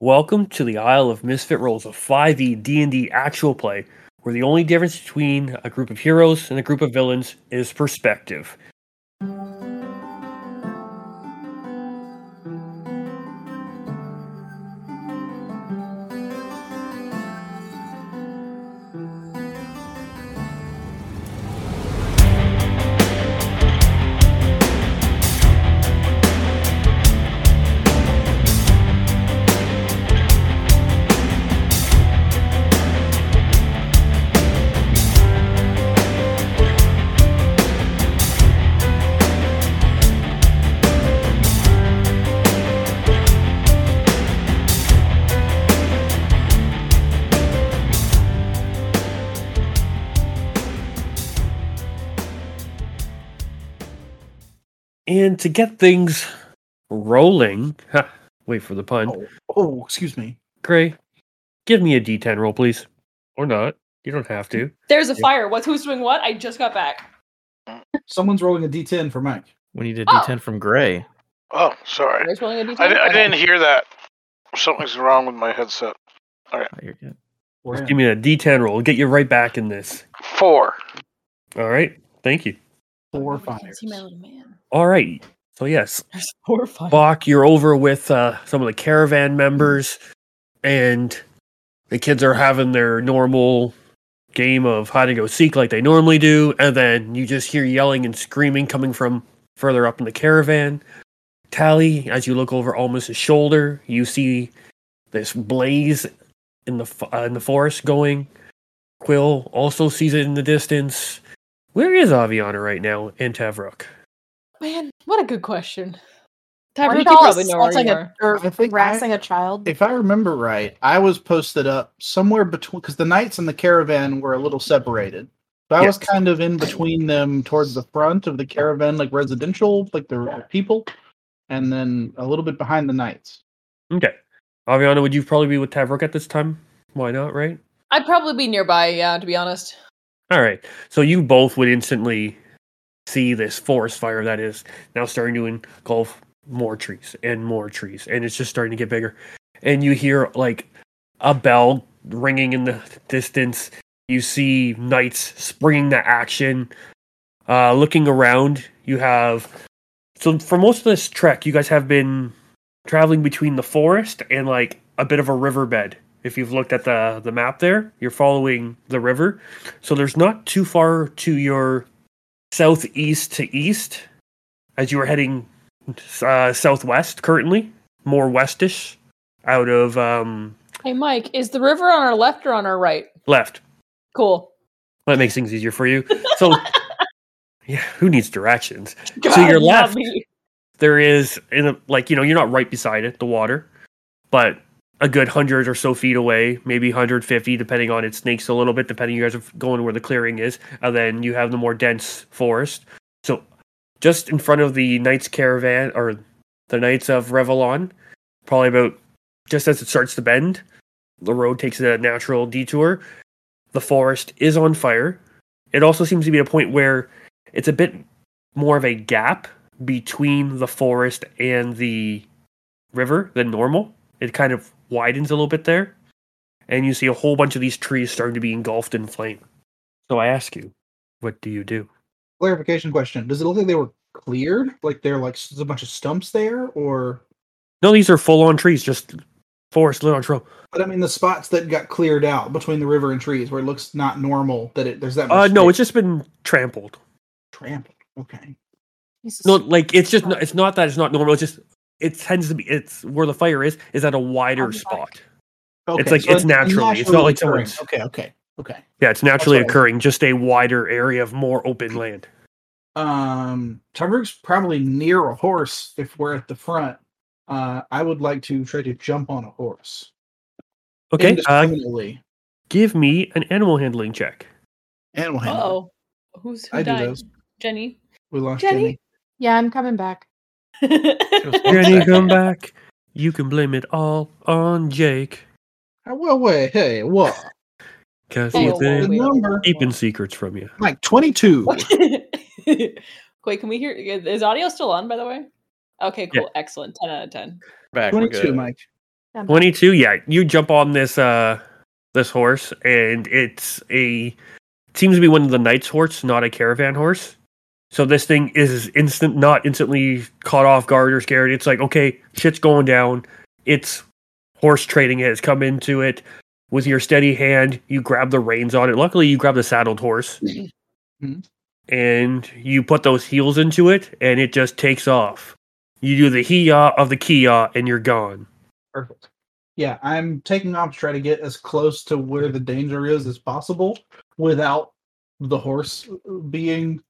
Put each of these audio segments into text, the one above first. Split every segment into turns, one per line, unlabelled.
Welcome to the Isle of Misfit Rolls, a E 5e D&D actual play, where the only difference between a group of heroes and a group of villains is perspective. And to get things rolling, wait for the pun.
Oh, oh, excuse me.
Gray, give me a D10 roll, please. Or not. You don't have to.
There's a
Yeah.
fire. What's who's doing what? I just got back.
Someone's rolling a D10 for Mike.
We need a
Oh.
D10 from Gray.
Oh, sorry.
There's rolling a D10?
I, di- I
Okay.
didn't hear that. Something's wrong with my headset.
Oh, you're good.
Or
Give me a D10 roll. We'll get you right back in this.
Four.
All right. Thank you.
four
Nobody can
fires.
See my little man.
All right. So, yes,
There's four fires.
Bach, you're over with uh, some of the caravan members, and the kids are having their normal game of hide and go seek like they normally do. And then you just hear yelling and screaming coming from further up in the caravan. Tally, as you look over Almus's shoulder, you see this blaze in the fo- uh, in the forest going. Quill also sees it in the distance. Where is Aviana right now and Tavrok?
Man, what a good question. Tyrone,
Aren't
you
y'all
probably know where
assaulting
you
a-
are.
or
I think
harassing
I-
a child.
If I remember right, I was posted up somewhere between because the knights and the caravan were a little separated. So I was
Yes.
kind of in between them towards the front of the caravan, like residential, like the the people, and then a little bit behind the knights.
Okay. Aviana, would you probably be with Tavrok at this time? Why not, right?
I'd probably be nearby, yeah, to be honest.
All right. So you both would instantly see this forest fire that is now starting to engulf more trees and more trees, and it's just starting to get bigger. And you hear like a bell ringing in the distance. You see knights springing to action. Uh, looking around, you have so for most of this trek, you guys have been traveling between the forest and like a bit of a riverbed. If you've looked at the the map there, you're following the river. So there's not too far to your southeast to east as you are heading uh, southwest currently, more westish out of um,
Hey, Mike, is the river on our left or on our right?
left.
Cool.
That makes things easier for you. So, yeah, who needs directions?
God,
you're
yeah,
left.
me.
There is, in a, like, you know, you're not right beside it, the water, but a good 100 or so feet away, maybe 150, depending on it snakes a little bit, depending you guys are going where the clearing is. And then you have the more dense forest. So, just in front of the Knights Caravan or the Knights of Revelon, probably about just as it starts to bend, the road takes a natural detour. The forest is on fire. It also seems to be at a point where it's a bit more of a gap between the forest and the river than normal. It kind of widens a little bit there. And you see a whole bunch of these trees starting to be engulfed in flame. So I ask you, what do you do?
Clarification question: Does it look like they were cleared? Like they're like s- there's a bunch of stumps there, or
No, these are full on trees, just forest lit on trail.
but I mean the spots that got cleared out between the river and trees where it looks not normal that it there's that.
Uh,
much
no,
space.
it's just been trampled.
trampled. Okay.
Jesus.
No, like it's just not, it's not that it's not normal. It's just it tends to be it's where the fire is is at a wider
Um,
spot.
okay.
like- it's naturally- it's not like
naturally occurring.
someone's-
Okay. Okay. Okay.
Yeah, it's naturally
what I-
occurring, just a wider area of more open land.
Um, Tavruk's probably near a horse if we're at the front. Uh, I would like to try to jump on a horse.
Okay, uh,
Indiscriminately.
give me an animal handling check.
Animal handling.
Uh-oh. Who's who
I do
died?
those.
Jenny.
We lost
Jenny?
Jenny.
yeah, I'm coming back.
One
Jenny,
second.
come back. You can blame it all on Jake,
Oh, well, wait. Hey, what?
cause
Hey,
he's
whoa,
the
whoa,
been
whoa.
number.
keeping secrets from you.
Like twenty-two.
Wait, can we hear? Is audio still on, by the way? Okay, cool. Excellent. 10 out of 10.
Back. we're
Twenty-two,
good.
Mike.
Jump.
22 yeah you jump on this uh this horse and it's a seems to be one of the knight's horse not a caravan horse so this thing is instant not instantly caught off guard or scared it's like okay shit's going down it's horse trading has come into it with your steady hand you grab the reins on it luckily you grab the saddled horse
Mhm.
and you put those heels into it and it just takes off you do the hee of the kia and you're gone
Perfect. Yeah, I'm taking off to try to get as close to where the danger is as possible without the horse uh, being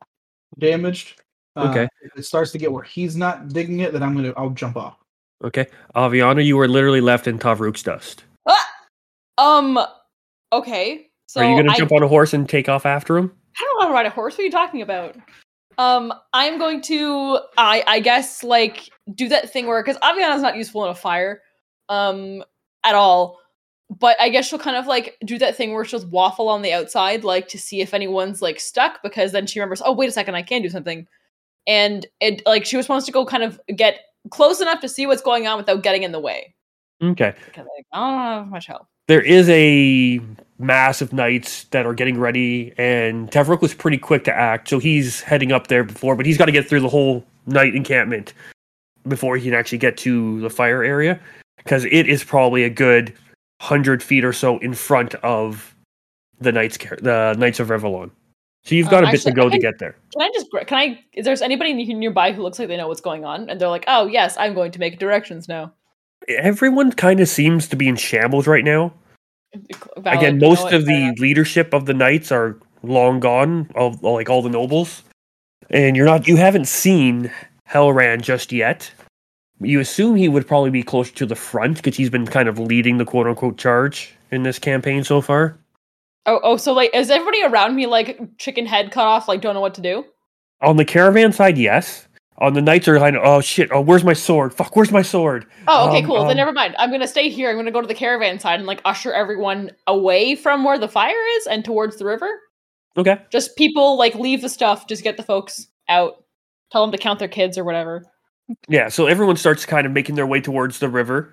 damaged. Uh,
Okay.
if it starts to get where he's not digging it, then I'm gonna I'll jump off.
Okay. Aviana, you were literally left in Tavruk's dust.
Um. Okay. So
Are you going to
I,
jump on a horse and take off after him?
I don't know how to ride a horse. What are you talking about? Um, I'm going to, I, I guess, like do that thing where because Aviana's not useful in a fire, um, at all. But I guess she'll kind of like do that thing where she'll waffle on the outside, like to see if anyone's like stuck, because then she remembers, oh wait a second, I can do something, and it like she just wants to go kind of get close enough to see what's going on without getting in the way.
Okay.
Because like, I don't have much help.
There is a mass of knights that are getting ready, and Tavruk was pretty quick to act, so he's heading up there before, but he's got to get through the whole knight encampment before he can actually get to the fire area, because it is probably a good hundred feet or so in front of the knights, ca- the knights of Revelon. So you've
Um,
got a
actually,
bit to go
I
to
can-
get there.
Can I just gra- can I? Is there anybody ne- nearby who looks like they know what's going on and they're like, oh yes, I'm going to make directions now.
Everyone kind of seems to be in shambles right now.
Valid,
Again,
you know
most
what,
of
fair
the
enough.
leadership of the knights are long gone, of like all the nobles, and you're not you haven't seen Helran just yet. You assume he would probably be closer to the front because he's been kind of leading the quote unquote charge in this campaign so far.
Oh, oh, so like, is everybody around me like chicken head cut off? Like, don't know what to do.
On the caravan side, yes. On the knights are kind of oh shit, oh where's my sword? Fuck, where's my sword?
Oh, okay,
Um,
cool.
um,
then never mind. I'm gonna stay here. I'm gonna go to the caravan side and like usher everyone away from where the fire is and towards the river.
Okay.
Just people like leave the stuff. Just get the folks out. Tell them to count their kids or whatever.
Yeah, so everyone starts kind of making their way towards the river.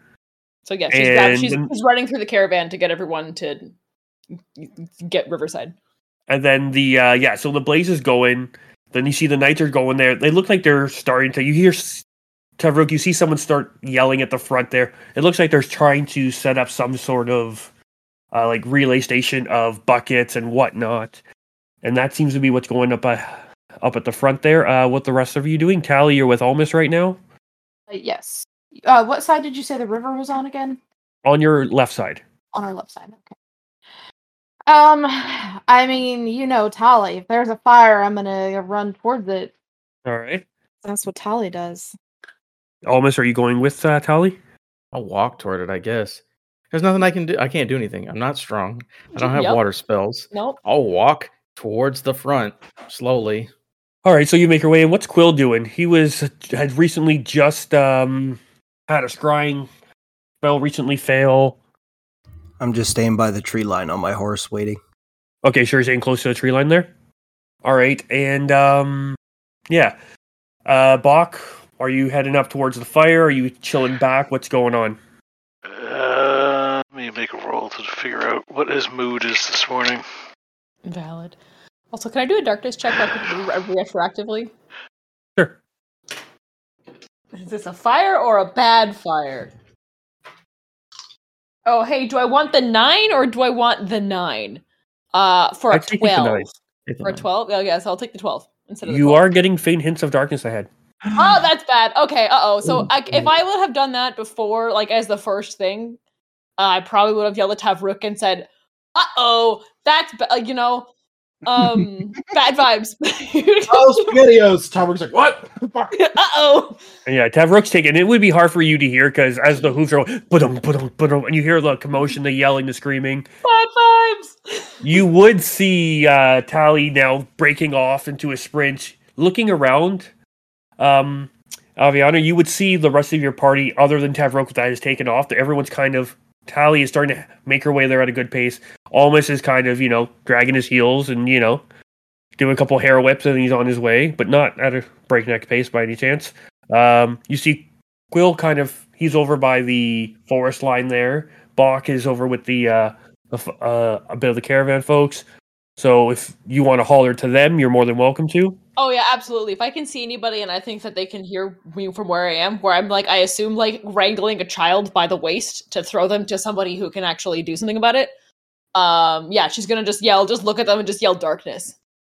So yeah, she's, grab-
And
she's
then-
she's running through the caravan to get everyone to get Riverside.
And then the uh yeah, so the blazes go in. Then you see the knights are going there. They look like they're starting to. You hear s- Tavruk. You see someone start yelling at the front there. It looks like they're trying to set up some sort of uh, like relay station of buckets and whatnot. And that seems to be what's going up uh, up at the front there. Uh, what the rest of you doing? Tally, you're with Almus right now
Uh, yes. Uh, what side did you say the river was on again?
on your left side.
on our left side. Okay. Um, I mean, you know, Tali. If there's a fire, I'm gonna run towards it.
All right,
That's what Tali does.
Almus, are you going with uh, Tally?
I'll walk toward it, I guess. There's nothing I can do. I can't do anything. I'm not strong. I don't have
Yep.
water spells.
Nope.
I'll walk towards the front slowly.
All right, so you make your way in. What's Quill doing? He was had recently just um had a scrying spell recently fail.
I'm just staying by the tree line on my horse waiting.
Okay, sure, he's staying close to the tree line there. All right, and um yeah. Uh Bach, are you heading up towards the fire? Are you chilling back? What's going on?
Uh, let me make a roll to figure out what his mood is this morning.
Valid. Also, can I do a darkness check like re- retroactively?
Sure.
Is this a fire or a bad fire? Oh, hey, do I want the nine or do I want the nine? Uh, for a
I'd take the nine.
twelve.
Hit the
For a
nine.
twelve? Oh, yes, I'll take the twelve instead of the
You
12.
are getting faint hints of darkness ahead.
Oh, that's bad. Okay. Uh oh. So I, if I would have done that before, like as the first thing, I probably would have yelled at Tavruk and said, "Uh oh, that's ba- uh, you know, um, bad vibes."
Oh spaghettios! Tyler's like, what? Fuck.
uh oh.
And yeah, Tavrook's taken. It would be hard for you to hear because as the hooves are going, ba-dum, ba-dum, ba-dum, and you hear the commotion, the yelling, the screaming.
Bad vibes.
you would see uh, Tally now breaking off into a sprint, looking around. Um, Aviana, you would see the rest of your party, other than Tavrok, that has taken off. That everyone's kind of Tally is starting to make her way there at a good pace. Almus is kind of you know dragging his heels and you know doing a couple hair whips and he's on his way, but not at a breakneck pace by any chance. Um, you see Quill kind of He's over by the forest line there. Bach is over with the uh, the f- uh, a bit of the caravan folks. So if you want to holler to them, you're more than welcome to.
Oh yeah, absolutely. If I can see anybody and I think that they can hear me from where I am, where I'm like, I assume like wrangling a child by the waist to throw them to somebody who can actually do something about it. Um, yeah, she's gonna just yell, just look at them and just yell darkness.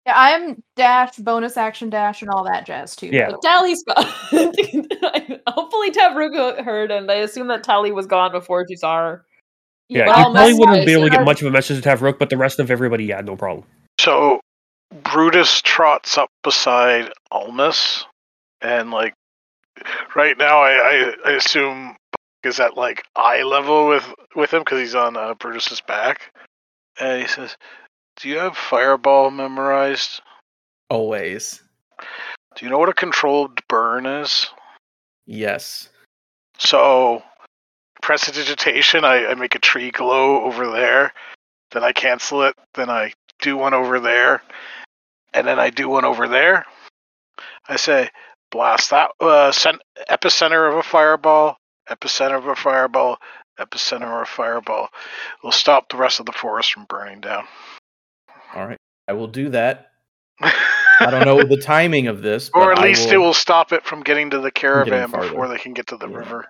Yeah, I'm dash, bonus action dash, and all that jazz too.
Yeah.
But Tally's gone. Hopefully Tavruka heard, and I assume that Tally was gone before she saw her.
Yeah,
Well,
you probably
that's
wouldn't
nice.
be able to
Yeah.
get much of a message to have Rook, but the rest of everybody, yeah, no problem.
So Brutus trots up beside Almus, and like right now, I I, I assume Buck is at like eye level with with him because he's on uh, Brutus's back, and he says, "Do you have Fireball memorized?
Always.
Do you know what a controlled burn is?"
Yes.
So, prestidigitation, I, I make a tree glow over there. Then I cancel it. Then I do one over there. And then I do one over there. I say, blast that uh, cent- epicenter of a fireball, epicenter of a fireball, epicenter of a fireball. We'll stop the rest of the forest from burning down.
All right. I will do that. I don't know the timing of this, but
or at
I
least it will stop it from getting to the caravan
farther.
before they can get to the
Yeah.
river.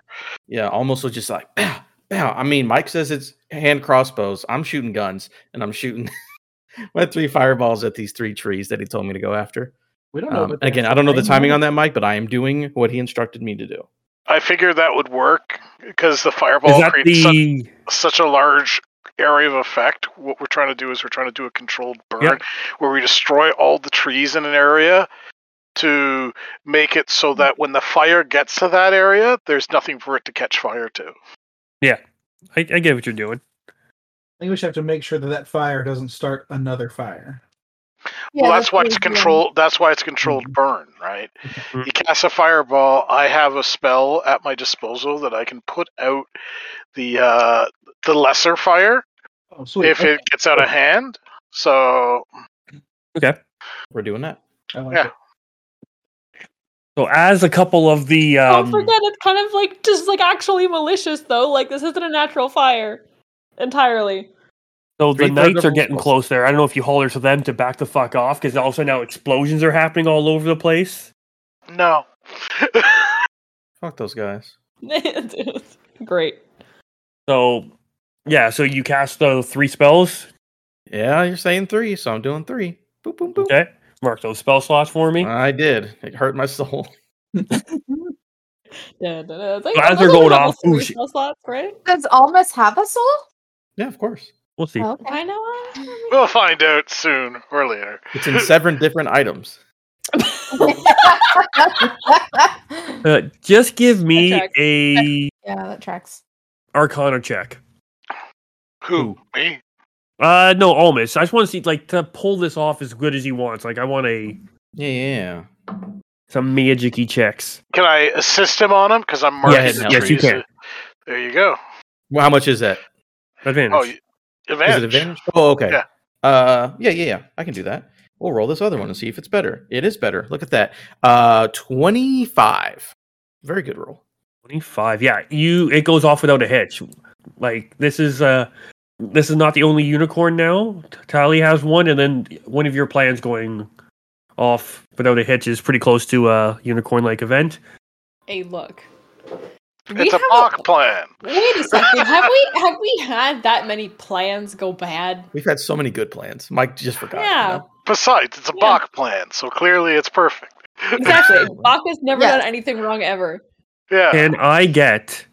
Yeah, almost was just like bow, bow. I mean, Mike says it's hand crossbows. I'm shooting guns, and I'm shooting my three fireballs at these three trees that he told me to go after.
We don't know.
Um,
what
and again,
that's
I don't know the
like.
timing on that, Mike, but I am doing what he instructed me to do.
I figured that would work because the
Is
fireball
that
creates such
the
such a large area of effect. What we're trying to do is we're trying to do a controlled burn
Yep.
where we destroy all the trees in an area to make it so that when the fire gets to that area, there's nothing for it to catch fire to.
I, I get what you're doing.
I think we should have to make sure that that fire doesn't start another fire.
Yeah,
well, that's why
what
it's
he's doing.
controlled. That's why it's controlled burn, right?
Mhm.
You cast a fireball. I have a spell at my disposal that I can put out the uh, the lesser fire
Oh, sweet.
if it gets out of hand. So
We're doing that.
I like
yeah.
it.
So as a couple of the um,
Don't forget, it's kind of like just like actually malicious though. Like this isn't a natural fire entirely.
so the
Three thirds
knights
of
are
them
getting
plus.
close there. I don't know if you holler to them to back the fuck off because also now explosions are happening all over the place.
no.
Fuck those guys.
Great.
So yeah, so you cast the three spells.
Yeah, you're saying three, so I'm doing three. Boop, boop, boop.
Okay, mark those spell slots for me.
I did. It hurt my soul.
Yeah, da, da.
So as they're going Oh, off, ooh, she-
slots, right?
Does Almas have a soul?
Yeah, of course.
We'll see.
Okay.
I know. I-
We'll find out soon or later.
It's in seven different items.
yeah,
Uh, just give me
Check.
a
that tracks.
Arcana check.
Who? Me?
Uh, no, Almas. I just want to see like to pull this off as good as he wants. Like I want a
Yeah, yeah.
some magicy checks.
Can I assist him on him? Because I'm marking
Yes,
the
yes, you
trees.
can.
There you go.
Well, how much is that? Is
Advantage.
Oh, you- advantage.
it advantage? Oh, okay.
Yeah.
Uh, yeah, yeah, yeah. I can do that. We'll roll this other one and see if it's better. It is better. Look at that. Uh, twenty-five. Very good roll.
25 yeah you it goes off without a hitch like this is uh this is not the only unicorn now T- tally has one and then one of your plans going off without a hitch is pretty close to a unicorn like event
Hey, look. We
It's a
have
mock plan.
Wait a second. Have we have we had that many plans go bad?
We've had so many good plans. Mike just forgot. you
Yeah.
know?
Besides, it's a
Yeah.
mock plan, so clearly it's perfect.
Exactly. Baka's never
Yeah.
done anything wrong ever.
Yeah.
can i get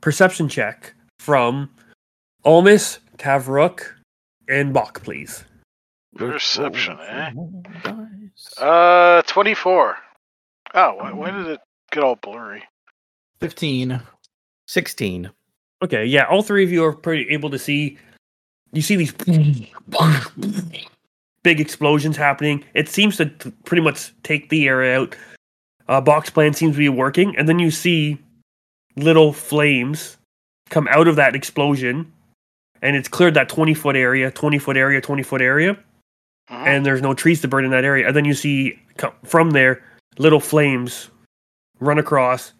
perception check from Olmis, Tavruk, and Bach, please.
Perception, eh?
Roll dice.
Uh, 24. Oh, why, why
Um,
did it get all blurry?
Fifteen.
Sixteen.
Okay, yeah, all three of you are pretty able to see. You see these big explosions happening. It seems to t- pretty much take the area out. Uh, box plan seems to be working, and then you see little flames come out of that explosion, and it's cleared that twenty foot area, twenty foot area, twenty foot area,
Mhm.
Oh.
and there's no trees to burn in that area. And then you see co- from there little flames run across,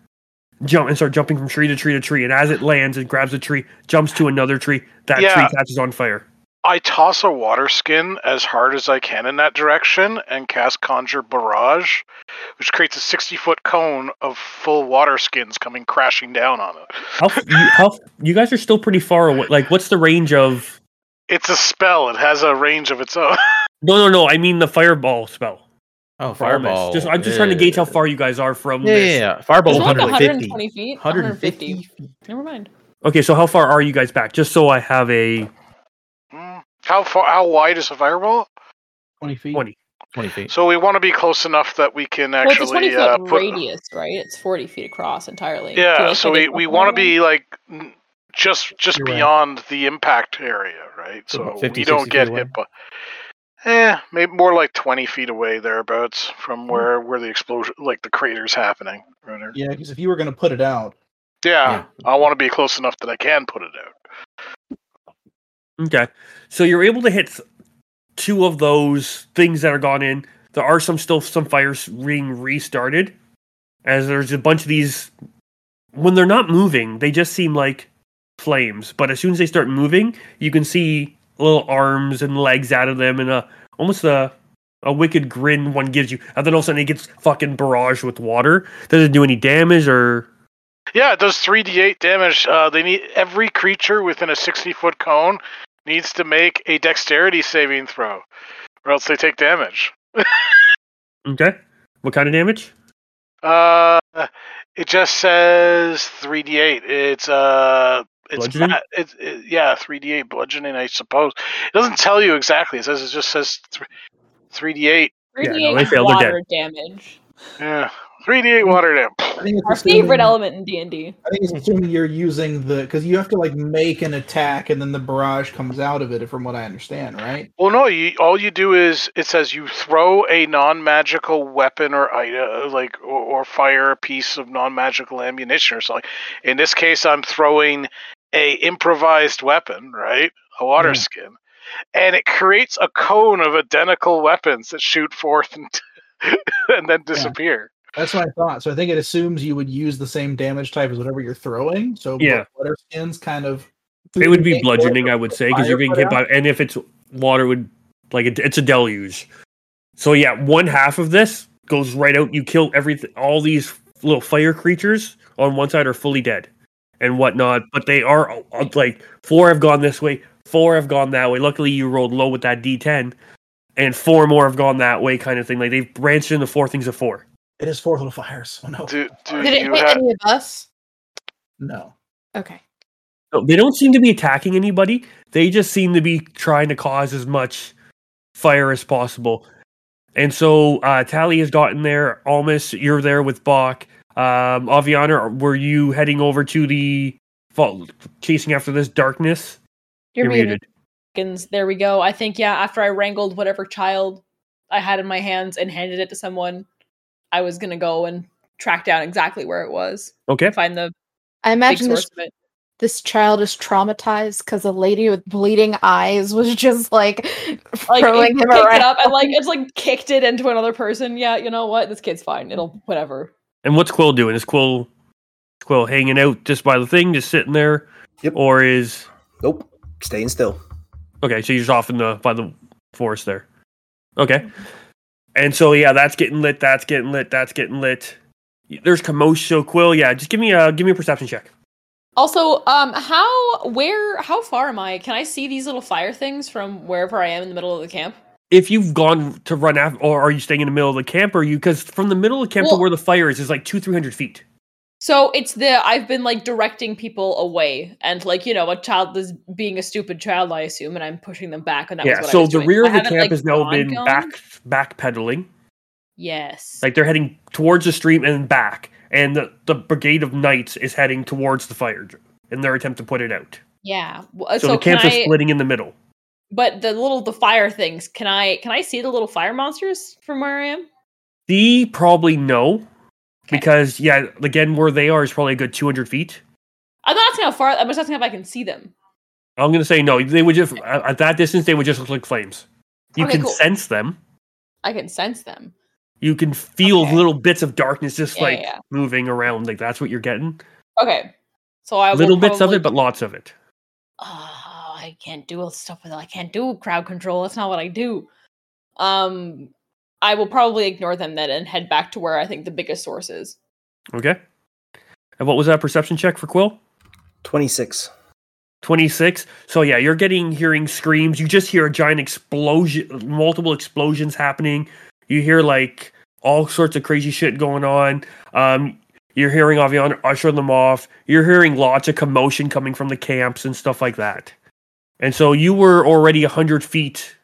jump and start jumping from tree to tree to tree. And as it lands, it grabs a tree, jumps to another tree. That
Yeah.
tree catches on fire.
I toss a water skin as hard as I can in that direction and cast Conjure Barrage, which creates a 60 foot cone of full water skins coming crashing down on it.
How, f- you, how f- you guys are still pretty far away. Like, what's the range of?
It's a spell, it has a range of its own.
No, no, no. I mean the fireball spell. for
Oh,
all this.
fireball.
Just, I'm just trying to gauge how far you guys are from
Yeah, yeah,
this.
yeah. Fireball
It's
Well,
like
150.
120 feet.
150.
150. Never mind.
Okay, so how far are you guys back? Just so I have a
Mm. How far? How wide is a fireball?
Twenty feet.
20.
20 feet.
So we want to be close enough that we can
Well, it's a
actually
20 foot
uh, put.
radius, right? It's 40 feet across entirely. Do you
Yeah,
like
so
the
we,
big
we
one?
want to be like n- just just
You're right.
beyond the impact area, right?
So
So
about 50,
we don't
60
get
feet away?
hit by. Eh, maybe more like twenty feet away thereabouts from where where the explosion, like the crater's happening. Right there.
Yeah, because if you were going to put it out,
Yeah, I want to be close enough that I can put it out.
Okay, so you're able to hit s- two of those things that are gone in. There are some still some fires being restarted, as there's a bunch of these. When they're not moving, they just seem like flames. But as soon as they start moving, you can see little arms and legs out of them, and a almost a a wicked grin one gives you. And then all of a sudden, it gets fucking barraged with water. Doesn't do any damage or
Yeah, it does three d eight damage. Uh, they need every creature within a sixty foot cone needs to make a dexterity saving throw, or else they take damage.
okay. What kind of damage?
Uh, it just says 3d8. It's uh, it's
Bludgeoning?
ma- it's it, yeah, 3d8 bludgeoning. I suppose it doesn't tell you exactly. It says it just says thr- 3d8.
Yeah, no,
38
they failed, they're
water damage.
Yeah, 3d8 water damage.
I think it's
Our
assuming-
favorite element in D and D.
I think it's assuming you're using the because you have to like make an attack and then the barrage comes out of it. From what I understand, right?
Well, no, you all you do is it says you throw a non-magical weapon or item, like or, or fire a piece of non-magical ammunition or something. In this case, I'm throwing a improvised weapon, right? A water
Yeah.
skin, and it creates a cone of identical weapons that shoot forth and and then disappear.
That's what I thought. So I think it assumes you would use the same damage type as whatever you're throwing. So
Yeah.
water skins kind of.
It would be bludgeoning, I would say, because you're being hit by, and if it's water, would like it, it's a deluge. So yeah, one half of this goes right out. You kill everything. All these little fire creatures on one side are fully dead and whatnot, but they are uh, uh, like four have gone this way, four have gone that way. Luckily, you rolled low with that D10, and four more have gone that way, kind of thing. Like they've branched into four things of four.
It is four little fires. Oh, no,
Do, do
Did it
you
hit
have?
any of us?
no.
Okay.
No, they don't seem to be attacking anybody. They just seem to be trying to cause as much fire as possible. And so uh, Tally has gotten there. Almus, you're there with Bach. Um, Aviana, were you heading over to the fall, chasing after this darkness?
You're, muted.
Chickens, There we go. I think yeah. After I wrangled whatever child I had in my hands and handed it to someone, I was gonna go and track down exactly where it was,
Okay.
find the
I
big
imagine
source
this,
of it.
this child is traumatized because a lady with bleeding eyes was just like
Like
throwing him
picked it
around.
up and like it's like kicked it into another person. Yeah, you know what? This kid's fine. It'll whatever.
And what's Quill doing? Is Quill Quill hanging out just by the thing, just sitting there,
Yep.
or is
Nope. Staying still.
Okay, so you're just off in the by the forest there. Okay. And so yeah, that's getting lit, that's getting lit, that's getting lit. Y- There's Commotion Quill. Yeah, just give me a give me a perception check.
Also, um, how where how far am I? Can I see these little fire things from wherever I am in the middle of the camp?
If you've gone to run after, or are you staying in the middle of the camp, or are you because from the middle of the camp
Well-
to where the fire is is like two three hundred feet.
So it's the I've been like directing people away, and like you know, a child is being a stupid child, I assume, and I'm pushing them back. And that
yeah.
was what I
So
was
the
doing.
rear
I
of the
haven't,
camp
like,
has now
gone
been
gone.
back back pedaling.
Yes.
Like they're heading towards the stream and back, and the, the brigade of knights is heading towards the fire in their attempt to put it out.
yeah. Well,
So,
Uh, So,
the
can
camps
I?
are splitting in the middle.
But the little the fire things. Can I? Can I see the little fire monsters from where I am?
D probably no,
Okay.
because yeah, again, where they are is probably a good two hundred feet.
I'm not asking how far. I'm just asking if I can see them.
I'm gonna say no. They would just at at that distance they would just look like flames. You
Okay,
can
cool.
sense them.
I can sense them.
You can feel
Okay.
little bits of darkness just
Yeah,
like
yeah.
moving around. Like that's what you're getting.
Okay. So I will
little bits of
probably-
it, but lots of it.
oh, I can't do all the stuff with I can't do crowd control. That's not what I do. Um, I will probably ignore them then and head back to where I think the biggest source is.
Okay. And what was that perception check for Quill?
26.
26 so yeah you're getting hearing screams you just hear a giant explosion multiple explosions happening you hear like all sorts of crazy shit going on um you're hearing avion usher them off you're hearing lots of commotion coming from the camps and stuff like that and so you were already 100 feet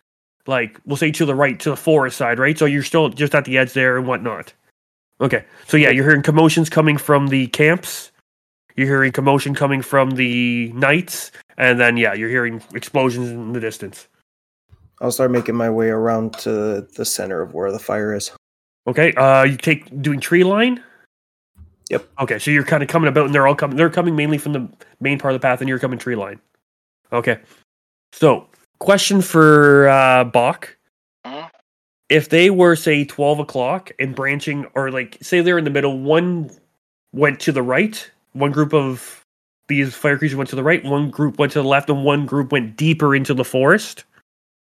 like we'll say to the right to the forest side right so you're still just at the edge there and whatnot okay so yeah you're hearing commotions coming from the camps you're hearing commotion coming from the knights, and then yeah, you're hearing explosions in the distance.
I'll start making my way around to the center of where the fire is.
Okay, uh, you take doing tree line.
Yep.
Okay, so you're kind of coming about, and they're all coming. They're coming mainly from the main part of the path, and you're coming tree line. Okay. So, question for uh, Bach:
Mhm.
If they were say twelve o'clock and branching, or like say they're in the middle, one went to the right, one group of these fire creatures went to the right, one group went to the left, and one group went deeper into the forest.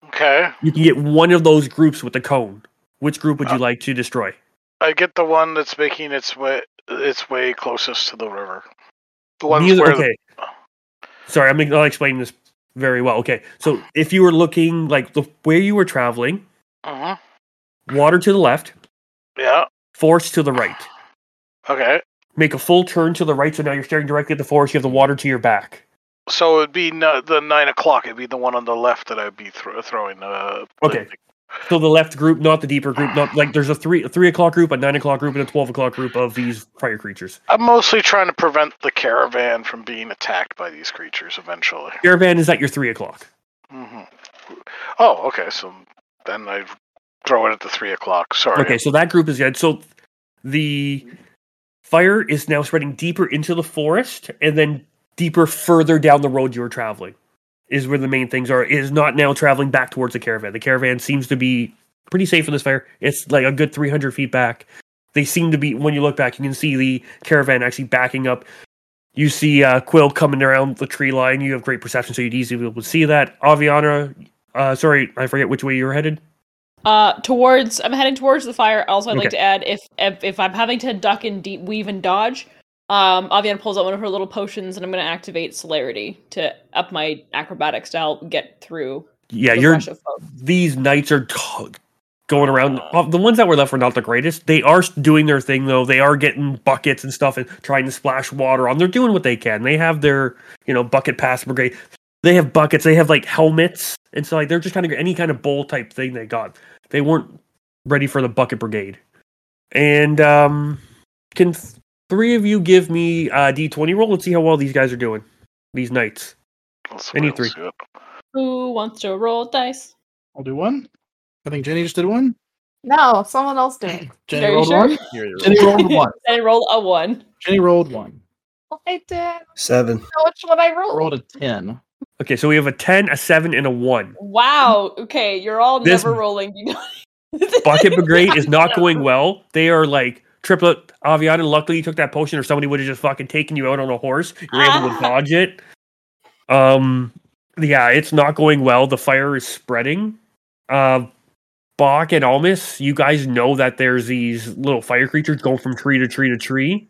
Okay.
You can get one of those groups with the cone. Which group would you
Uh,
like to destroy?
I get the one that's making its way its way closest to the river. The ones
Neither-
where
okay. Sorry, I'm not explaining this very well. Okay, so if you were looking like the where you were traveling,
Mhm.
water to the left,
Yeah.
forest to the right.
Okay.
Make a full turn to the right, so now you're staring directly at the forest. You have the water to your back.
So it'd be n- the nine o'clock. It'd be the one on the left that I'd be thro- throwing. Uh, the-
Okay. So the left group, not the deeper group. Not like there's a three a three o'clock group, a nine o'clock group, and a twelve o'clock group of these fire creatures.
I'm mostly trying to prevent the caravan from being attacked by these creatures eventually.
Caravan is at your three o'clock.
hmm Oh, okay. So then I throw it at the three o'clock. Sorry.
Okay, so that group is dead. So the fire is now spreading deeper into the forest and then deeper further down the road you were traveling is where the main things are. It is not now traveling back towards the caravan. The caravan seems to be pretty safe in this fire. It's like a good 300 feet back. They seem to be, when you look back, you can see the caravan actually backing up. You see uh, Quill coming around the tree line. You have great perception, so you'd easily be able to see that. Aviana, uh, sorry, I forget which way you were headed.
Uh, towards I'm heading towards the fire. Also, I'd
Okay.
like to add if, if if I'm having to duck and deep weave and dodge, um, Avian pulls out one of her little potions, and I'm going to activate celerity to up my acrobatics to help get through.
Yeah,
the
you're
rush of folks.
these knights are t- going around. Uh, the ones that were left were not the greatest. They are doing their thing though. They are getting buckets and stuff and trying to splash water on. They're doing what they can. They have their you know bucket pass brigade. They have buckets. They have like helmets and so like they're just kind of any kind of bowl type thing they got. They weren't ready for the bucket brigade. And um, can th- three of you give me uh, d d20 roll and see how well these guys are doing? These knights.
Let's-
Any
let's
three.
see it.
Who wants to roll dice?
I'll do one. I think Jenny just did one.
No, someone else do it.
Jenny
Are you
rolled
sure?
one.
You're the
Jenny rolled one.
And roll a one.
Jenny rolled one.
I did. I don't
7.
know which one I
I
rolled.
rolled a ten.
Okay, so we have a ten, a seven, and a one.
Wow. Okay, you're all
This-
never rolling. You know?
Bucket Brigade is not going well. They are like triplet Aviana. Luckily, you took that potion, or somebody would have just fucking taken you out on a horse. You're able
Ah.
to dodge it. Um, yeah, it's not going well. The fire is spreading. Uh, Bach and Almus, you guys know that there's these little fire creatures going from tree to tree to tree.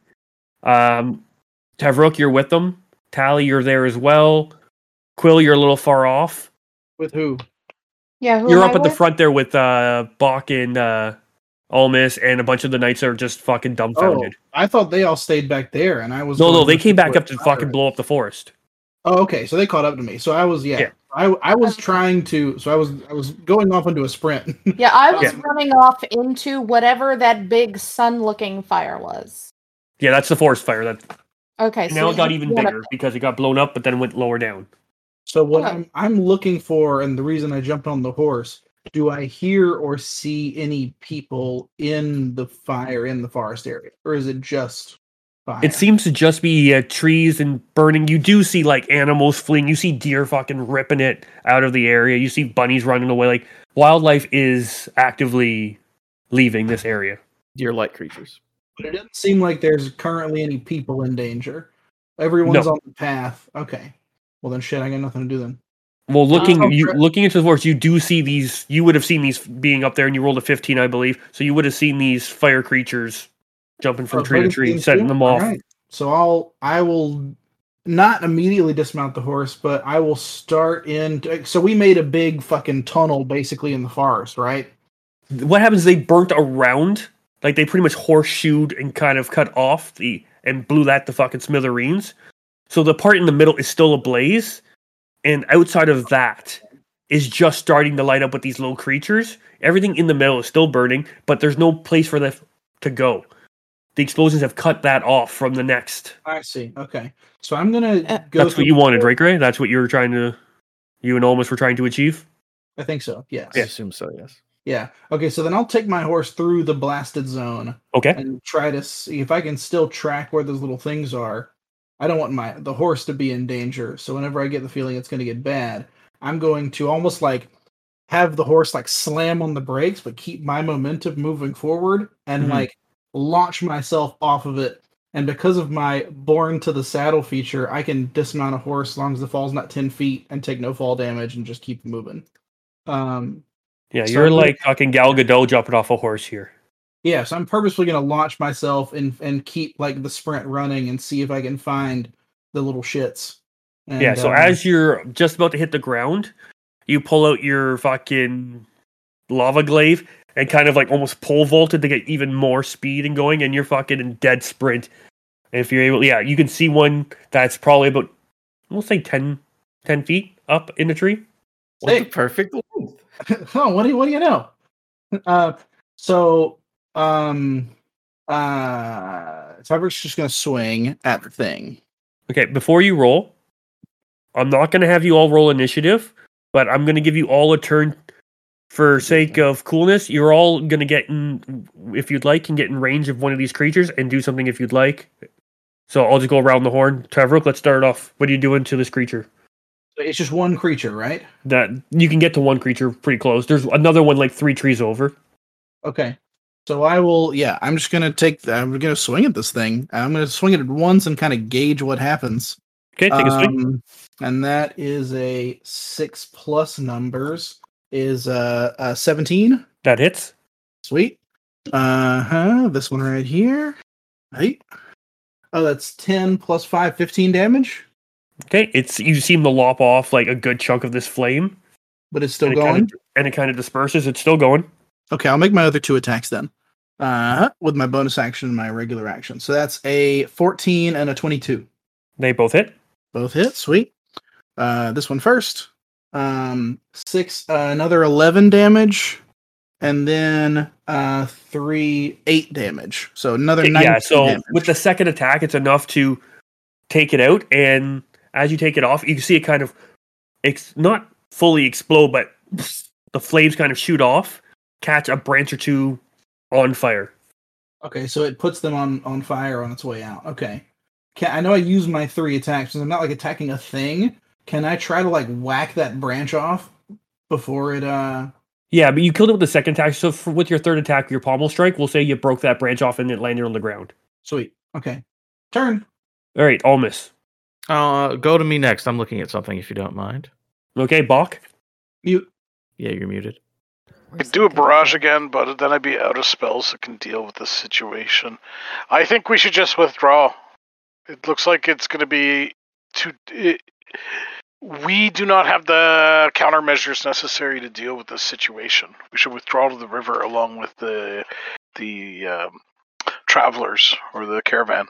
Um, Tavrok, you're with them. Tally, you're there as well. Quill, you're a little far off
With who?
Yeah, who
you're
am
up
I
at the
with?
front there with uh Bach and uh Almas and a bunch of the knights are just fucking dumbfounded.
Oh. I thought they all stayed back there, and I was.
no, no,
going
they
with
came
the
back up to
fire.
fucking blow up the forest.
Oh, okay. So they caught up to me. So I was, yeah.
Yeah.
I, I was trying to. So I was I was going off into a sprint.
Yeah, I was
Yeah.
running off into whatever that big sun-looking fire was.
Yeah, that's the forest fire. That
Okay, so
now it got
you
even
wanna-
bigger because it got blown up, but then went lower down.
So what
Oh.
I'm I'm looking for, and the reason I jumped on the horse, do I hear or see any people in the fire in the forest area, or is it just fire?
It seems to just be uh, trees and burning. You do see like animals fleeing. You see deer fucking ripping it out of the area. You see bunnies running away. Like wildlife is actively leaving this area.
Deer like creatures.
But it doesn't seem like there's currently any people in danger. Everyone's
No.
on the path. Okay. Well then, shit. I got nothing to do then. Um,
Well, looking
Oh,
you
great.
looking into the forest, you do see these. You would have seen these being up there, and you rolled a fifteen, I believe. So you would have seen these fire creatures jumping from
Oh,
tree to
fighting
tree,
team
setting
too?
them off.
Alright. So I'll I will not immediately dismount the horse, but I will start in. So we made a big fucking tunnel basically in the forest, right?
What happens? is They burnt around, like they pretty much horseshoed and kind of cut off the and blew that to fucking smithereens. So the part in the middle is still ablaze, and outside of that is just starting to light up with these little creatures. Everything in the middle is still burning, but there's no place for them to go. The explosions have cut that off from the next
I see. Eh, Okay. So I'm gonna
Uh,
go.
That's
through-
what you wanted, right, Gray? That's what you were trying to, you and Olmus were trying to achieve.
I think so. Yes.
I assume so, yes.
Yeah. Okay. So then I'll take my horse through the blasted zone
Okay.
and try to see if I can still track where those little things are. I don't want my the horse to be in danger. So whenever I get the feeling it's going to get bad, I'm going to almost like have the horse like slam on the brakes, but keep my momentum moving forward and
Mhm.
like launch myself off of it. And because of my born to the saddle feature, I can dismount a horse as long as the fall's not ten feet and take no fall damage and just keep moving. Um,
Yeah,
So
you're
I'm gonna-
like fucking Gal Gadot jumping off a horse here.
Yeah, so I'm purposely going to launch myself and and keep like the sprint running and see if I can find the little shits. And,
yeah. So
uh,
as you're just about to hit the ground, you pull out your fucking lava glaive and kind of like almost pole vaulted to get even more speed and going, and you're fucking in dead sprint. And if you're able, yeah, you can see one that's probably about, we'll say 10, 10 feet up in the tree.
What the
Sick.
perfect length.
oh, what do you, what do you know? Uh, so um, uh, Tybert's just going to swing at the thing.
Okay, before you roll, I'm not going to have you all roll initiative, but I'm going to give you all a turn for sake of coolness. You're all going to get in, if you'd like, can get in range of one of these creatures and do something if you'd like. So I'll just go around the horn. Tavrook, let's start off. What are you doing to this creature?
So it's just one creature, right?
That you can get to one creature pretty close. There's another one like three trees over.
Okay. So I will. Yeah, I'm just going to take. The, I'm going to swing at this thing. I'm going to swing at it once and kind of gauge what happens.
Okay, take a swing.
Um, and that is a six plus numbers is uh, uh seventeen.
That hits.
Sweet. Uh huh. This one right here. Right. Oh, that's ten plus five, 15 damage,
Okay, it's you seem to lop off like a good chunk of this flame,
but it's still
and it kinda-
going.
and it kind of disperses. It's still going.
Okay, I'll make my other two attacks then. Uh huh. With my bonus action and my regular action. So that's a fourteen and a twenty-two.
They both hit.
Both hit. Sweet. Uh, this one first. Um, six, uh, another 11 damage, and then uh, three, eight damage. So another
Okay,
nine.
yeah so with the second attack it's enough to take it out and as you take it off you can see it kind of ex- not fully explode but the flames kind of shoot off catch a branch or two on fire
okay, so it puts them on on fire on its way out. Okay. Can, I know I use my three attacks, and I'm not like attacking a thing. Can I try to like whack that branch off before it? uh
yeah but you killed it with the second attack so for, with your third attack your pommel strike we'll say you broke that branch off and it landed on the ground
Sweet. Okay. Turn.
all right all miss
Uh, go to me next. I'm looking at something if you don't mind.
okay bach
Mute.
Yeah, you're muted.
I do a barrage again, but then I'd be out of spells that can deal with this situation. I think we should just withdraw. It looks like it's going to be too. It, we do not have the countermeasures necessary to deal with this situation. We should withdraw to the river along with the the um, travelers or the caravan.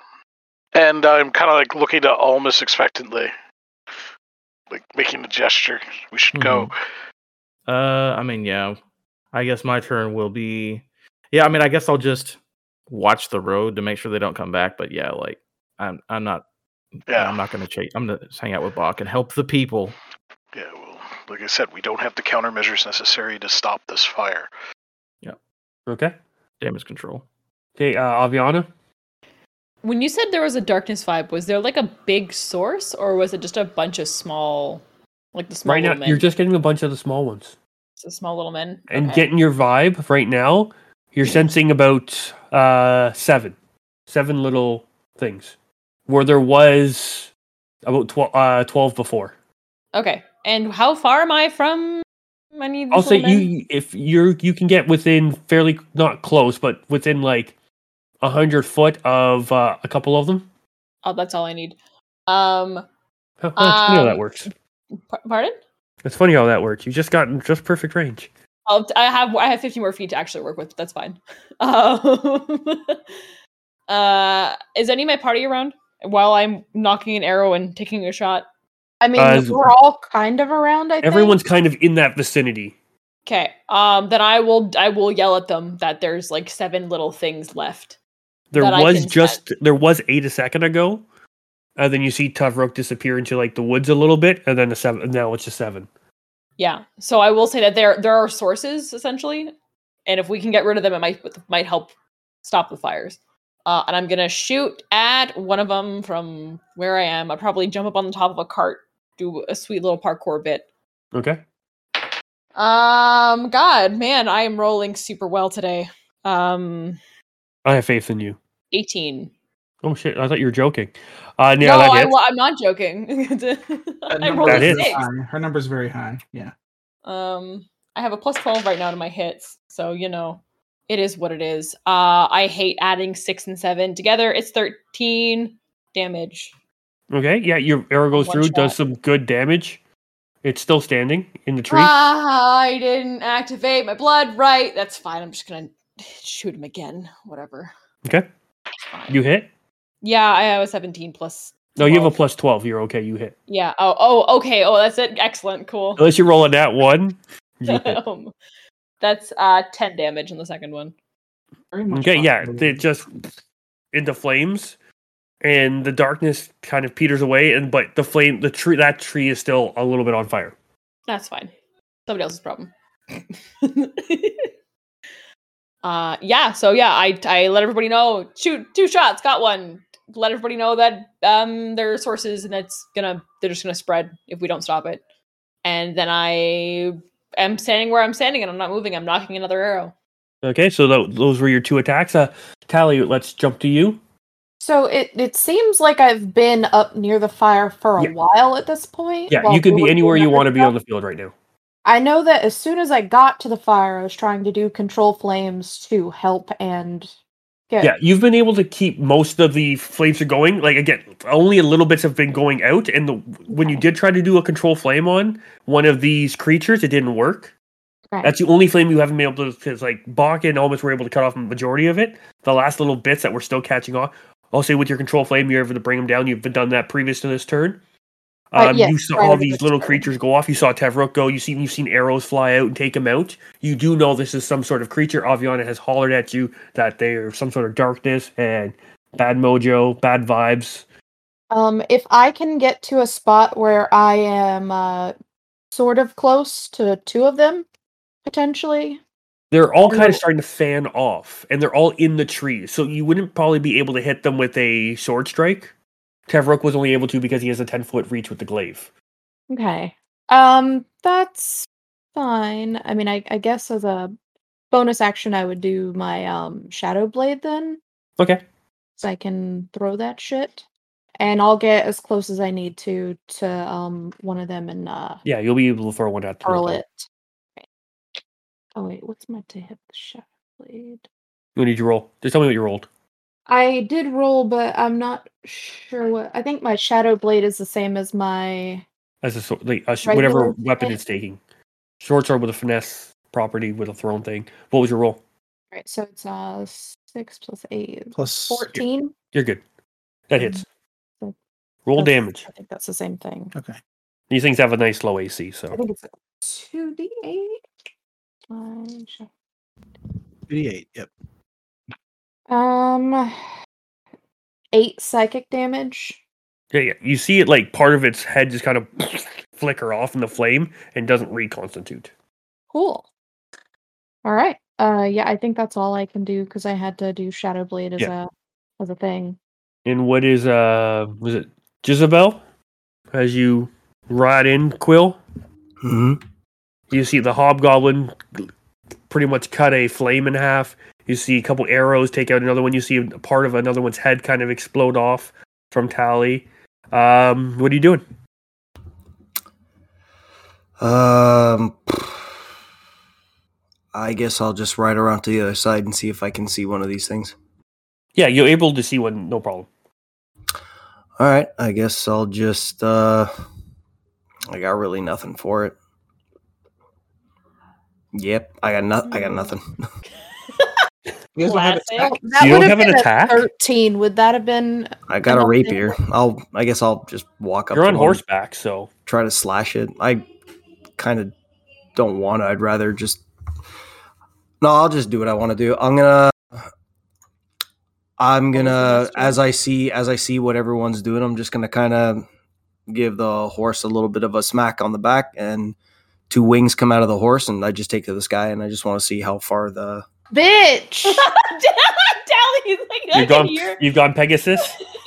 And I'm kind of like looking to Almus expectantly, like making a gesture. We should
Mm-hmm.
go. Mm-hmm.
Uh, I mean, yeah. I guess my turn will be. Yeah, I mean, I guess I'll just watch the road to make sure they don't come back. But yeah, like I'm, I'm not.
Yeah.
I'm not gonna chase. I'm gonna just hang out with Bach and help the people.
Yeah, well, like I said, we don't have the countermeasures necessary to stop this fire.
okay
Damage control.
okay uh, aviana
When you said there was a darkness vibe, was there like a big source, or was it just a bunch of small, like the small
right now
little men?
you're just getting a bunch of the small ones
It's the small little men.
and
Okay.
getting your vibe right now You're sensing about uh, seven, seven little things, where there was about twelve, uh, twelve before.
Okay. And how far am I from any of these
I'll say
little men?
you if you're you can get within fairly not close, but within like a hundred foot of uh, a couple of them.
Oh, that's all I need. Um,
Huh, huh, it's funny how that
Um,
works.
par- pardon?
It's funny how that works. You just got in just perfect range.
I'll, I have I have 50 more feet to actually work with. But that's fine. Um, uh, is any of my party around while I'm knocking an arrow and taking a shot?
I mean,
Uh,
we're all kind of around. I think.
Everyone's kind of in that vicinity.
Okay. Um, then I will I will yell at them that there's like seven little things left.
There
That I
was
can
just there was eight a second ago. Uh, then you see Tuvrok disappear into like the woods a little bit, and then the seven. Now it's a seven.
Yeah. So I will say that there there are sources essentially, and if we can get rid of them, it might might help stop the fires. Uh, and I'm gonna shoot at one of them from where I am. I probably jump up on the top of a cart, do a sweet little parkour bit.
Okay.
Um, God, man, I am rolling super well today. Um,
I have faith in you.
18.
Oh shit! I thought you were joking. Uh, yeah,
no,
that
I,
hits.
wa- I'm not joking. I
number
rolled
That
a
is.
six.
high. Her number's very high. Yeah.
Um, I have a plus 12 right now to my hits, so you know, it is what it is. Uh, I hate adding six and seven together. It's 13 damage.
Okay, yeah, your arrow goes
One
through, does
shot.
some good damage. It's still standing in the tree.
Ah, I didn't activate my blood right. That's fine. I'm just gonna shoot him again. Whatever.
Okay,
It's fine.
you hit.
yeah, I have a 17 plus.
No, you have a
12.
plus twelve. You're okay. You hit.
Yeah. Oh. Oh. Okay. Oh, that's it. Excellent. Cool.
Unless you're rolling that one. You hit.
Um, that's uh 10 damage on the second one.
Very much
Okay, yeah,
possible.
they just into flames, and the darkness kind of peters away. And but the flame, the tree, that tree is still a little bit on fire.
That's fine. Somebody else's problem. uh yeah, so yeah, I I let everybody know shoot two shots, got one. Let everybody know that um there are sources and that's gonna they're just gonna spread if we don't stop it. And then I am standing where I'm standing and I'm not moving, I'm knocking another arrow.
Okay, so tho- those were your two attacks. Uh, Tally, let's jump to you.
So it it seems like I've been up near the fire for a
Yeah.
while at this point.
Yeah,
while
you could
doing
be anywhere you
other
want to be
stuff.
on the field right now.
I know that as soon as I got to the fire, I was trying to do control flames to help and get.
Yeah, you've been able to keep most of the flames are going. Like again, only a little bits have been going out, and the when you did try to do a control flame on one of these creatures, it didn't work.
Right.
That's the only flame you haven't been able to because like Bach and almost were able to cut off the majority of it. The last little bits that were still catching on. Also, with your control flame, you're able to bring them down. You've done that previous to this turn.
Uh,
Um,
yes,
you saw
prior
all
to
these
this
little
turn.
creatures go off. You saw Tevrok go. You seen you've seen arrows fly out and take him out. You do know this is some sort of creature. Aviana has hollered at you that they are some sort of darkness and bad mojo, bad vibes.
Um, if I can get to a spot where I am uh, sort of close to two of them, potentially.
They're all kind
Ooh.
of starting to fan off, and they're all in the trees. So you wouldn't probably be able to hit them with a sword strike. Tevrok was only able to because he has a ten foot reach with the glaive.
Okay. Um, that's fine. I mean, I, I guess as a bonus action, I would do my um shadow blade then,
Okay.
so I can throw that shit, and I'll get as close as I need to to um one of them and uh
Yeah, you'll be able to throw one at them.
hurl it. Right. Oh wait, what's meant to hit the shadow blade?
You need to roll. Just tell me what you rolled.
I did roll, but I'm not sure what. I think my shadow blade is the same as my.
as a sword, like a, sh-
Regular
whatever weapon
blade.
it's taking. Short sword with a finesse property with a thrown thing. What was your roll?
Right, so it's uh six plus eight,
Plus
fourteen.
You're good. That hits.
Mm.
Roll
That's-
damage.
I think that's the same thing.
Okay.
These things have a nice low AC,
I
so
think it's two d eight.
Eighty-eight. Yep.
Um, eight psychic damage.
yeah, yeah. You see it like part of its head just kind of flicker off in the flame and doesn't reconstitute.
Cool. All right. Uh, yeah, I think that's all I can do because I had to do shadow blade as
Yeah.
a as a thing.
And what is uh was it Jezebel? As you ride in Quill,
Mm-hmm.
you see the hobgoblin pretty much cut a flame in half. You see a couple arrows take out another one. You see a part of another one's head kind of explode off from Tally. Um, what are you doing?
Um, I guess I'll just ride around to the other side and see if I can see one of these things.
Yeah, you're able to see one, no problem.
All right, I guess I'll just. uh I got really nothing for it. Yep, I got no- I got nothing.
You guys don't have
Classic.
attack?
That
You
would
don't
have
have an
been a
attack?
thirteen. Would that have been?
I got a
Nothing.
rapier. I'll. I guess I'll just walk up.
You're
to
on
one,
horseback, so
Try to slash it. I kind of don't want to. I'd rather just. No, I'll just do what I want to do. I'm gonna. I'm gonna
next one?
as I see as I see what everyone's doing. I'm just gonna kind of give the horse a little bit of a smack on the back, and two wings come out of the horse, and I just take to the sky, and I just want to see how far the.
Bitch!
Dally's like, I
you've
can
gone.
hear.
You've gone Pegasus.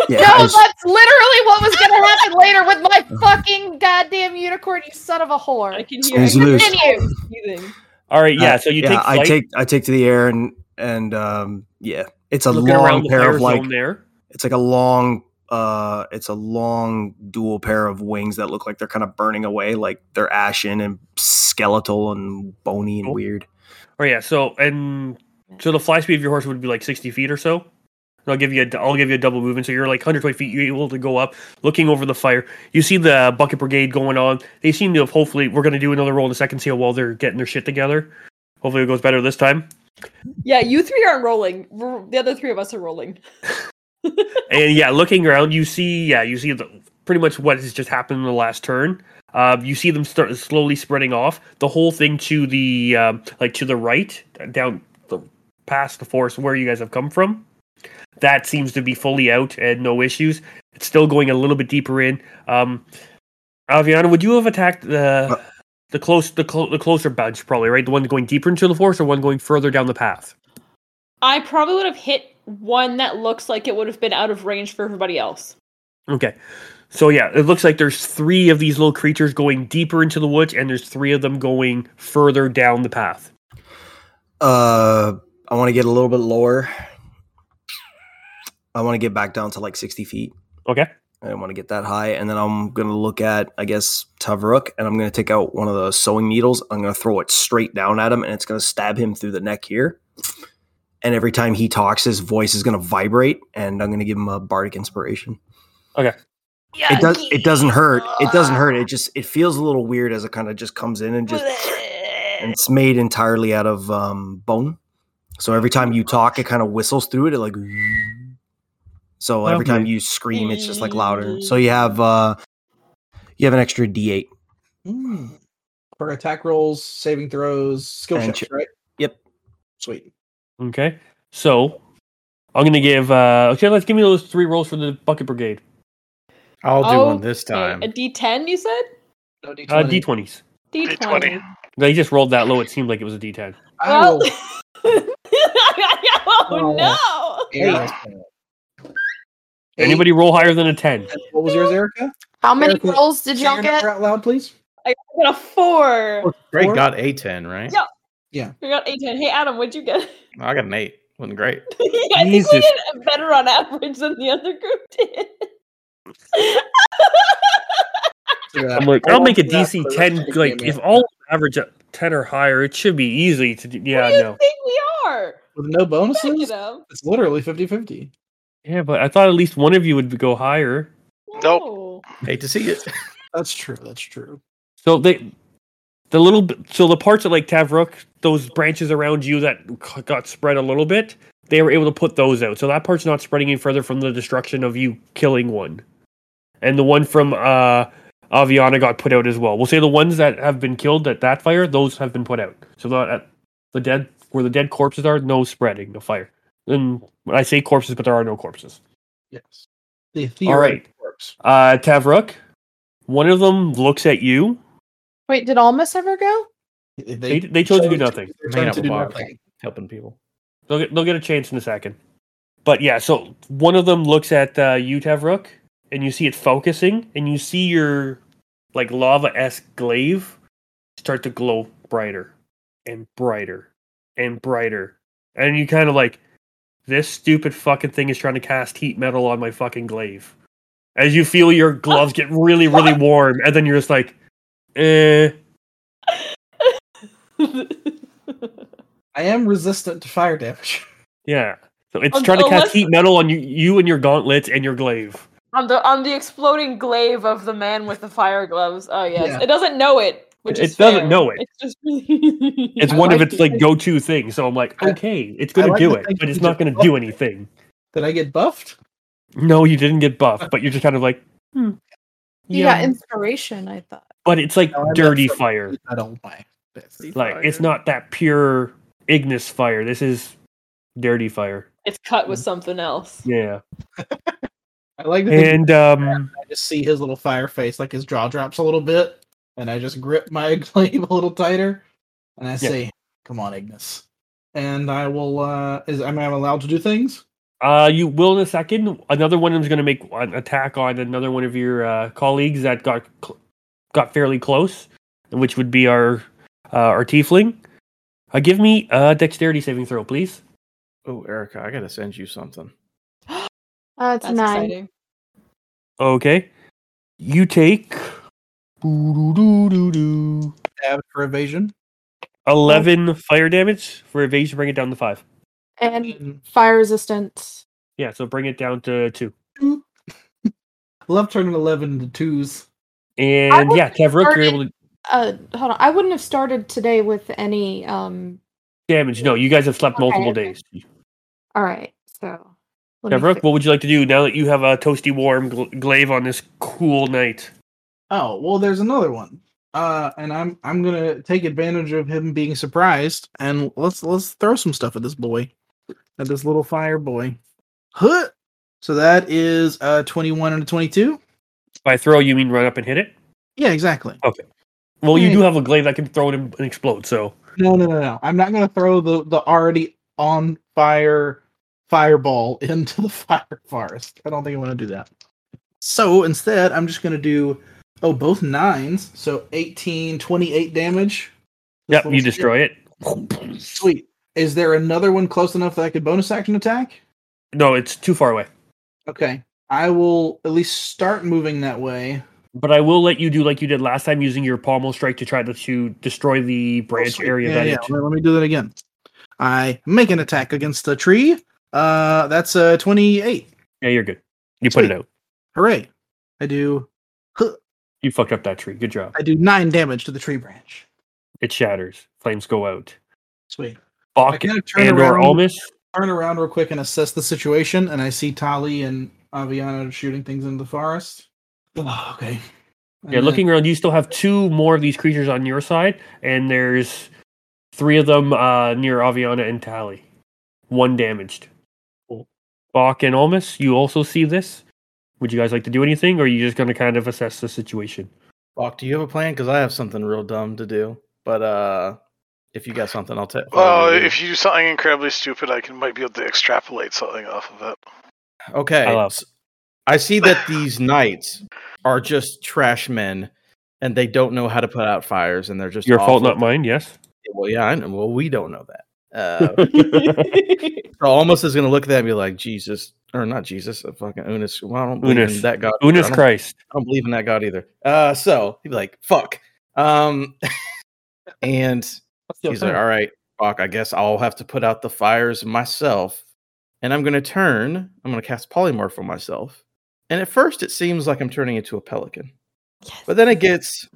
Yeah,
no,
I just-
that's literally what was gonna happen later with my fucking goddamn unicorn. You son of a whore!
I can hear. I
Squeeze
can hear
loose.
you breathing.
All right, yeah.
Uh,
so you
yeah,
take. Flight,
I take I take to the air, and and um, yeah, it's a
looking around
long
the
pair
fire
of like
zone there.
it's like a long uh it's a long dual pair of wings that look like they're kind of burning away like they're ashen and skeletal and bony and
Cool.
weird
Oh yeah, so and so the fly speed of your horse would be like sixty feet or so. And I'll give you a, I'll give you a double movement, so you're like 120 feet. You're able to go up, looking over the fire. You see the bucket brigade going on. They seem to have. Hopefully, we're going to do another roll in a second, see how well they're getting their shit together. Hopefully, it goes better this time.
Yeah, you three aren't rolling. R- The other three of us are rolling.
and yeah, looking around, you see, yeah, you see the, pretty much what has just happened in the last turn. Uh, you see them start slowly spreading off. The whole thing to the um, like to the right, down the past the forest where you guys have come from. That seems to be fully out and no issues. It's still going a little bit deeper in. Um, Aviana, would you have attacked the the close the, clo- the closer bunch probably right? The one going deeper into the forest or one going further down the path?
I probably would have hit one that looks like it would have been out of range for everybody else.
Okay. So yeah, it looks like there's three of these little creatures going deeper into the woods, and there's three of them going further down the path.
uh i want to get a little bit lower i want to get back down to like 60 feet
Okay.
i don't want to get that high and then i'm gonna look at i guess tavaruk and i'm gonna take out one of the sewing needles i'm gonna throw it straight down at him and it's gonna stab him through the neck here and every time he talks his voice is gonna vibrate and i'm gonna give him a bardic inspiration
Yeah,
it does it doesn't hurt it
Ah.
doesn't hurt it just it feels a little weird as it kind of just comes in and just and it's made entirely out of um bone so every time you talk it kind of whistles through it, it like so every time
Okay.
you scream it's just like louder so you have uh you have an extra d8
Hmm. For attack rolls, saving throws, skill
And
checks,
ch-
right?
yep.
Sweet.
Okay. So I'm gonna give. uh Okay, let's give me those three rolls for the bucket brigade.
I'll do one
Okay,
this time.
A D10, you said?
No D20.
Uh, D20s.
D20.
D20.
They just rolled that low. It seemed like it was a D10.
I
Oh.
Well,
will
oh,
Oh.
no!
Eight.
Anybody roll higher than a 10?
Eight. What was yours, Erica?
How many
Erica,
rolls did
Say
y'all
your
get?
number out loud, please.
I got a four.
Great,
four?
got a ten, right?
Yeah. We got a ten. Hey Adam, what'd you get?
I got an eight. Wasn't great.
yeah, I think we
Jesus.
did better on average than the other group did.
I'm like, I'll make a DC
Yeah.
10. Like, if all average at 10 or higher, it should be easy to do.
what
Yeah,
do you
no.
think we are?
with no
Back it
bonuses,
up.
it's literally 50-50.
Yeah, but I thought at least one of you would go higher.
Nope.
No.
Hate to see it.
That's true. That's true.
So they, the little, b- so the parts of Lake Tavrook, those branches around you that c- got spread a little bit, they were able to put those out. So that part's not spreading any further from the destruction of you killing one, and the one from uh Aviana got put out as well. We'll say the ones that have been killed at that fire, those have been put out. So not at the dead where the dead corpses are, no spreading, no fire. And I say corpses, but there are no corpses.
Yes. The
All right.
theoretic corpse.
Uh Tavrook, one of them looks at you.
Wait, did Almas ever go?
They,
They they chose to do nothing.
They
Hanging
chose to
out
do
with Bob.
nothing.
Helping people.
They'll get, they'll get a chance in a second. But yeah, so one of them looks at uh, you, Tavrook, and you see it focusing, and you see your like lava esque glaive start to glow brighter and brighter and brighter and you kind of like this stupid fucking thing is trying to cast heat metal on my fucking glaive. As you feel your gloves get really, really warm, and then you're just like, eh.
I am resistant to fire damage.
Yeah. So it's
Un-
trying to
unless-
cast heat metal on you, you and your gauntlets and your glaive.
on the on the exploding glaive of the man with the fire gloves. Oh yes,
Yeah.
it doesn't know it. Which
It
is
doesn't
fair.
know it.
It's just really.
It's
I
one of
like
its
to
like
think-
go-to things. So I'm like,
I-
okay, it's gonna
like
do
to
it,
think
but
you
it's not
just
gonna
buffed
do
it.
anything.
Did I get buffed?
No, you didn't get buffed, but you're just kind of like, hmm,
You
yeah.
got inspiration, I thought.
but it's like
No, I meant
dirty
from-
fire.
I don't mind.
Like it's not that pure Ignis fire. This is dirty fire.
It's cut with something else.
Yeah.
I like to think
And um
I just see his little fire face, like his jaw drops a little bit, and I just grip my glaive a little tighter, and I say, "Come on, Ignis." And I will. uh Is am I allowed to do things?
uh you will in a second. Another one of them's gonna make an attack on another one of your uh colleagues that got cl- got fairly close, which would be our uh our tiefling. Uh, give me a dexterity saving throw, please.
Oh, Erica, I gotta send you something.
Uh, it's
That's
nine.
exciting.
Okay. You take Boo-doo-doo-doo-doo.
Tab for evasion.
11 fire damage for evasion, bring it down to 5.
And
Mm.
fire resistant.
Yeah, so bring it down to 2.
Love turning eleven into twos.
And
would
yeah, Tavruk, you're
started-
able to
Uh, hold on. I wouldn't have started today with any. Um.
damage. No, you guys have slept
Okay,
multiple
okay.
days.
All right. So. let me
Tavruk,
fi-
what would you like to do now that you have a toasty warm gl- glaive on this cool night?
Oh well, there's another one. Uh, and I'm I'm gonna take advantage of him being surprised, and let's let's throw some stuff at this boy, at this little fire boy. Huh. So that is uh 21 and a 22.
By throw, you mean run up and hit it?
Yeah, exactly.
Well, you
Hmm.
Right.
do have a glaive that can throw it and and explode, so.
No, no, no, no. I'm not gonna throw the the already on fire fireball into the fire forest. I don't think I want to do that. So instead, I'm just gonna do oh both nines, so 18, 28 damage. This
Yep,
little
you
shit.
destroy it.
Sweet. Is there another one close enough that I could bonus action attack?
No, it's too far away.
Okay. I will at least start moving that way.
But I will let you do like you did last time, using your pommel strike to try to, to destroy the branch
sweet.
area
Yeah,
that
yeah.
it
Let, let me do that again. I make an attack against the tree. Uh, that's a twenty-eight.
Yeah, you're good. You put it
Sweet.
out.
Hooray! I do. huh,
You fucked up that tree. Good job.
I do nine damage to the tree branch.
It shatters. Flames go out.
Sweet. I
Bok
kind of turn
and or
around,
Almus.
turn around real quick and assess the situation, and I see Tali and Aviana shooting things into the forest. Oh, okay. And
Yeah,
then-
looking around, you still have two more of these creatures on your side, and there's three of them uh, near Aviana and Tally. One damaged. Bok and Almus, you also see this. Would you guys like to do anything, or are you just going to kind of assess the situation?
Bach, do you have a plan? Because I have something real dumb to do. But uh if you got something, I'll
Oh,
take.
Well, if you do something incredibly stupid, I can might be able to extrapolate something off of it.
okay,
I love-
s- I see that these knights are just trash men, and they don't know how to put out fires, and they're just
Your fault,
awful.
not mine, yes?
Well, yeah, I know. Well, we don't know that. Uh,
Oh.
So almost is going to look at that and be like, Jesus, or not Jesus, a fucking Unis. Well, I don't believe
Unis.
in that God. either. I
Unis
don't-
Christ.
I don't believe in that God either. Uh, so he'd be like, fuck. Um, and
What's the
he's like,
alternative?
all right, fuck, I guess I'll have to put out the fires myself. And I'm going to turn, I'm going to cast polymorph on myself. And at first, it seems like I'm turning into a pelican.
Yes.
But then it gets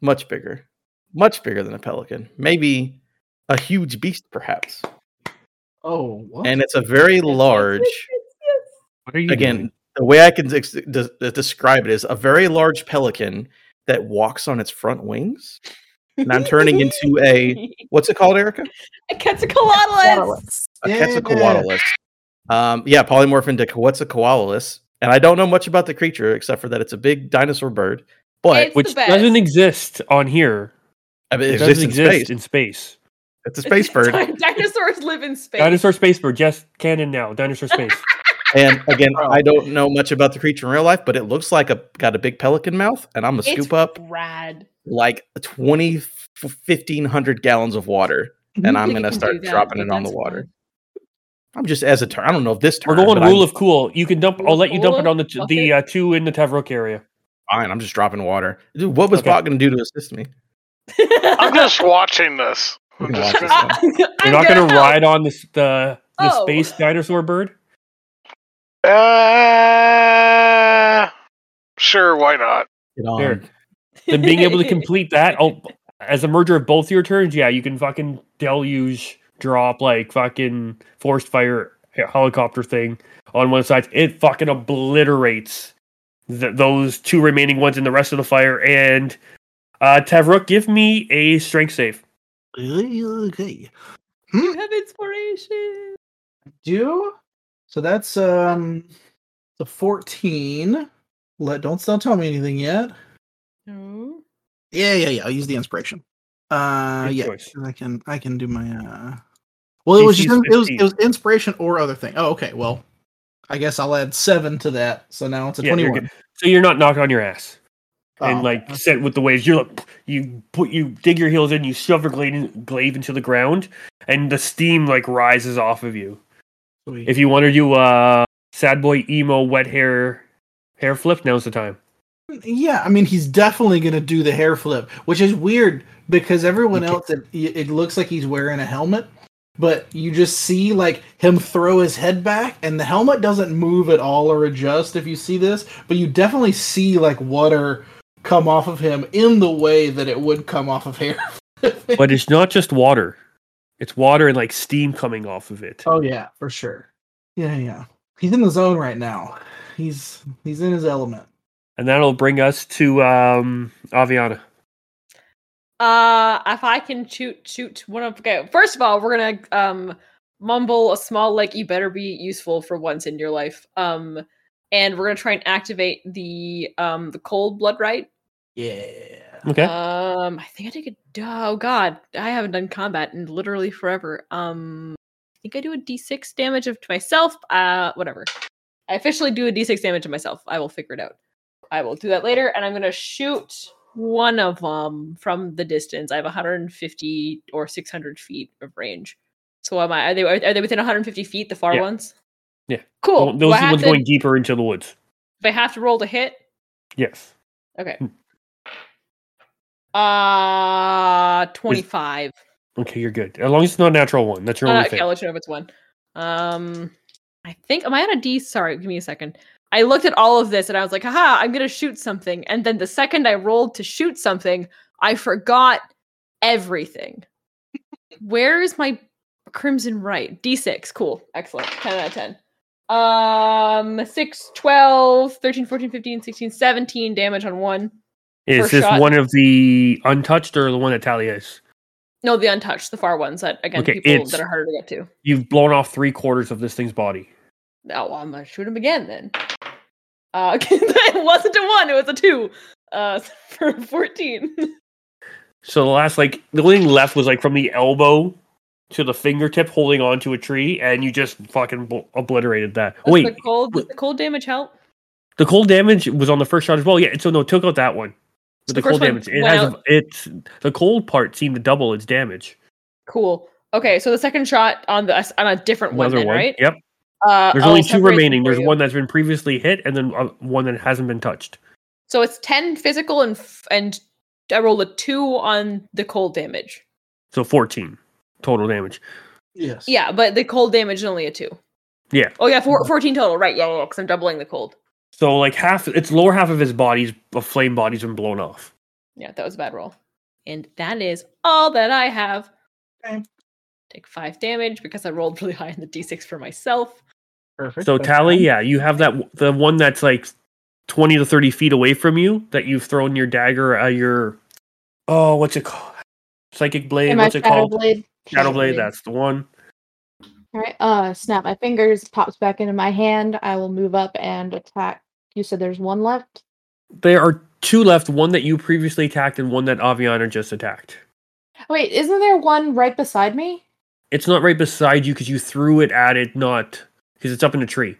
much bigger, much bigger than a pelican, maybe a huge beast, perhaps.
Oh, what?
And it's a very large.
What are you doing?
again the way i can ex- de- de- describe it is a very large pelican that walks on its front wings and i'm turning into a what's it called erica
a Quetzalcoatlus.
a
Yeah.
quetzalcoatlus um, yeah polymorph into quetzalcoatlus and i don't know much about the creature except for that it's a big dinosaur bird but
It's the
Which
best.
doesn't exist on here.
I mean,
It,
it
doesn't
exists in
exist
space
in space.
it's a space bird
Dinosaurs live in space.
Dinosaur space bird, yes, canon now. Dinosaur space.
and again
Oh.
i don't know much about the creature in real life but it looks like a got a big pelican mouth and i'm gonna
It's
scoop up
Rad.
like 20 f- 1500 gallons of water and I'm
Think it
gonna
can
start
do that,
dropping
but
it on the
that's
water.
fun.
I'm just as a turn. I don't know if this turn.
We're going
but
rule
I'm
of cool. You can dump. I'll let you dump it on the
Rule of-
the uh, two in the Tavrook area.
fine. I'm just dropping water. Dude, what was
Okay.
Bot going to do to assist me?
I'm just watching this. I'm
Watch
just
this
gonna-
one.
I,
You're
am
not going to ride on this the the
Oh.
space dinosaur bird.
Uh, sure, why not?
Get on.
Here. Then being able to complete that, oh, as a merger of both your turns, yeah, you can fucking deluge drop like fucking forest fire helicopter thing on one side. It fucking obliterates th- those two remaining ones in the rest of the fire. And uh, Tavrook, give me a strength save.
Okay.
You have inspiration.
do. So that's um the 14. Let don't don't tell me anything yet.
No.
Yeah, yeah, yeah. I'll use the inspiration. Uh
Good
yeah.
choice.
'cause I can I can do my uh Well, it was
DC
just
's
it was it
15.
was inspiration or other thing. Oh, okay. Well, I guess I'll add 7 to that. So now it's a
Yeah, you're
21.
good. So you're not knocked on your ass. and
Oh,
like
okay.
set with the waves. You're like you put you dig your heels in, you shove your glaive, glaive into the ground, and the steam like rises off of you.
Sweet.
If you want to do uh sad boy emo wet hair hair flip, now's the time.
Yeah, I mean, he's definitely gonna do the hair flip, which is weird because everyone
You can't-
else, it, it looks like he's wearing a helmet, but you just see like him throw his head back, and the helmet doesn't move at all or adjust. If you see this, but you definitely see like water come off of him in the way that it would come off of hair.
But it's not just water; it's water and like steam coming off of it.
oh yeah, for sure. Yeah, yeah. He's in the zone right now. He's he's in his element.
And that'll bring us to um Aviana.
Uh, if I can shoot shoot one of okay. First of all, we're gonna um mumble a small like you better be useful for once in your life. Um, and we're gonna try and activate the um the cold blood right.
Yeah.
Okay,
Um, I think I take a oh god, I haven't done combat in literally forever. Um, I think I do a d6 damage of to myself. Uh, whatever. I officially do a d6 damage to myself. I will figure it out. I will do that later, and I'm gonna shoot one of them from the distance. I have 150 or 600 feet of range. So am I? Are they are they within 150 feet? The far
Yeah.
ones.
Yeah.
Cool.
those
Do I
are the
have
ones
to-
going deeper into the woods.
do I have to roll to hit.
Yes.
Okay.
Hmm.
Uh 25.
Okay, you're good. As long as it's not a natural one, that's your
Uh,
only
okay,
thing.
I'll let you know if it's one. Um I think am I on a D? Sorry, give me a second. I looked at all of this and I was like, haha, I'm gonna shoot something. And then the second I rolled to shoot something, I forgot everything. Where is my crimson right? D6. Cool. Excellent. 10 out of 10. Um 6, 12, 13, 14, 15, 16, 17 damage on one.
Is
first
this
shot.
one of the untouched or the one that Talia is?
No, the untouched, the far ones that again
Okay,
people
it's-
that are harder to get to.
You've blown off three quarters of this thing's body.
Oh, well, I'm gonna shoot him again then. Uh, it wasn't a one; it was a two uh, for fourteen.
So the last, like, the only thing left was like from the elbow to the fingertip, holding onto a tree, and you just fucking bl- obliterated that.
Does
Wait,
the cold, does
wait.
the cold damage help?
the cold damage was on the first shot as well. Yeah, so no, it took out that one.
So
With
the
the cold
first one
damage, it
went
has
out.
a, it's the cold part seemed to double its damage.
Cool. Okay, so the second shot on the on a different one,
Another
then,
one,
right?
Yep.
Uh,
There's
I'll
only two
separate them
remaining.
for
There's
you.
one that's been previously hit, and then uh, one that hasn't been touched.
So it's ten physical and f- and I rolled a two on the cold damage.
So 14 total damage.
Yes.
Yeah, but the cold damage is only a two.
Yeah. Mm-hmm.
Oh yeah, four, 14 total. Right. Yeah, yeah. Because I'm doubling the cold.
So like half, its lower half of his body's a flame body's been blown off.
Yeah, that was a bad roll. And that is all that I have.
Okay.
Take five damage because I rolled really high in the d6 for myself.
Perfect.
So
That's
Tally,
fine.
yeah, you have that w- the one that's like twenty to thirty feet away from you that you've thrown your dagger at your oh what's it called psychic blade
Am I
what's it
Shadow
called
Blade?
shadow blade
Blade.
that's the one
All right. Uh, snap my fingers, pops back into my hand. I will move up and attack. You said there's one left.
there are two left one that you previously attacked and one that Aviana just attacked
Wait, isn't there one right beside me?
it's not right beside you because you threw it at it not because it's up in a tree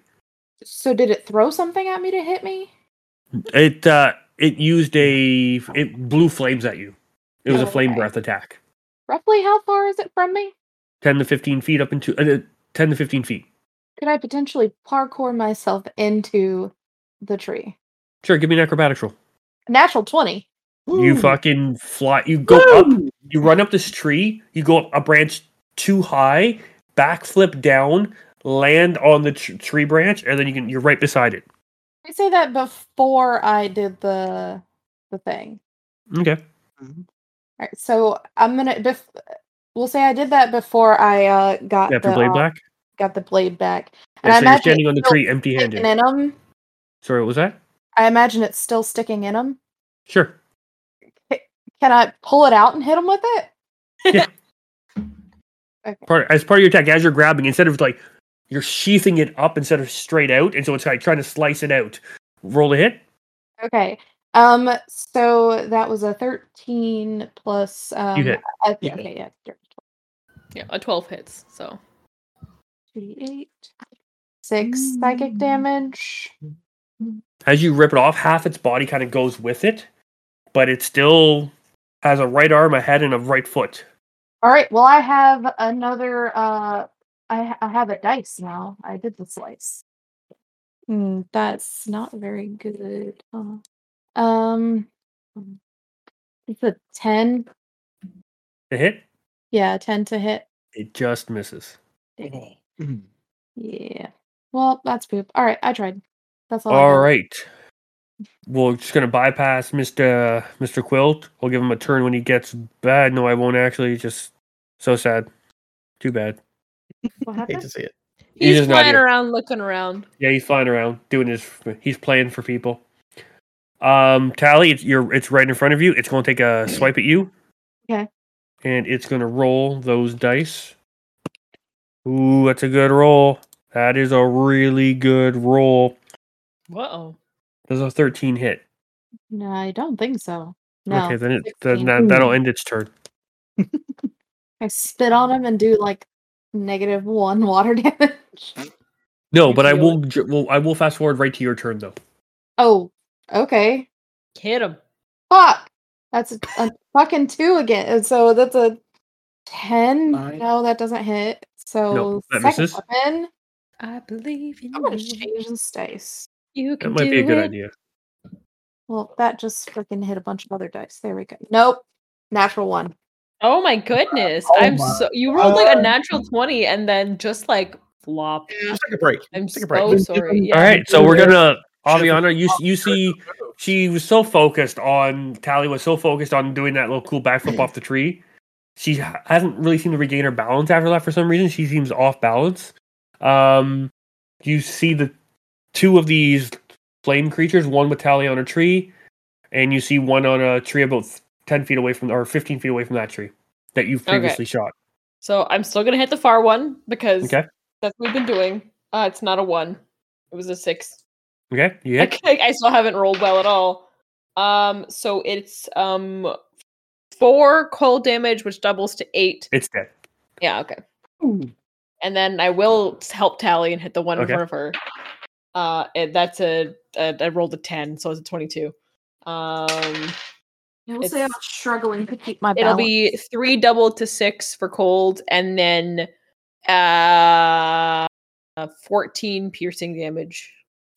So did it throw something at me to hit me?
it uh it used a it blew flames at you it was a flame
Okay.
breath attack
Roughly how far is it from me?
ten to fifteen feet up into uh, ten to fifteen feet.
Could I potentially parkour myself into the tree?
Sure, give me an acrobatics roll.
Natural 20.
You fucking fly. You go up. You run up this tree. You go up a branch too high. Backflip down. Land on the tr- tree branch, and then you can. You're right beside it.
I say that before I did the the thing.
Okay.
All right, so I'm gonna. Bef- we'll say I did that before I uh, got
After
the
blade
uh,
black.
got the blade back.
Yeah, so
I
you're
imagine
standing on the
it's
tree,
still sticking
empty-handed.
in 'em.
Sorry, what was that?
I imagine it's still sticking in them.
Sure.
Can I pull it out and hit them with it?
part as part of your attack as you're grabbing instead of like you're sheathing it up instead of straight out and so it's like trying to slice it out roll a hit
Okay. Um. So that was a thirteen plus. Um,
hit.
I-
Yeah.
Okay. Yeah. sure.
Yeah, a 12 hits. So
2d8, Six psychic
Mm.
damage.
as you rip it off half its body kind of goes with it but it still has a right arm a head and a right foot
All right. Well, I have another. Uh, I ha- I have a dice now. I did the slice. Hmm, that's not very good. Uh, um, it's a ten.
a hit
Yeah, ten to hit.
it just misses
Mhm.
Yeah. Well, that's poop. All right, I tried. That's all. Oh, I
all
got.
right we're just gonna bypass mr mr quilt we'll give him a turn when he gets bad no i won't actually just so sad too bad
What
I hate to
happened?
see it.
He's
he's,
just not
flying
here.
around, looking around.
Yeah, he's flying around doing his. He's playing for people. Um, Tally, it's you're it's right in front of you. It's going to take a swipe at you.
Okay.
And it's going to roll those dice. Ooh, that's a good roll. That is a really good roll.
Whoa.
There's a 13 hit.
No, I don't think so. No.
okay, then it then
16.
that, that'll end its turn.
I spit on him and do like negative one water damage.
No,
You're
but I
healing.
will, ju- will I will fast forward right to your turn though.
Oh, okay.
Hit him.
Fuck. That's a, a fucking two again. And So that's a ten.
Nine.
No, that doesn't hit. So
Nope, that
second
misses.
weapon.
I believe in
I'm gonna change this dice.
You
That
can
might
do
be a good
it.
idea.
Well, that just freaking hit a bunch of other dice. There we go. Nope. Natural one.
Oh my goodness.
Oh
I'm
my
so you rolled like a
God.
natural 20 and then just like flop.
Just take a break.
I'm
Take
so
a break.
sorry. Yeah.
All right, so we're gonna
Should've-
Aviana. You you see, she was so focused on Tally was so focused on doing that little cool backflip off the tree. She ha- hasn't really seemed to regain her balance after that for some reason. She seems off balance. Um, you see the two of these flame creatures, one with Tally on a tree, and you see one on a tree about ten feet away from or fifteen feet away from that tree that you've
Okay.
previously shot.
So I'm still gonna hit the far one because
Okay,
that's what we've been doing. Uh, it's not a one. It was a six.
okay, you hit.
Okay, I still haven't rolled well at all. Um, so it's um four cold damage, which doubles to eight.
It's dead.
Yeah, okay. And then I will s- help Tally and hit the one in
Okay.
front of her. Uh, and that's a, a I rolled a ten, so it's a twenty-two. Um,
I will
It's-
say I'm struggling to keep my
it'll
balance.
be three double to six for cold, and then uh, uh, fourteen piercing damage.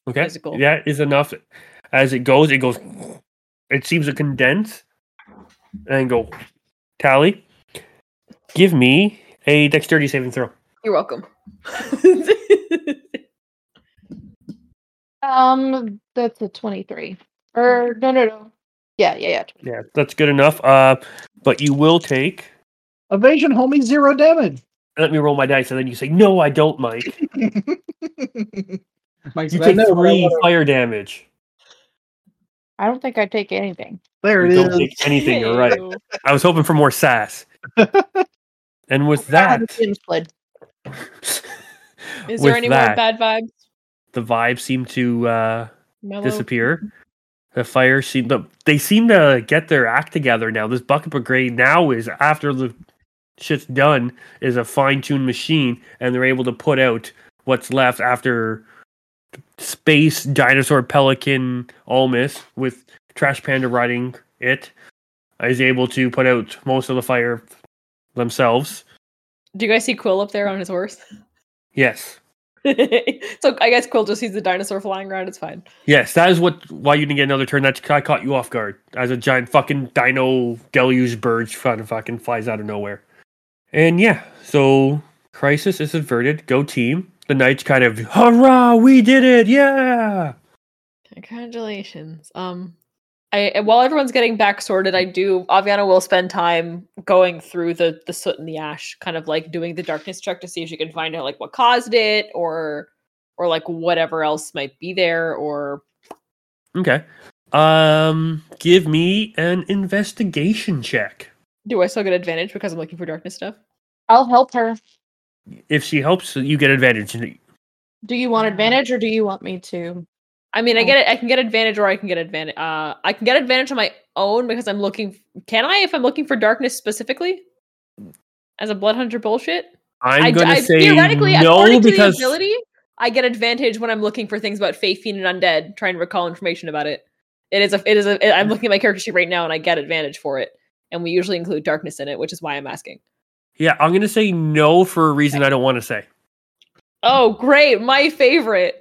Okay.
physical.
That is enough. As it goes, it goes. It seems to condense and go. Tally, give me a dexterity saving throw.
You're welcome.
um that's a twenty-three. Or no no no. Yeah, yeah, yeah.
Yeah, that's good enough. Uh, but you will take.
Evasion, homie, zero damage.
Let me roll my dice, and then you say, "No, I don't, Mike."
Mike's
You
like,
take
"No, but I
three
wanna-"
fire damage.
I don't think I take anything.
There
You
it
don't
is.
take anything. You're right. I was hoping for more sass. And with
I have a
that,
Jim's lid.
Is
with
there any
that,
more bad vibes?
the vibe seemed to uh,
Mellow?
disappear. The fire seem the they seem to get their act together now. This bucket brigade now is after the shit's done is a fine tuned machine, and they're able to put out what's left after space dinosaur pelican Almus with Trash Panda riding it is able to put out most of the fire themselves.
Do you guys see Quill up there on his horse?
Yes.
so I guess Quill just sees the dinosaur flying around. It's fine.
Yes, that is what why you didn't get another turn. That I caught you off guard as a giant fucking dino deluge bird fucking fucking flies out of nowhere. And yeah, so crisis is averted. Go team. The knights kind of hurrah, we did it, yeah.
Congratulations. Um, I and while everyone's getting back sorted, I do. Aviana will spend time going through the the soot and the ash, kind of like doing the darkness check to see if she can find out like what caused it, or or like whatever else might be there, or
Okay. Um, give me an investigation check.
do I still get advantage because I'm looking for darkness stuff?
I'll help her.
If she helps, you get advantage.
Do you want advantage or do you want me to?
I mean, I
Oh.
get it. I can get advantage, or I can get advantage. Uh, I can get advantage on my own because I'm looking. Can I if I'm looking for darkness specifically? As a blood hunter bullshit.
I'm
I d-
gonna
I-
say
theoretically,
no
according
because
to the ability, I get advantage when I'm looking for things about Fae, Fiend, and Undead, trying to recall information about it. It is a, it is a, it- I'm looking at my character sheet right now, and I get advantage for it. And we usually include darkness in it, which is why I'm asking.
yeah, I'm gonna say no for a reason I don't want to say.
Oh, great, my favorite.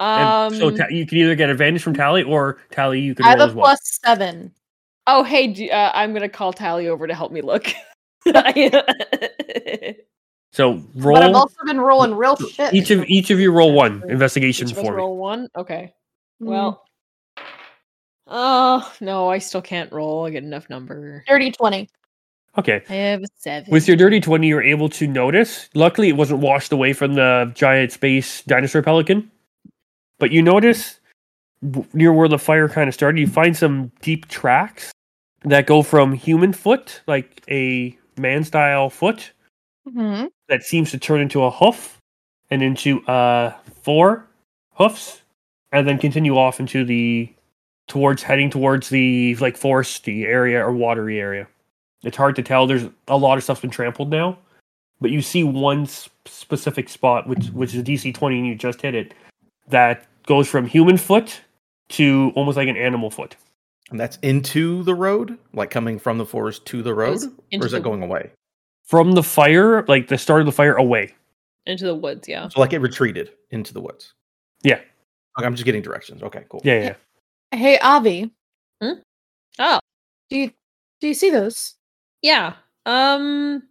Um,
And so ta- you can either get advantage from Tally or Tally you can
I have
roll
a
as well.
plus seven.
oh, hey, d- uh, I'm gonna call Tally over to help me look. Each
So
But I've
roll
also been rolling real shit.
each of each of you roll one investigation
of us
for me.
roll one. Okay.
Mm,
Well. Mm-hmm. Oh no, I still can't roll. I get enough number.
Mm-hmm. dirty twenty.
Okay.
I have a seven.
With your dirty 20, you're able to notice. Luckily, it wasn't washed away from the giant space dinosaur pelican. But you notice w- near where the fire kind of started, you find some deep tracks that go from human foot, like a man style foot,
Mm-hmm.
that seems to turn into a hoof and into uh, four hoofs and then continue off into the towards heading towards the like foresty area or watery area. It's hard to tell. There's a lot of stuff's been trampled now, but you see one s- specific spot, which which is DC twenty, and you just hit it. That goes from human foot to almost like an animal foot.
And that's into the road, like coming from the forest to the road,
was
or
into
is that
the-
going away?
From the fire, like the start of the fire, away.
into the woods. Yeah.
So like it retreated into the woods.
Yeah.
Okay, I'm just getting directions. Okay, cool.
Yeah, yeah. yeah.
Hey Avi.
Hmm? Oh.
Do you do you see those?
Yeah. Um,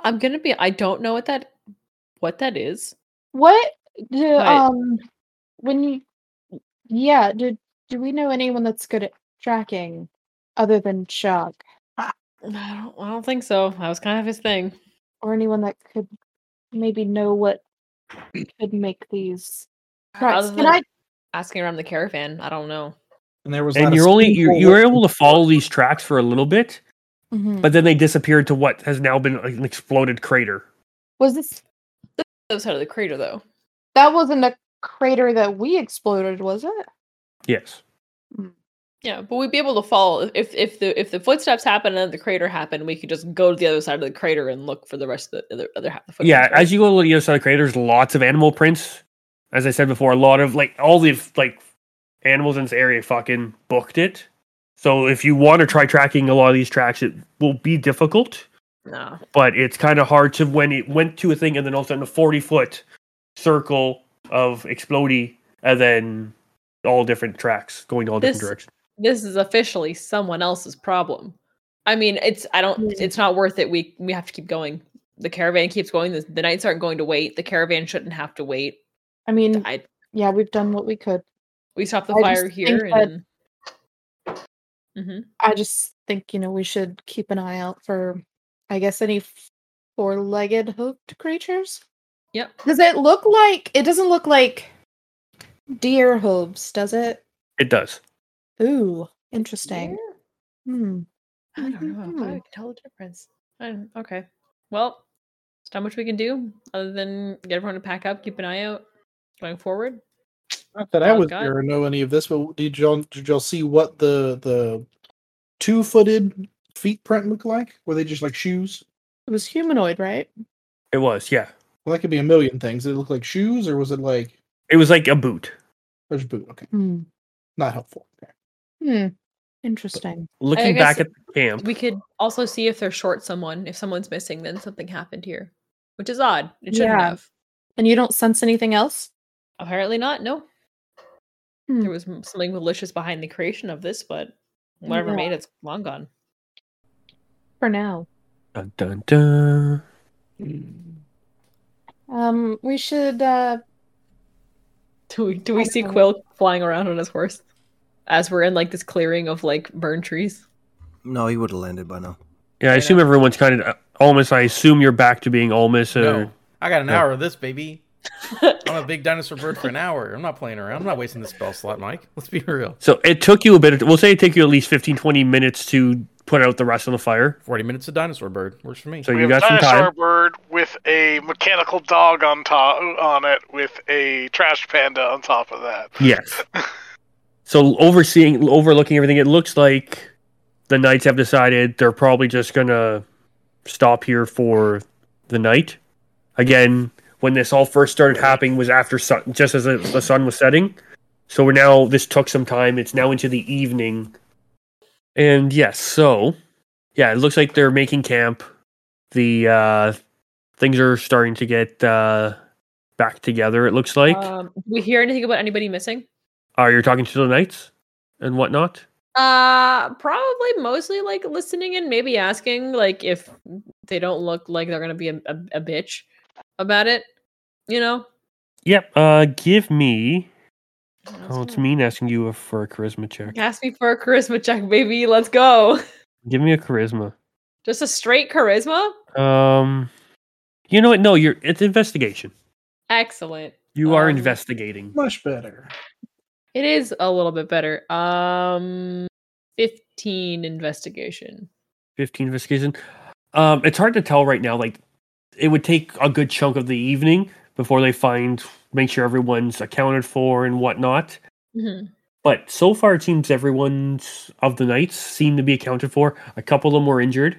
I'm gonna be. I don't know what that what that is.
What do
What?
um when you yeah, do do we know anyone that's good at tracking other than Chuck?
I don't. I don't think so. That was kind of his thing.
Or anyone that could maybe know what could make these
Other
tracks? Can
than
I
asking around the caravan. I don't know.
And there was not
And
a
you're only you
single
you were
word-
able to follow these tracks for a little bit,
Mhm.
but then they disappeared to what has now been an exploded crater.
was this
The other side of the crater, though.
that wasn't a crater that we exploded, was it?
Yes.
Yeah, but we'd be able to follow if if the if the footsteps happen and then the crater happened, we could just go to the other side of the crater and look for the rest of the other, other half. Of the footprints,
Yeah,
right?
as you go to the other side of the crater, there's lots of animal prints. As I said before, a lot of like all the like animals in this area fucking booked it. So if you want to try tracking a lot of these tracks, it will be difficult,
no.
but it's kind of hard to when it went to a thing and then all of a sudden a 40 foot circle of explodey and then all different tracks going all different
This-
directions.
This is officially someone else's problem. I mean, it's I don't.
Yeah.
It's not worth it. We we have to keep going. The caravan keeps going. The, the knights aren't going to wait. The caravan shouldn't have to wait.
I mean,
I
yeah, we've done what we could.
we stopped the
Hmm. I just
fire
think
here
that-
and Mhm.
I just think, you know, we should keep an eye out for, I guess, any f- four-legged hooked creatures.
Yep.
Does it look like it doesn't look like deer hooves, does it?
It does.
Ooh, interesting. Hmm.
I don't know if I
Mhm.
can tell the difference. I don't- okay. Well, it's not much we can do other than get everyone to pack up, keep an eye out going forward.
Not that I
Oh,
was
God.
there or know any of this, but did y'all did y'all see what the the two footed feet print look like? Were they just like shoes?
It was humanoid, right?
It was, yeah.
Well, that could be a million things. Did it look like shoes, or was it like
It was like a boot.
there's boot? Okay,
Hmm.
not helpful. Okay.
Hmm. Interesting.
Looking
guess-
back at the camp.
We could also see if they're short someone. If someone's missing, then something happened here, which is odd. It shouldn't
Yeah.
have.
And you don't sense anything else?
Apparently not. No.
Hmm.
There was m- something malicious behind the creation of this, but whatever
Yeah.
made it's long gone.
For now.
Dun, dun, dun.
Um, we should uh
Do we do we
I
see
know.
Quill flying around on his horse as we're in like this clearing of like burned trees?
No, he would have landed by now.
Yeah, I
Right
assume
on.
everyone's kind of almost. I assume you're back to being almost. Uh,
No, I got an
no.
hour of this, baby. I'm a big dinosaur bird for an hour. I'm not playing around. I'm not wasting the spell slot, Mike. Let's be real.
So it took you a bit. Of, we'll say it took you at least 15, 20 minutes to put out the rest of the fire.
40 minutes of dinosaur bird works for me.
So
we
you
have
got some
a dinosaur
time.
bird with a mechanical dog on top on it with a trash panda on top of that.
Yes. so overseeing, overlooking everything, it looks like the knights have decided they're probably just gonna stop here for the night. Again, when this all first started happening was after sun, just as the, the sun was setting. So we're now this took some time. It's now into the evening, and yes, so yeah, it looks like they're making camp. The uh, things are starting to get uh, back together. It looks like.
um, do we hear anything about anybody missing?
Are you talking to the knights and whatnot?
Uh, probably mostly like listening and maybe asking like if they don't look like they're gonna be a, a, a bitch about it. You know.
Yep. Uh, give me. Oh, it's mean asking you for a charisma check.
Ask me for a charisma check, baby. Let's go.
Give me a charisma.
Just a straight charisma.
Um, you know what? No, you're. It's investigation.
Excellent.
You are
Um,
investigating.
Much better.
It is a little bit better. Um, fifteen investigation.
Fifteen investigation. Um, it's hard to tell right now. Like, it would take a good chunk of the evening before they find, make sure everyone's accounted for and whatnot.
Mhm.
But so far, it seems everyone's of the knights seem to be accounted for. A couple of them were injured,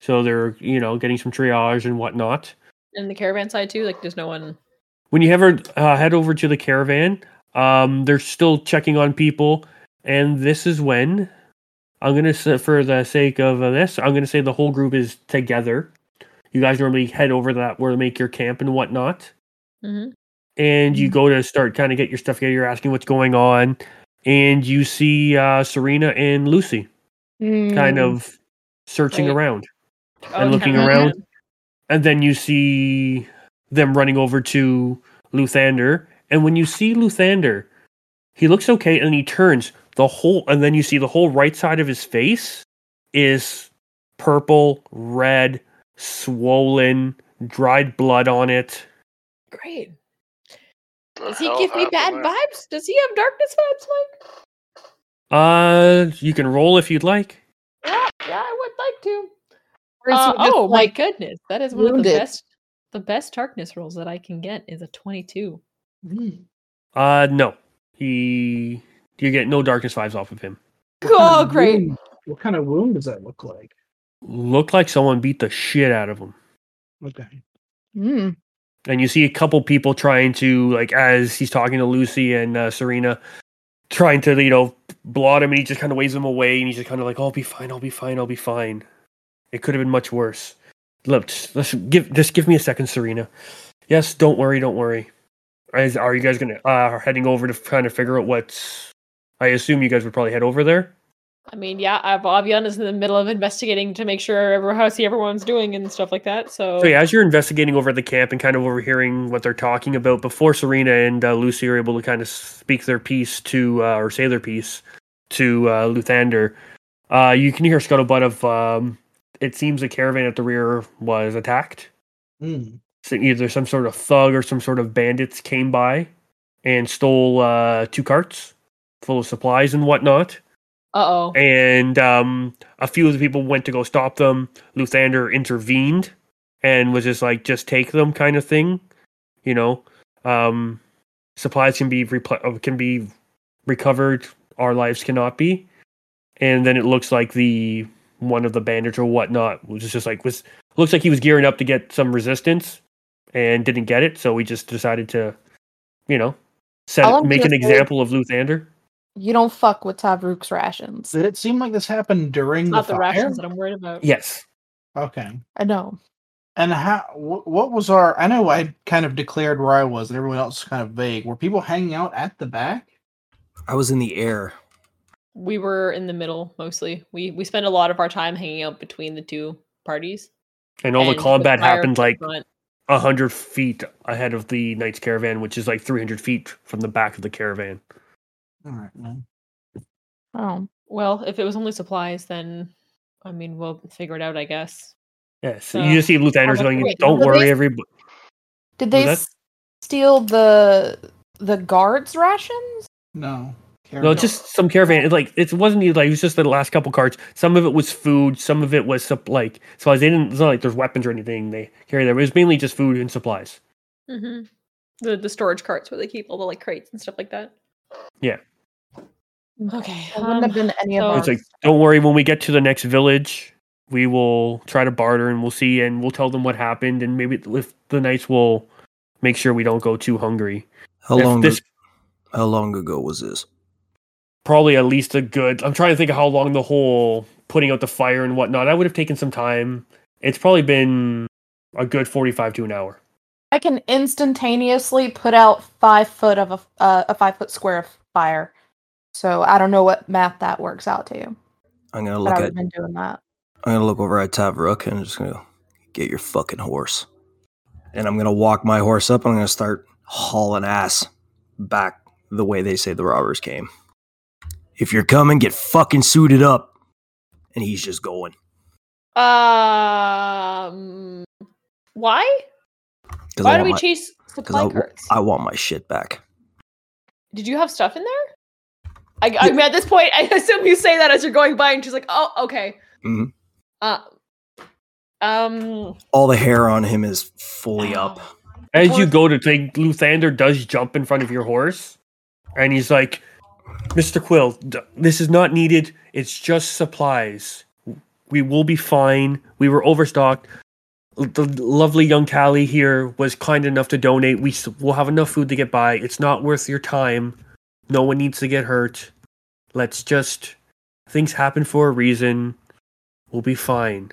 so they're you know getting some triage and whatnot.
And the caravan side too. Like, there's no one.
When you ever uh, head over to the caravan, um, they're still checking on people, and this is when I'm gonna say, for the sake of uh, this, I'm gonna say the whole group is together. You guys normally head over to that where to make your camp and whatnot.
Mhm.
and you go to start kind of get your stuff together. You're asking what's going on, and you see uh, Serena and Lucy kind of searching
Right.
around,
Oh,
And looking
yeah.
around. and then you see them running over to Luthander. And when you see Luthander, he looks okay, and he turns the whole, and then you see the whole right side of his face is purple, red, swollen, dried blood on it.
Great.
The
Does he
hell
give me
happened
bad
there?
vibes? Does he have darkness vibes? Like,
Uh, you can roll if you'd like.
yeah, yeah, I would like to.
Or is
Uh,
he just,
oh
like,
my goodness, that is one of the
wounded?
best. The best darkness rolls that I can get is a twenty-two.
Hmm.
Uh, no. He, you get no darkness vibes off of him.
Oh, great.
Wound- what kind of wound does that look like?
Looked like someone beat the shit out of him.
Okay.
Hmm.
And you see a couple people trying to, like, as he's talking to Lucy and uh, Serena, trying to, you know, blot him, and he just kind of waves them away, and he's just kind of like, "Oh, "I'll be fine, I'll be fine, I'll be fine." It could have been much worse. Look, just- let's give, just give me a second, Serena. Yes, don't worry, don't worry. Is, are you guys gonna uh, heading over to kind of figure out what's? I assume you guys would probably head over there.
I mean, yeah, I- Avian is in the middle of investigating to make sure every, how see everyone's doing and stuff like that. So,
So Oh, yeah, as you're investigating over at the camp and kind of overhearing what they're talking about, before Serena and uh, Lucy are able to kind of speak their piece to uh, or say their piece to uh, Luthander, uh, you can hear scuttlebutt of um, it seems the caravan at the rear was attacked.
Mm.
So either some sort of thug or some sort of bandits came by and stole uh, two carts full of supplies and whatnot
uh oh,
and um, a few of the people went to go stop them. Luthander intervened and was just like, "Just take them," kind of thing. You know, um, supplies can be repl- uh, can be recovered. Our lives cannot be. And then it looks like the one of the bandits or whatnot was just like was looks like he was gearing up to get some resistance and didn't get it, so we just decided to, you know, set
All I'm
make an
gonna say-
example of Luthander.
You don't fuck with Tavrook's rations.
Did it seem like this happened during
not
the
the
fire?
rations that I'm worried about.
Yes.
Okay.
I know.
And how? Wh- what was our? I know I kind of declared where I was, and everyone else was kind of vague. Were people hanging out at the back?
I was in the air.
We were in the middle mostly. We we spent a lot of our time hanging out between the two parties.
And all
and
the
with
combat
fire
happened
in
like
front.
a hundred feet ahead of the knight's caravan, which is like three hundred feet from the back of the caravan.
All right, man.
Oh,
Well, if it was only supplies, then I mean we'll figure it out, I guess.
Yeah, so
Uh,
you just see Luthander
much-
going,
wait,
"Don't
the
worry,
base-
everybody."
did they
Was that-
s- steal the the guards' rations?
No.
No,
Carry
it's just some caravan. It, like it wasn't even like it was just the last couple carts. Some of it was food. Some of it was sup- like supplies. They didn't. It's not like there's weapons or anything they carry there. It was mainly just food and supplies.
Mm-hmm. The the storage carts where they keep all the like crates and stuff like that.
Yeah.
Okay.
It wouldn't
um,
have been any of
so-
our.
It's like, don't worry. When we get to the next village, we will try to barter and we'll see and we'll tell them what happened and maybe if the knights will make sure we don't go too hungry.
How
If
long?
this-
ag- how long ago was this?
Probably at least a good. I'm trying to think of how long the whole putting out the fire and whatnot. I would have taken some time. It's probably been a good 45 to an hour.
I can instantaneously put out five foot of a uh, a five foot square of fire. So I don't know what math that works out to,
I'm gonna
but
look at.
I've been doing that.
I'm gonna look over at Tavrook and I'm just gonna go, get your fucking horse. And I'm gonna walk my horse up. And I'm gonna start hauling ass back the way they say the robbers came. If you're coming, get fucking suited up. And he's just going.
Um. Why?
'Cause I
Why do
want
we
my-
chase
'cause
supply
I wa-
carts?
I want my shit back.
Did you have stuff in there? I, I mean, at this point, I assume you say that as you're going by, and she's like, "Oh, okay."
Mhm.
Uh, um.
All the hair on him is fully up.
As
Or-
you go to take, Luthander does jump in front of your horse, and he's like, "Mr. Quill, d- this is not needed. It's just supplies. We will be fine. We were overstocked. L- The lovely young Callie here was kind enough to donate. We s- will have enough food to get by. It's not worth your time. No one needs to get hurt. Let's just. Things happen for a reason. We'll be fine.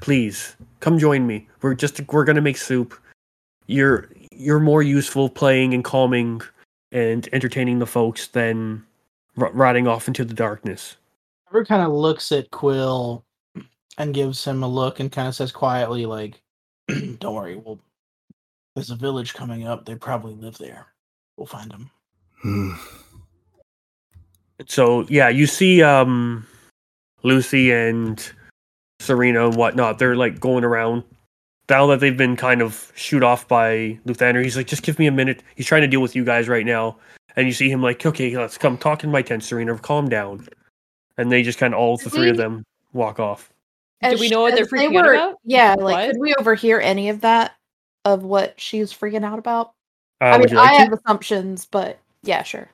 Please come join me. We're just we're gonna make soup you're you're more useful playing and calming and entertaining the folks than r- riding off into the darkness.
Everett kind of looks at Quill and gives him a look and kind of says quietly, like, "Don't worry, we'll. There's a village coming up. They probably live there. We'll find them."
Hmm.
So yeah, you see um Lucy and Serena and whatnot, they're like going around. Now that they've been kind of shoot off by Luthander, he's like, just give me a minute. He's trying to deal with you guys right now. And you see him like, okay, let's come talk in my tent, Serena, calm down. And they just kind of all the three of them walk off.
Do we know what they're
As they
freaking out
were-
about?
Yeah, like
What?
could we overhear any of that of what she's freaking out about?
Uh,
I
would
mean,
you like
I
to?
have assumptions, but yeah, sure.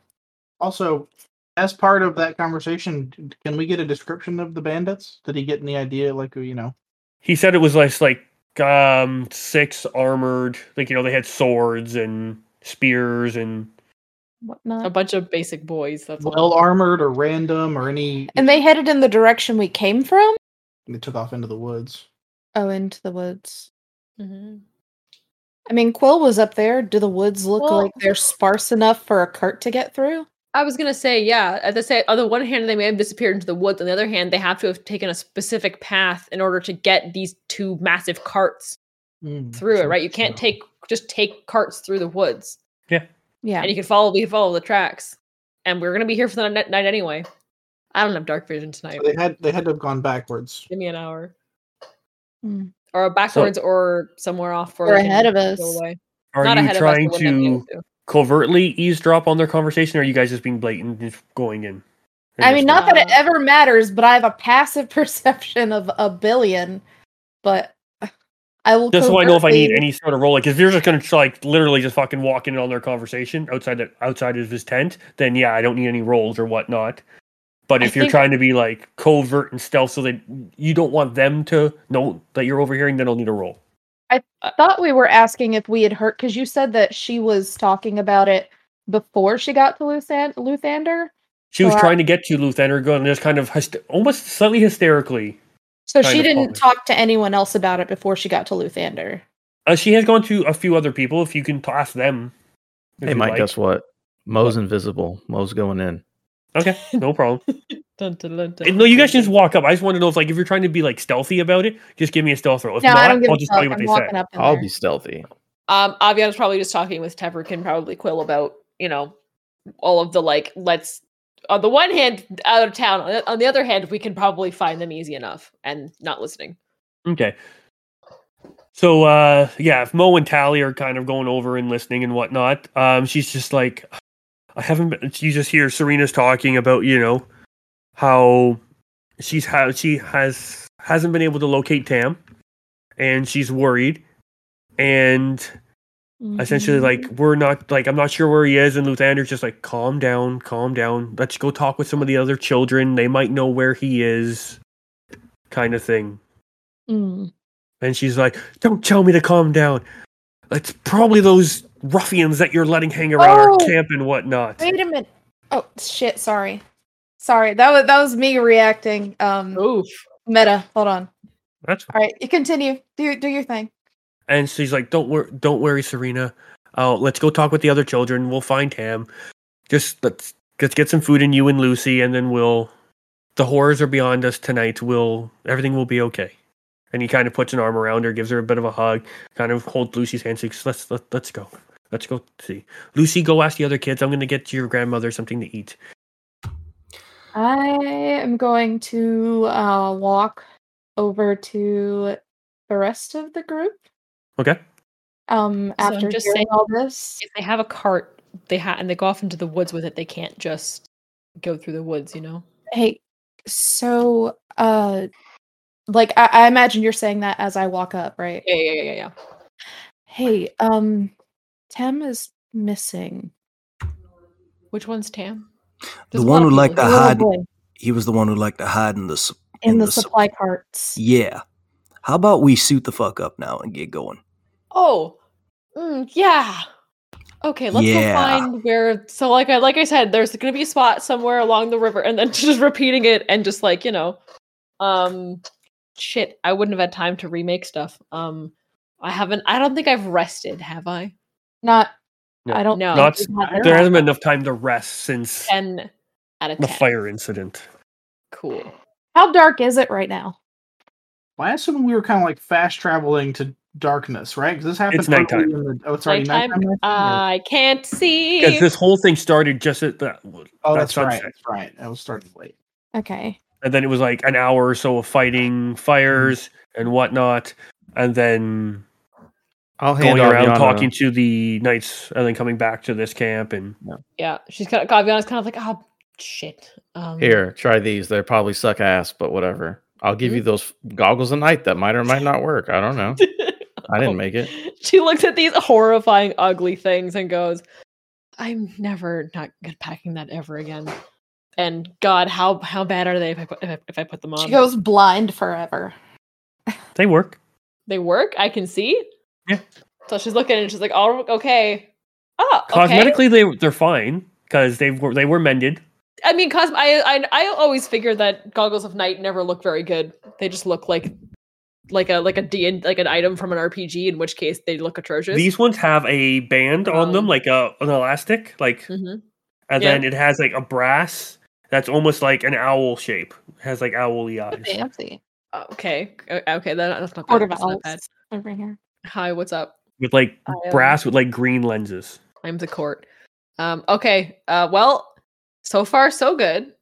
Also, as part of that conversation, d- can we get a description of the bandits? Did he get any idea, like you know?
He said it was less like um six armored, like you know they had swords and spears and
A
Whatnot.
bunch of basic boys. That's all.
well armored or random or any
And they headed in the direction we came from.
they took off into the woods
Oh, into the woods.
Mhm.
I mean, Quill was up there. Do the woods look
Well-
like they're sparse enough for a cart to get through?
I was gonna say, yeah. At the say, on the one hand, they may have disappeared into the woods. On the other hand, they have to have taken a specific path in order to get these two massive carts
Mm,
through it. Right? You can't take just take carts through the woods.
Yeah.
and you can follow we can follow the tracks and we're gonna be here for the night, night anyway i don't have dark vision tonight
So they had they had to have gone backwards
give me an hour
Mm.
or backwards or somewhere off where
Or
we can
ahead of us.
go away.
Are
not
you
ahead
trying
of us, but wouldn't have been
to
able to.
covertly eavesdrop on their conversation, or are you guys just being blatant, and just going in? And
I
just
mean,
like-
not that it
Uh,
ever matters, but I have a passive perception of a billion. But I will.
Just so I know if I need
covertly-
any sort of role, like if you're just gonna like literally just fucking walk in on their conversation outside the, outside of his tent, then yeah, I don't need any rolls or whatnot. But
I
if you're
think-
trying to be like covert and stealth, so that you don't want them to know that you're overhearing, then I'll need a roll.
thought we were asking if we had heard because you said that she was talking about it before she got to Luthan- Luthander.
She was
So I-
trying to get to Luthander, going just kind of hyst- almost slightly hysterically.
So
Kind
she
of
didn't
public.
talk to anyone else about it before she got to Luthander.
Uh, she has gone to a few other people. If you can ask them, if
Hey,
you'd
Mike,
like.
guess what? Mo's invisible. Mo's going in.
Okay, no problem.
Dun, dun, dun, dun,
And no, you guys
dun,
can just walk up. I just want to know if, like, if you're trying to be like stealthy about it, just give me a stealth roll. If
No,
not,
I don't give
will
a
just
fuck.
tell you what
I'm
they
walking
said.
up in
I'll
there.
be stealthy.
Um, Aviana's probably just talking with Teverkin, probably Quill about you know all of the like. Let's on the one hand out of town. on the- On the other hand, we can probably find them easy enough and not listening.
Okay. So uh yeah, if Mo and Tally are kind of going over and listening and whatnot, um, she's just like I haven't been you just hear Serena's talking about, you know, how she's how she has hasn't been able to locate Tam and she's worried. And essentially
Mhm.
like we're not like I'm not sure where he is and Luthander's just like calm down, calm down. Let's go talk with some of the other children. They might know where he is kind of thing.
Mm.
And she's like, "Don't tell me to calm down. It's probably those ruffians that you're letting hang around
Oh.
our camp and whatnot."
Wait a minute. Oh shit! Sorry, sorry. That was that was me reacting. Um,
Oof.
meta. Hold on.
That's fine.
All right, you continue. Do your- do your thing.
and she's like, "Don't worry, don't worry, Serena. Uh, let's go talk with the other children. We'll find him. Just let's let's get some food in you and Lucy, and then we'll. The horrors are beyond us tonight. We'll everything will be okay." And he kind of puts an arm around her, gives her a bit of a hug, kind of holds Lucy's hand. Says, "Let's let, let's go. Let's go see Lucy. Go ask the other kids. I'm going to get your grandmother something to eat."
I am going to uh, walk over to the rest of the group.
Okay.
Um,
I'm
after
just
hearing
saying-
all this,
If they have a cart, they ha- and they go off into the woods with it. They can't just go through the woods, you know.
hey, so uh, like I, I imagine you're saying that as I walk up, right?
Yeah, yeah, yeah, yeah, yeah.
Hey, um, Tem is missing.
Which one's Tam?
The
There's a lot of
one who
people
liked to
The
here.
little
hide.
Oh, boy
He was the one who liked to hide in the. s-
in,
in
the,
the sup-
supply carts.
Yeah. How about we suit the fuck up now and get going?
Oh, mm, yeah. Okay, let's
Yeah.
go find where. So, like I like I said, there's going to be a spot somewhere along the river, and then just repeating it, and just like you know, um, shit. I wouldn't have had time to remake stuff. Um, I haven't. I don't think I've rested, have I?
Not.
No,
I don't
no.
think
Not-
we've had
There
that.
hasn't been enough time to rest since
Ten out of
the
ten.
fire incident.
Cool.
How dark is it right now?
Last one we were kind of like fast traveling to darkness, right? Because this happened.
It's nighttime.
early in the- oh, it's already
Nighttime. uh,
nighttime. nighttime?
I can't see.
Because this whole thing started just at that,
oh,
that
that's right.
sunset.
That's right. I was starting late.
Okay.
and then it was like an hour or so of
Mm-hmm.
fighting fires and whatnot, and then
I'll
going
hand
around
Ariana-
talking to the knights, and then coming back to this camp. And
yeah, she's kind of. Gaviana's kind of like, oh shit. Um,
Here, try these. They probably suck ass, but whatever. I'll give you those goggles at night that might or might not work. I don't know. I didn't make it.
Oh. She looks at these horrifying, ugly things and goes, "I'm never not good packing that ever again." And God, how how bad are they if I put, if I, if I put them on?
She goes blind forever.
they work.
"They work. I can see."
Yeah.
So she's looking and she's like, "Oh, okay." Ah, okay.
Cosmetically, they they're fine because they were they were mended.
I mean, cos I, I I always figured that goggles of night never look very good. They just look like like a like a D like an item from an RPG. In which case, they look atrocious.
These ones have a band on them,
Um,
like a an elastic, like,
hmm
and
yeah.
then it has like a brass that's almost like an owl shape. It has like owly eyes.
Fancy
Okay. o- Okay. That, that's not
Quarter
bad. That's not
vowels.
bad.
over here.
Hi. What's up?
with like
I, um,
brass with like green lenses.
I'm the court. Um, okay. Uh, well, so far so good.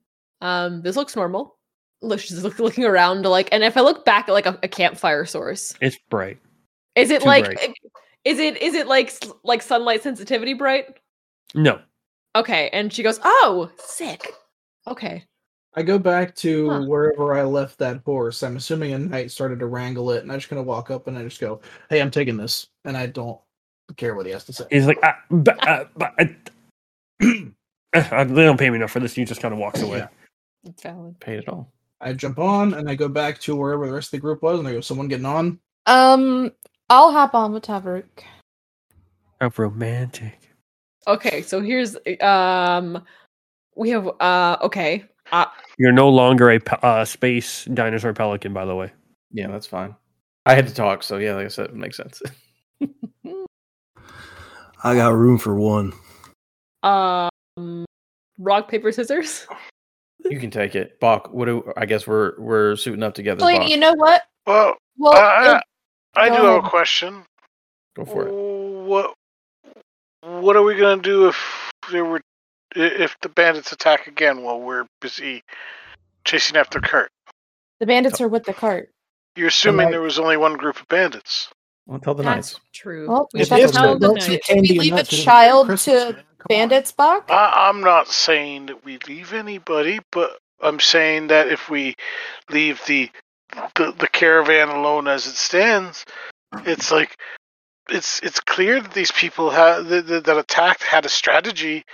Um, this looks normal. Look, she's look, looking around to like, and if I look back at like a, a campfire source,
It's bright.
is it
Too
like, eh,
bright.
is it is it like s- like sunlight sensitivity bright?
No,
Okay, and she goes, oh, sick. Okay,
I go back to
Huh.
wherever I left that horse. I'm assuming a knight started to wrangle it, and I just kind of walk up and I just go, "Hey, I'm taking this," and I don't care what he has to say.
it's like ah, b- ah, b- ah, uh, they don't pay me enough for this. He just kind of walks away.
Yeah.
it's valid.
Paid it all.
I jump on and I go back to wherever the rest of the group was, and I go, "Someone getting on?"
Um, I'll hop on with Tavruk.
How romantic.
Okay, so here's um we have uh okay.
You're no longer a pe- uh, space dinosaur pelican, by the way.
Yeah, that's fine. I had to talk, so yeah, like I said, it makes sense.
I got room for one.
Um, rock paper scissors.
you can take it, Bach. What do I guess we're we're suiting up together?
Actually,
Bach.
you know what?
Well,
Well, oh,
I-
it-
I do
go
have a
ahead.
question.
Go for it.
What What are we gonna do if there were i- if the bandits attack again while we're busy chasing after Kurt?
the bandits are with the cart.
You're assuming
like-
there was only one group of bandits.
Well, tell the
That's
knights.
true.
Well,
Oh, we
if
should
it's
tell the
nuts, it
knight.
Should we
can be
leave a
nuts, it is
child
Christmas,
to
man. Come on.
Bandits Bach?
I, I'm not saying that we leave anybody, but I'm saying that if we leave the the, the caravan alone as it stands, it's like it's it's clear that these people had that, that, that attacked had a strategy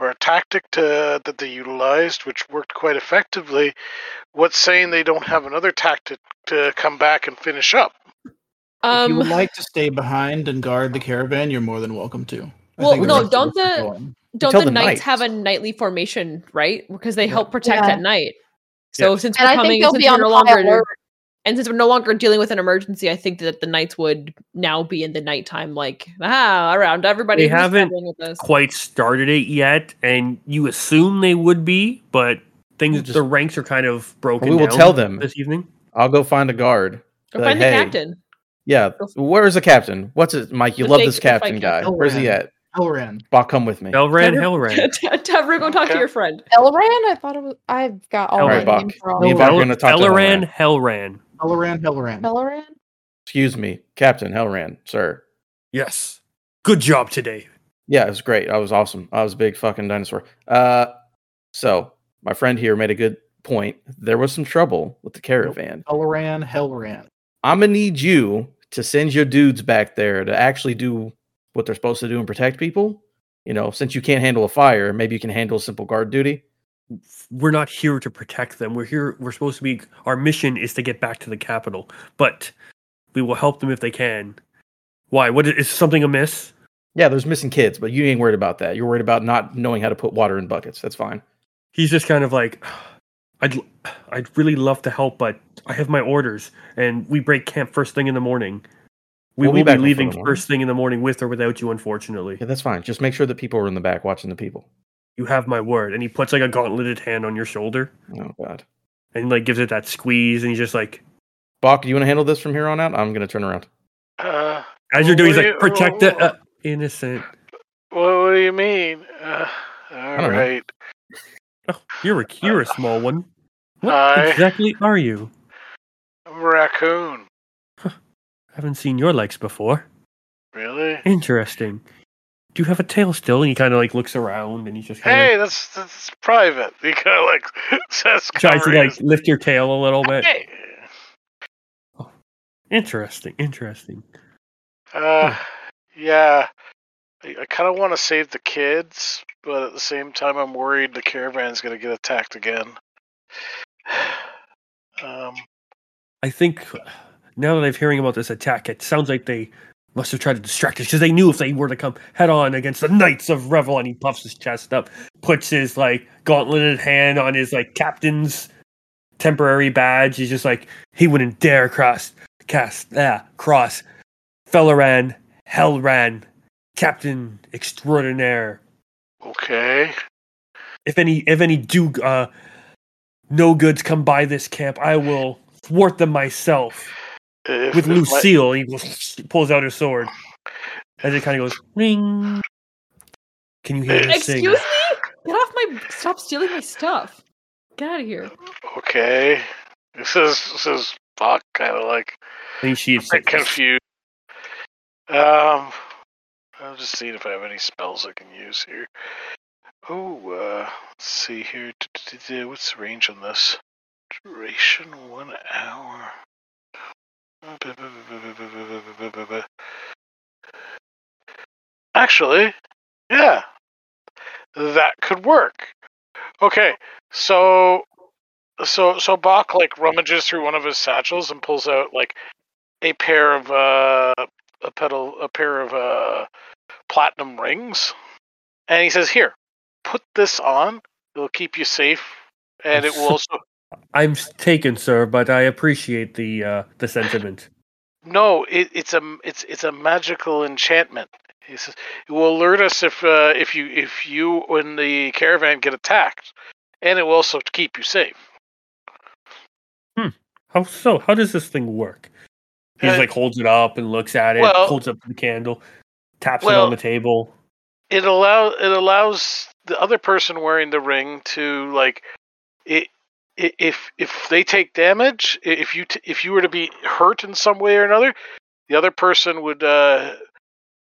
or a tactic to that they utilized, which worked quite effectively. What's saying they don't have another tactic to come back and finish up?
if you would
Um,
like to stay behind and guard the caravan, you're more than welcome to. I
Well,
think
no,
that's
don't
where
the-
we're going.
don't
tell
the,
the
knights
knights.
have a nightly formation, right? Because they
Yeah.
help protect
Yeah.
at night. So since we're
And I
coming,
think they'll
since
be
we're
on
no
high
longer
alert.
and since we're no longer dealing with an emergency, I think that the knights would now be in the nighttime, like ah, around everybody.
They
who's
haven't-
traveling with us.
Quite started it yet, and you assume they would be, but things
We'll just-
the ranks are kind of broken.
We will
down
tell them.
this evening.
I'll go find a guard.
Go
Be
find
like,
the
"Hey,
captain.
Yeah,
Go f-
where's the captain? What's it, Mike? You
The
love
fake-
this
the fake
captain guy.
captain.
Where's he at?
Elran.
Bach, come with me.
Elran,
Never-
Elran.
Tavru, go talk to
Okay.
your friend.
Elran? I thought it was. I've got all
All
my
right,
Bach.
names wrong.
Me and Bach are gonna talk to
Elran,
Elran.
Helran.
Elran, Elran.
Elran?
Excuse me, Captain Hellran, sir.
Yes. Good job today.
Yeah, it was great. I was awesome. I was a big fucking dinosaur. Uh, so my friend here made a good point. There was some trouble with the caravan.
Elran, Elran.
I'm gonna need you to send your dudes back there to actually do what they're supposed to do and protect people. You know, since you can't handle a fire, maybe you can handle simple guard duty.
we're not here to protect them. We're here. We're supposed to be. Our mission is to get back to the capital, but we will help them if they can. Why? What is something amiss?
Yeah, there's missing kids, but you ain't worried about that. You're worried about not knowing how to put water in buckets. That's fine.
He's just kind of like, I'd, l- I'd really love to help, but I have my orders, and we break camp first thing in the morning. We
We'll be
will be
back before the
leaving
morning.
first thing in the morning with or without you. Unfortunately,
Yeah, that's fine. Just make sure that people are in the back watching the people.
you have my word. And he puts like a gauntleted hand on your shoulder
Oh God,
and like gives it that squeeze, and he's just like,
Bach, do you want to handle this from here on out? I'm gonna turn around.
Uh,
as you're doing, he's
What do
like,
you-
protect the uh, innocent.
what, what do you mean? Uh, all
don't know.
right.
Oh, you're a you're a small one. What
Hi.
exactly are you?
I'm a raccoon.
Haven't seen your legs before.
Really?
Interesting. Do you have a tail still? And he kind of like looks around and he's just kind of
Hey, that's that's private. He kind of like says.
tries to
covering
like
his-
lift your tail a little bit.
Hey.
Interesting, interesting.
Uh, yeah. I, I kind of want to save the kids, but at the same time, I'm worried the caravan's gonna get attacked again. Um,
I think now that I'm hearing about this attack, it sounds like they must have tried to distract us because they knew if they were to come head on against the Knights of Revel, and he puffs his chest up, puts his like gauntleted hand on his like captain's temporary badge. He's just like he wouldn't dare cross cast ah, cross Fellaran Hellran Captain Extraordinaire.
okay.
If any if any do uh, no goods come by this camp, I will thwart them myself
If
with
it might-
Lucille, he goes- pulls out his sword, and it kind of goes ring. Can you hear this
Excuse
sing?
me. Get off my. Stop stealing my stuff. Get out of here.
okay. This is this is Bach kind of like
And she is
I'm confused. Um, I'm just seeing if I have any spells I can use here. Oh, uh, let's see here. D-d-d-d- What's the range on this? Duration one hour. Actually, yeah, that could work. Okay, so, so, so Bach like rummages through one of his satchels and pulls out like a pair of uh, a pedal, a pair of uh, platinum rings, and he says, "Here, put this on. It'll keep you safe and it will also
I'm s- taken, sir, but I appreciate the uh, the sentiment.
No, it, it's a it's it's a magical enchantment. He says it will alert us if uh, if you if you and the caravan get attacked, and it will also keep you safe.
How so? How does this thing work? He just,
Uh,
like holds it up and looks at it,
well-
holds up the candle, taps it
well-
on the table.
It allow it allows the other person wearing the ring to like it. i- If if they take damage, i- if you t- if you were to be hurt in some way or another, the other person would uh,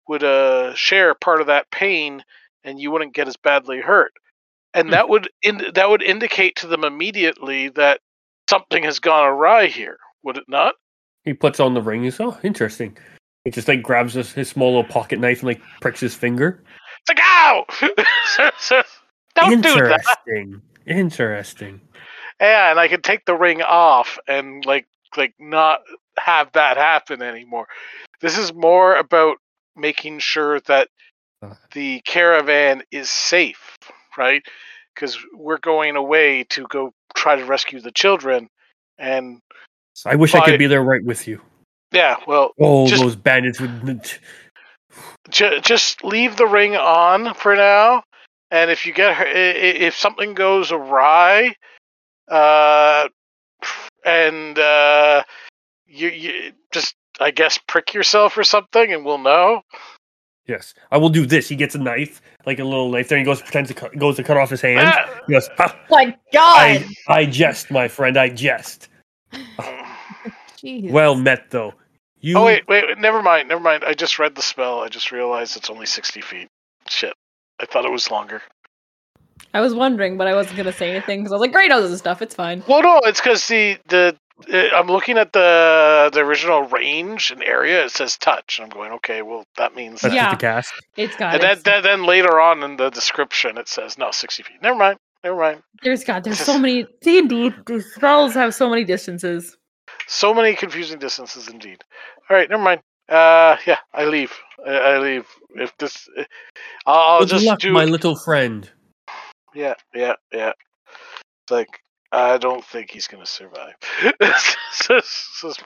would uh, share part of that pain, and you wouldn't get as badly hurt. And that would ind- that would indicate to them immediately that something has gone awry here, would it not?
He puts on the ring. He's oh, interesting. He just like grabs his, his small little pocket knife and like pricks his finger.
It's like ow! Don't do that.
interesting. Interesting.
Yeah, and I can take the ring off and like like not have that happen anymore. This is more about making sure that
Uh.
the caravan is safe, right? Because we're going away to go try to rescue the children, and
I wish I
Fine.
could be there right with you.
yeah, well,
Oh,
Just-
those bandits would.
j- just leave the ring on for now. And if you get her, i- i- if something goes awry, uh, and uh, you you just I guess prick yourself or something, and we'll know.
Yes, I will do this. He gets a knife, like a little knife. There he goes, pretends to cut, goes to cut off his hand.
Ah!
He goes, "Ha,
My God.
I, I jest, my friend. I jest.
Jeez.
Well met, though. You
Ah! Oh wait, wait, wait, never mind, never mind. I just read the spell. I just realized it's only sixty feet. Shit, I thought it was longer.
I was wondering, but I wasn't gonna say anything because I was like, Gray knows this stuff. It's fine.
Well, no, it's because the the uh, I'm looking at the the original range and area. It says touch, and I'm going, okay, well that means
that's
that.
just
Yeah.
the cast.
It's got
And
it.
that, that, then later on in the description, it says no sixty feet. Never mind, never mind.
There's God. There's so many. D&D these spells have so many distances.
So many confusing distances indeed. All right, never mind. Uh, yeah, I leave. I, I leave. If this, uh, I'll
Good
just
luck,
do.
my little friend.
Yeah, yeah, yeah. It's like I don't think he's gonna survive. This is-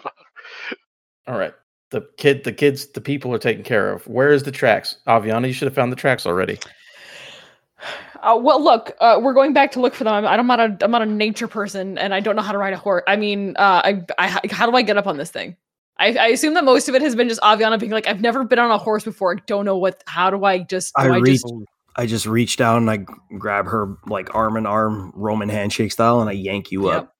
All right. The kid, the kids, the people are taken care of. Where is the tracks? Aviana, you should have found the tracks already.
Uh, well, look, uh, we're going back to look for them. I'm, I'm not a I'm not a nature person, and I don't know how to ride a horse. I mean, uh, I, I how do I get up on this thing? I, I assume that most of it has been just Aviana being like, I've never been on a horse before. I don't know what. How do I just?
I
do I just
reach- I just reach down and I g- grab her like arm in arm, Roman handshake style, and I yank you up.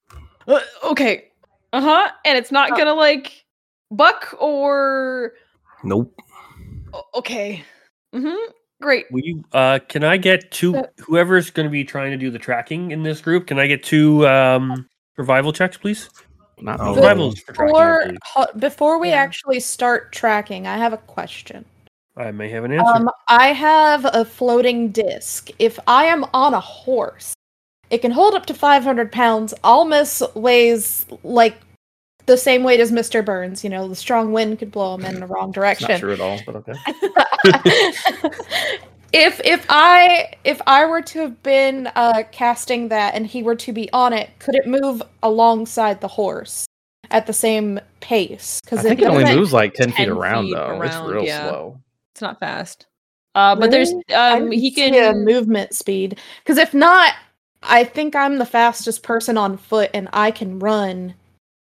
Yep. Uh, okay. Uh huh. And it's not gonna like buck or
Nope.
o- okay. Mm-hmm. Great.
Will you? Uh, can I get two?
Uh,
Whoever's going to be trying to do the tracking in this group, can I get two um, survival checks, please?
Not
Oh.
me.
Survivals for tracking.
Before,
please.
ho- before we
Yeah.
actually start tracking, I have a question.
I may have an answer.
Um, I have a floating disc. If I am on a horse, it can hold up to 500 pounds. Almas weighs like the same weight as Mr. Burns. You know, the strong wind could blow him in the wrong
It's not
direction.
true at all, but okay.
if if I if I were to have been uh, casting that and he were to be on it, could it move alongside the horse at the same pace?
I
Because
think it only moves like 10 feet
10
around,
feet
though.
around,
it's real
yeah.
slow.
It's not fast. Uh, but there's
Really?
um he can
yeah, movement speed. Because if not, I think I'm the fastest person on foot, and I can run,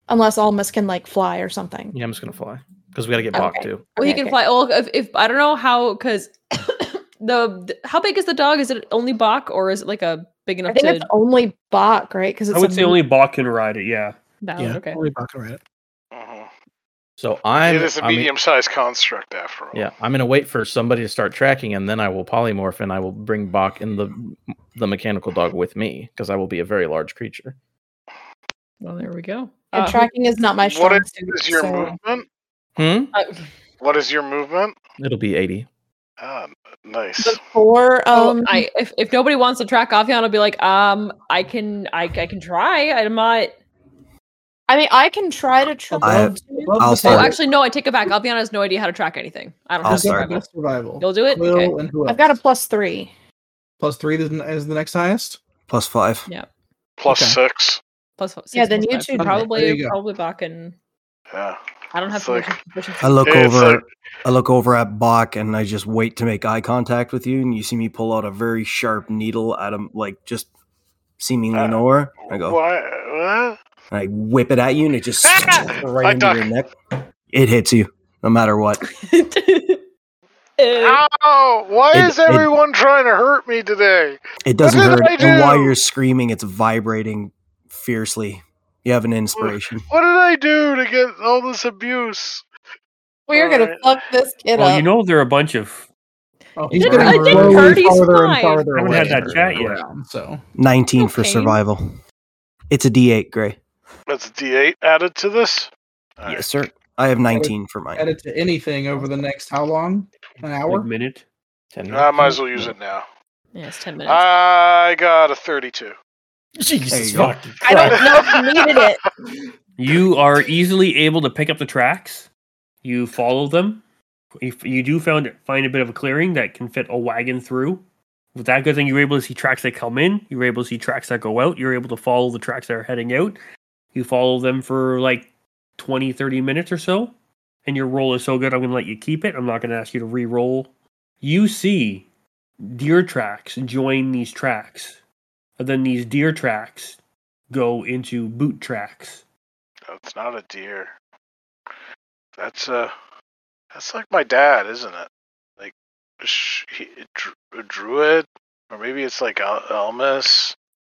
unless Almas can like fly or something.
Yeah, I'm just going to fly because we got to get Bach,
Okay.
too.
well he
Okay,
can
okay.
fly. Well, if, if I don't know how because the th- how big is the dog? Is it only Bach or is it like a big
I
enough
think
to?
it's only Bach, right? Because it's
I
a
would say
move-
only Bach can ride it. Yeah.
No,
yeah,
Oh, okay.
we'll be back around it.
Mhm.
So I'm.
it is a
I'm-
medium-sized construct after all.
yeah, I'm going to wait for somebody to start tracking, and then I will polymorph and I will bring Bach and the the mechanical dog with me because I will be a very large creature.
Well, there we go.
and
Uh,
tracking is not my strong
What is,
suit,
is your
so-
movement?
Hmm?
uh,
What is your movement?
It'll be 80.
Ah, nice.
Before
so
um,
I if, if nobody wants to track Avian, I'll be like, um, I can I, I can try. I'm not.
I mean, I can try to track.
I-
too.
Above
I'll
the
Oh,
start. Alright.
actually, no. I take it back. Avian has no idea how to track anything. I don't
I'll
I'll
have
start.
survival.
start survival.
You'll do it.
Quill
Okay.
and who else?
I've got a plus three.
plus three is the- is the next highest.
Plus five.
Yeah.
Plus
Okay.
six.
Plus six
Yeah, then
plus
you
five.
two
Okay, there you
probably
go.
probably back in.
Yeah.
I don't have
It's like-
proficiency- proficiency.
I look
Yeah, it's
over.
like-
I look over at Bach and I just wait to make eye contact with you, and you see me pull out a very sharp needle out of like just seemingly
Uh,
nowhere. I go
Why?
and I whip it at you, and it just
Ah!
right
I
into
duck.
your neck. It hits you, no matter what.
Uh,
What? Ow! Why
It-
is
it-
everyone trying to hurt me today?
It doesn't
did
hurt.
I
And while
do?
you're screaming, it's vibrating fiercely. You have an inspiration.
What did I do to get all this abuse?
We're gonna
Alright.
fuck this kid
Well,
up.
you know there are a bunch of
Oh, he's
It
getting
didn't- it didn't
slowly
hurt, he's
farther and
fine.
farther
I haven't
away.
had that chat yet.
around, so
19 for
Okay.
survival. It's a D8, Gray.
That's a D8 added to this. All right.
Yes, sir. I have 19 for
add
mine.
it to anything over the next how long? An
like,
hour?
minute.
Ten
I might as well use it now.
Yeah, it's ten minutes.
Uh,
I got a 32.
Jesus
you go.
fucking
I don't know if you needed it.
You are easily able to pick up the tracks. You follow them. If you do found find a bit of a clearing that can fit a wagon through, with that good thing, you were able to see tracks that come in. You were able to see tracks that go out. You're able to follow the tracks that are heading out. You follow them for like 20, 30 minutes or so, and your roll is so good. I'm going to let you keep it. I'm not going to ask you to re-roll. You see deer tracks join these tracks, and then these deer tracks go into boot tracks.
That's not a deer. That's uh That's like my dad, isn't it? Like sh- he, a, dru- a druid, or maybe it's like Al- Elmas.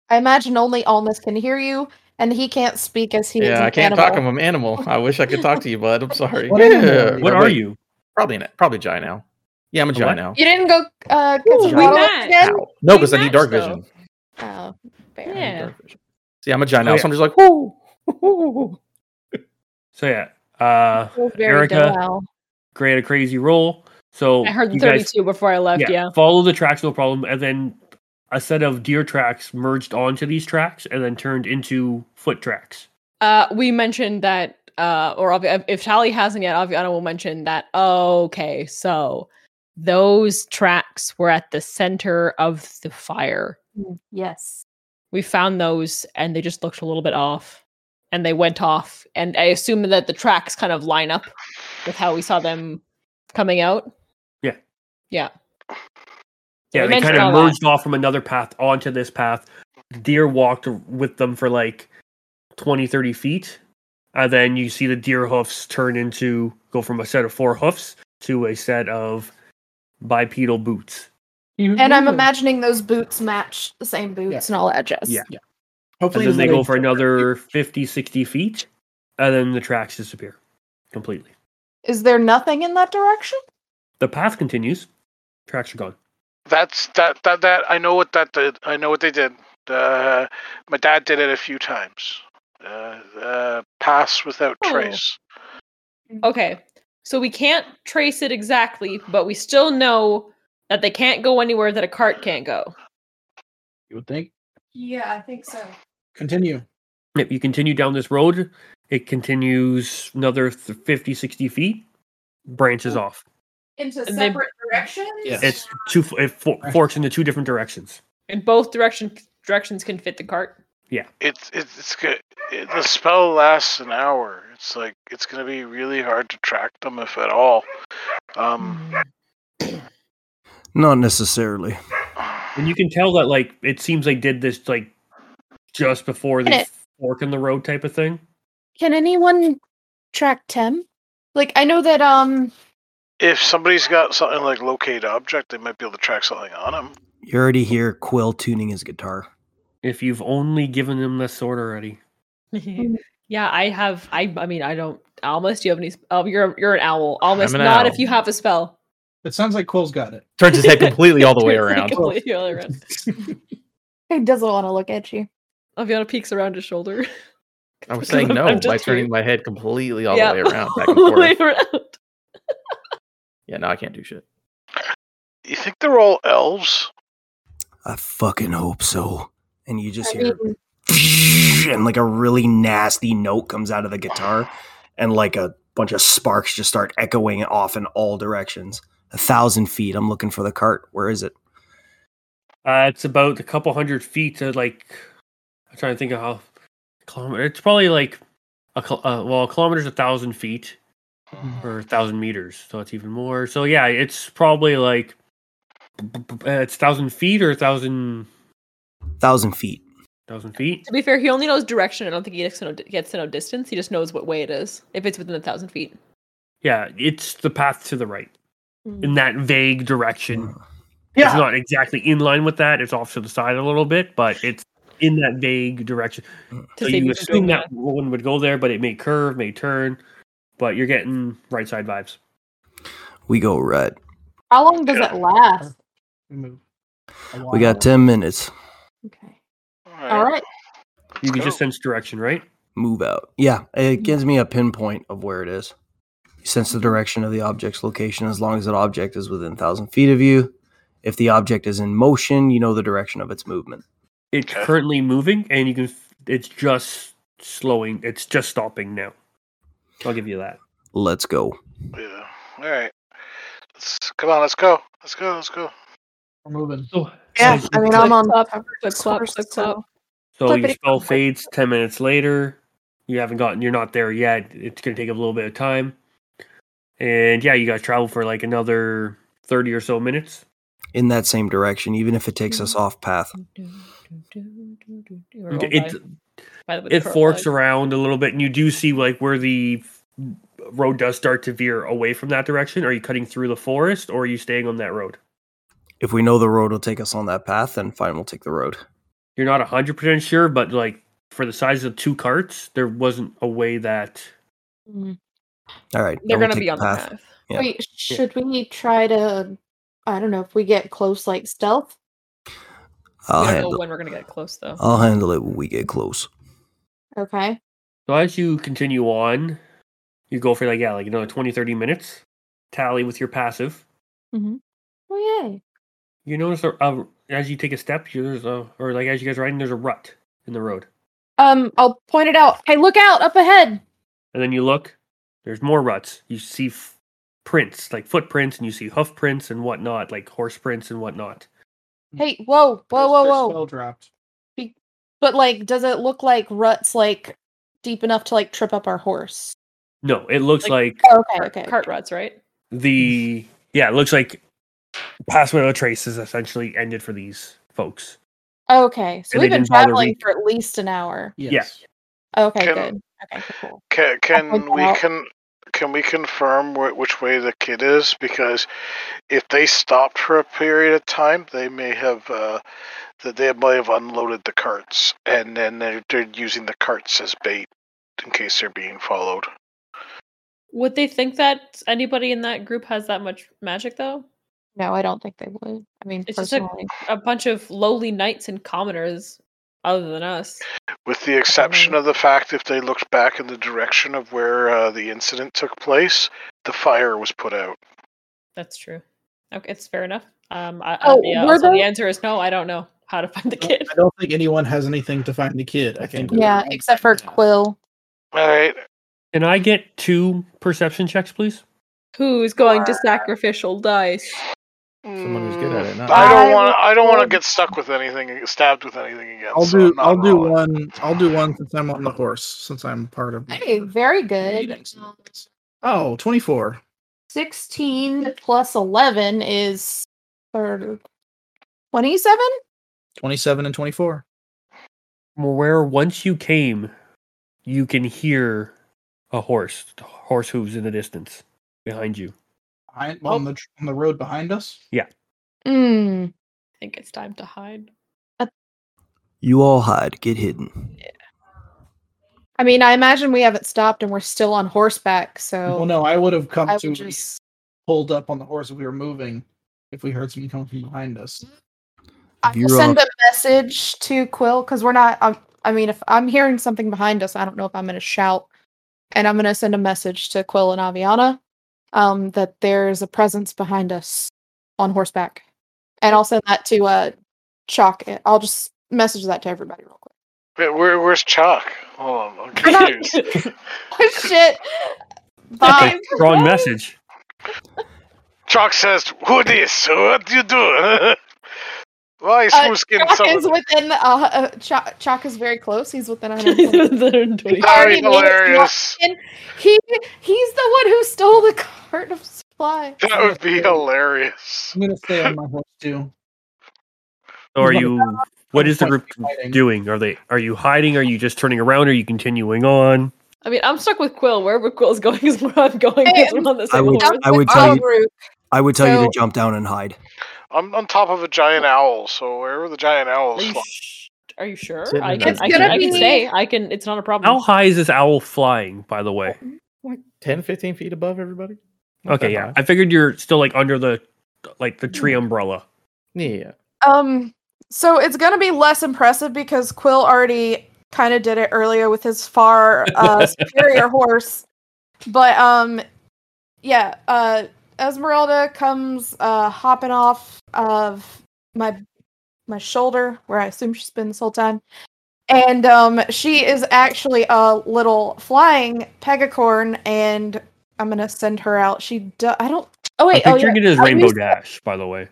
I imagine only Almas can hear you, and he can't speak as he is.
Yeah,
an
I can't
animal.
talk. I'm an animal. I wish I could talk to you, bud. I'm sorry.
What
yeah.
animal are you?
What
Oh,
are
wait,
you?
Probably an probably a giant now. Yeah, I'm a giant
what?
now.
You didn't go uh,
Ooh,
catch
we
a bottle
matched.
again.
Ow. No,
We
because I need
match,
dark
though.
vision.
Oh, fair.
I need
Yeah.
dark vision. See, I'm a giant
Oh,
now,
yeah.
so I'm just like, whoo, whoo.
So yeah, uh,
Well, very
Erica,
Doel.
great a crazy roll. So
I heard the
Oh, you guys-
thirty-two before I left. Yeah.
follow the tracks, no problem. And then a set of deer tracks merged onto these tracks and then turned into foot tracks.
Uh, we mentioned that, uh, or Avi- if Tali hasn't yet, Aviana will mention that. Okay, so those tracks were at the center of the fire.
Mm, Yes.
We found those, and they just looked a little bit off, and they went off. And I assume that the tracks kind of line up with how we saw them coming out.
Yeah.
Yeah. So
Yeah,
we
they
mentioned
kind of
all that.
merged off from another path onto this path. The deer walked with them for like 20, 30 feet. And then you see the deer hoofs turn into go from a set of four hoofs to a set of bipedal boots.
Mm-hmm.
And I'm imagining those boots match the same boots
Mm-hmm. Yeah.
and all that jazz.
Yeah.
Hopefully,
And then
he's
they
not
go
a
for
jerk.
another 50, 60 feet. And then the tracks disappear completely.
Is there nothing in that direction?
The path continues. Tracks are gone.
That's that that that I know what that did. I know what they did. Uh, my dad did it a few times. Uh, uh, pass without
Oh.
trace.
Mm,
Okay. So we can't trace it exactly, but we still know that they can't go anywhere that a cart can't go.
You would think.
Yeah, I think so.
Continue.
If you continue down this road, it continues another th- 50, 60 feet, branches off.
Into
And they- separate
directions?
Yes.
It's two, f- it fo- forks into two different directions.
And both direction directions can fit the cart.
It's it's it's good. It, the spell lasts an hour. It's like it's gonna be really hard to track them if at all. Um,
Not necessarily.
And you can tell that, like, it seems like did this, like, just before the
Minute.
fork in the road type of thing.
Can anyone track Tem? Like I know that um
if somebody's got something like locate object, they might be able to track something on them.
You already hear Quill tuning his guitar.
If you've only given them this sword already,
yeah, I have. I I mean, I don't. Almost, do you have any? Oh, you're you're an owl. Almost
an
not if
owl.
you have a spell.
It sounds like Cole's got it.
Turns his head completely all the way
It's like
around.
completely all around.
he doesn't want to look at you.
Aviana peeks around his shoulder.
I
Because
was saying
I'm-
no
I'm
by
just
turning
here.
my head completely all
Yeah,
the way around, back and
all the way
forth.
around.
Yeah, no, I can't do shit.
You think they're all elves?
I fucking hope so. And you just
I
hear
mean,
and like a really nasty note comes out of the guitar and like a bunch of sparks just start echoing off in all directions. A thousand feet. I'm looking for the cart. Where is it?
uh, it's about a couple hundred feet to, like, I'm trying to think of how kilometer. It's probably like a kil- uh, well, a kilometer's a thousand feet or a thousand meters, so it's even more. So yeah, it's probably like b- b- b- uh, it's thousand feet or a thousand
Thousand feet.
thousand feet.
To be fair, he only knows direction. I don't think he gets to know, gets to know distance. He just knows what way it is if it's within a thousand feet.
Yeah, it's the path to the right in that vague direction.
Hmm.
It's
Yeah.
not exactly in line with that. It's off to the side a little bit, but it's in that vague direction.
To
so
save
you
you from
assume
doing
that one would go there, but it may curve, may turn, but you're getting right side vibes.
We go red.
How long does it last?
We move.
We got ten minutes.
Okay.
Alright,
All right.
let's
You can
go.
just sense direction, right?
Move out. Yeah, it
Mm.
gives me a pinpoint of where it is. You sense the direction of the object's location as long as that object is within thousand feet of you. If the object is in motion, you know the direction of its movement.
It's
Okay.
currently moving, and you can. f- It's just slowing. It's just stopping now. I'll give you that.
Let's go.
Yeah. All right. Let's come on. Let's go. Let's go. Let's go.
We're moving.
So,
Yeah. I mean, I'm on
Clip,
top of
clip,
this
clop,
horse,
clip,
so-
clop.
so
Clip
your
it.
spell fades. Ten minutes later, you haven't gotten. You're not there yet. It's going to take a little bit of time, and yeah, you guys travel for like another thirty or so minutes.
In that same direction, even if it takes
Mm.
us off path.
You were
Oh,
rolled
It
by- by the way,
it
the
forks
curve
around a little bit, and you do see like where the road does start to veer away from that direction. Are you cutting through the forest, or are you staying on that road?
If we know the road will take us on that path, then fine, we'll take the road.
you're not 100% sure, but like for the size of two carts, there wasn't a way that
All right.
They're
then we'll
going to
take
be on the path.
Yeah.
Wait, should we try to? I don't know if we get close, like stealth.
I'll
we don't
handle.
know when we're going to get close, though.
I'll handle it when we get close.
Okay.
so as you continue on, you go for like yeah, like another 20 30 minutes, tally with your passive.
Oh yay!
You notice a, a, as you take a step, you- there's a or like as you guys are riding, there's a rut in the road.
Um, I'll point it out. Hey, look out up ahead.
And then you look, there's more ruts. You see f- prints, like footprints and you see hoof prints and whatnot, like horse prints and whatnot.
Hey, whoa, whoa,
Their-
whoa,
their
whoa!
Spell dropped.
But like, does it look like ruts like deep enough to like trip up our horse?
No, it looks like
Oh, okay, okay.
Cart ruts, right?
the yeah, it looks like Pass Without a Trace is essentially ended for these folks.
Okay, so
And
we've
they
been
didn't bother
traveling
reading.
for at least an hour.
Yes.
Okay,
Can-
good. Okay, cool.
Can,
point
can
that
we
out.
can can we confirm wh- which way the kid is? Because if they stopped for a period of time, they may have uh, that they might have unloaded the carts, and then they're, they're using the carts as bait in case they're being followed.
Would they think that anybody in that group has that much magic, though?
No, I don't think they would. I mean,
It's just a-
personally,
A bunch of lowly knights and commoners, other than us.
With the exception
Mhm.
of the fact if they looked back in the direction of where uh, the incident took place, the fire was put out.
That's true. Okay, it's fair enough. Um, I,
Oh,
oh, yeah,
were
also, the
there-
answer is no. I don't know how to find the
I
kid.
don't- I don't think anyone has anything to find the kid. I think. we're
yeah,
on
except for
that.
Quill.
All right,
Can I get two perception checks, please?
Who's going to sacrificial dice?
Someone who's good at it, not
I don't
I
want. I don't want to
would-
get stuck with anything, stabbed with anything again.
I'll
so
do.
I'm not
I'll do
rolling.
uh,
one. I'll do one since I'm on the horse. Since I'm part of.
Hey, very good.
Meetings. Oh, 24.
16 plus 11 is third- 27?
27 and 24.
Where once you came, you can hear a horse, horse hooves in the distance behind you.
Behind, on the on the road behind us.
Mm.
I think it's time to hide.
You all hide. Get hidden.
I mean, I imagine we haven't stopped and we're still on horseback, so
Well, no, I would have come
Oh. I
to
would just.
pulled up on the horse if we were moving. If we heard something coming from behind us,
Mm-hmm. I will
You're
send
off.
a message to Quill because we're not. i I mean, if I'm hearing something behind us, I don't know if I'm going to shout. And I'm going to send a message to Quill and Aviana um, that there's a presence behind us on horseback. And I'll send that to uh, Chalk. I'll just message that to everybody real quick.
Wait, where, where's Chalk? Hold on, I'm
I don't-
confused.
Oh, shit.
Okay,
Bye.
Wrong message.
Chalk says, "Who this? What you do?" Well, he's
Uh,
who's getting
Chalk
some. of
is
the-
within. Uh, uh, Chalk, Chalk is very close. He's within. 120.
He's
That'd be
already made it.
hilarious.
he he's the one who stole the cart of supply.
That would be hilarious.
I'm gonna stay on my horse too.
So are you? What is the group
Fighting.
doing? Are they? Are you hiding? Are you just turning around? Are you continuing on?
I mean, I'm stuck with Quill. Wherever Quill's going is where I'm going.
Hey,
'cause we're on the
I
same
would,
horse.
I would
Our
tell you,
group.
I would tell you
So-
to jump down and hide.
I'm on top of a giant owl, so wherever the giant owl
Are
is,
you, sh- are you sure?
Sitting
I
in
can,
that
I, can,
chair.
I can stay. I can. It's not a problem.
How high is this owl flying? By the way,
Like 10, 15 feet above everybody.
Oh,
Not
okay,
that
yeah.
high.
I figured you're still like under the, like the tree
Hmm.
umbrella.
Yeah.
Um, so it's gonna be less impressive because Quill already kind of did it earlier with his far uh, superior horse, but um, yeah, uh, Esmeralda comes uh hopping off of my my shoulder where I assume she's been this whole time, and um, she is actually a little flying pegacorn, and I'm gonna send her out. She do- I don't. Oh wait,
I'm
oh yeah,
picturing it as
I
Rainbow
used-
Dash. By the way,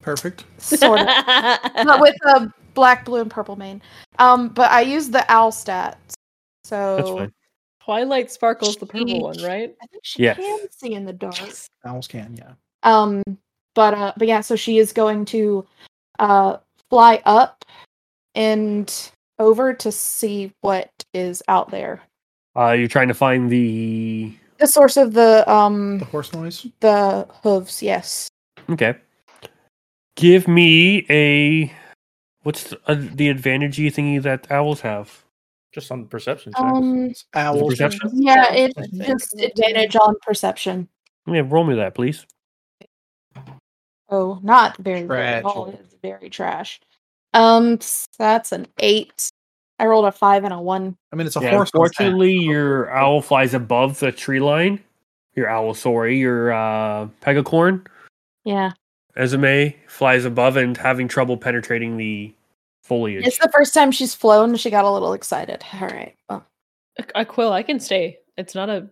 Perfect.
sort of. but with a black, blue, and purple mane. Um, but I used the owl stats, so
that's fine.
Twilight Sparkle's the purple one,
Sheesh.
right?
I think she
Yes.
can see in the dark.
Owls can, yeah.
Um, but uh, but yeah, so she is going to uh fly up and over to see what is out there.
Uh, you're trying to find the.
The source of the
The
um
horse noise.
the hooves, yes.
Okay. Give me a. What's the, uh, the advantagey thingy that owls have?
Just on perception. checks.
Um,
It's owls.
perception?
yeah, it's
I think.
just advantage on perception.
Yeah, roll me that, please.
Oh, not very very
Trash.
tall. It's very trash. Um, s- that's an eight. I rolled a five and a one.
I mean, it's a
Yeah,
horse. on staff.
unfortunately, your owl flies above the tree line. Your owl, sorry, your uh, pegacorn,
Yeah,
Esme, flies above and having trouble penetrating the foliage.
it's the first time she's flown. She got a little excited. All right. Well,
A, a Quill, I can stay. It's not a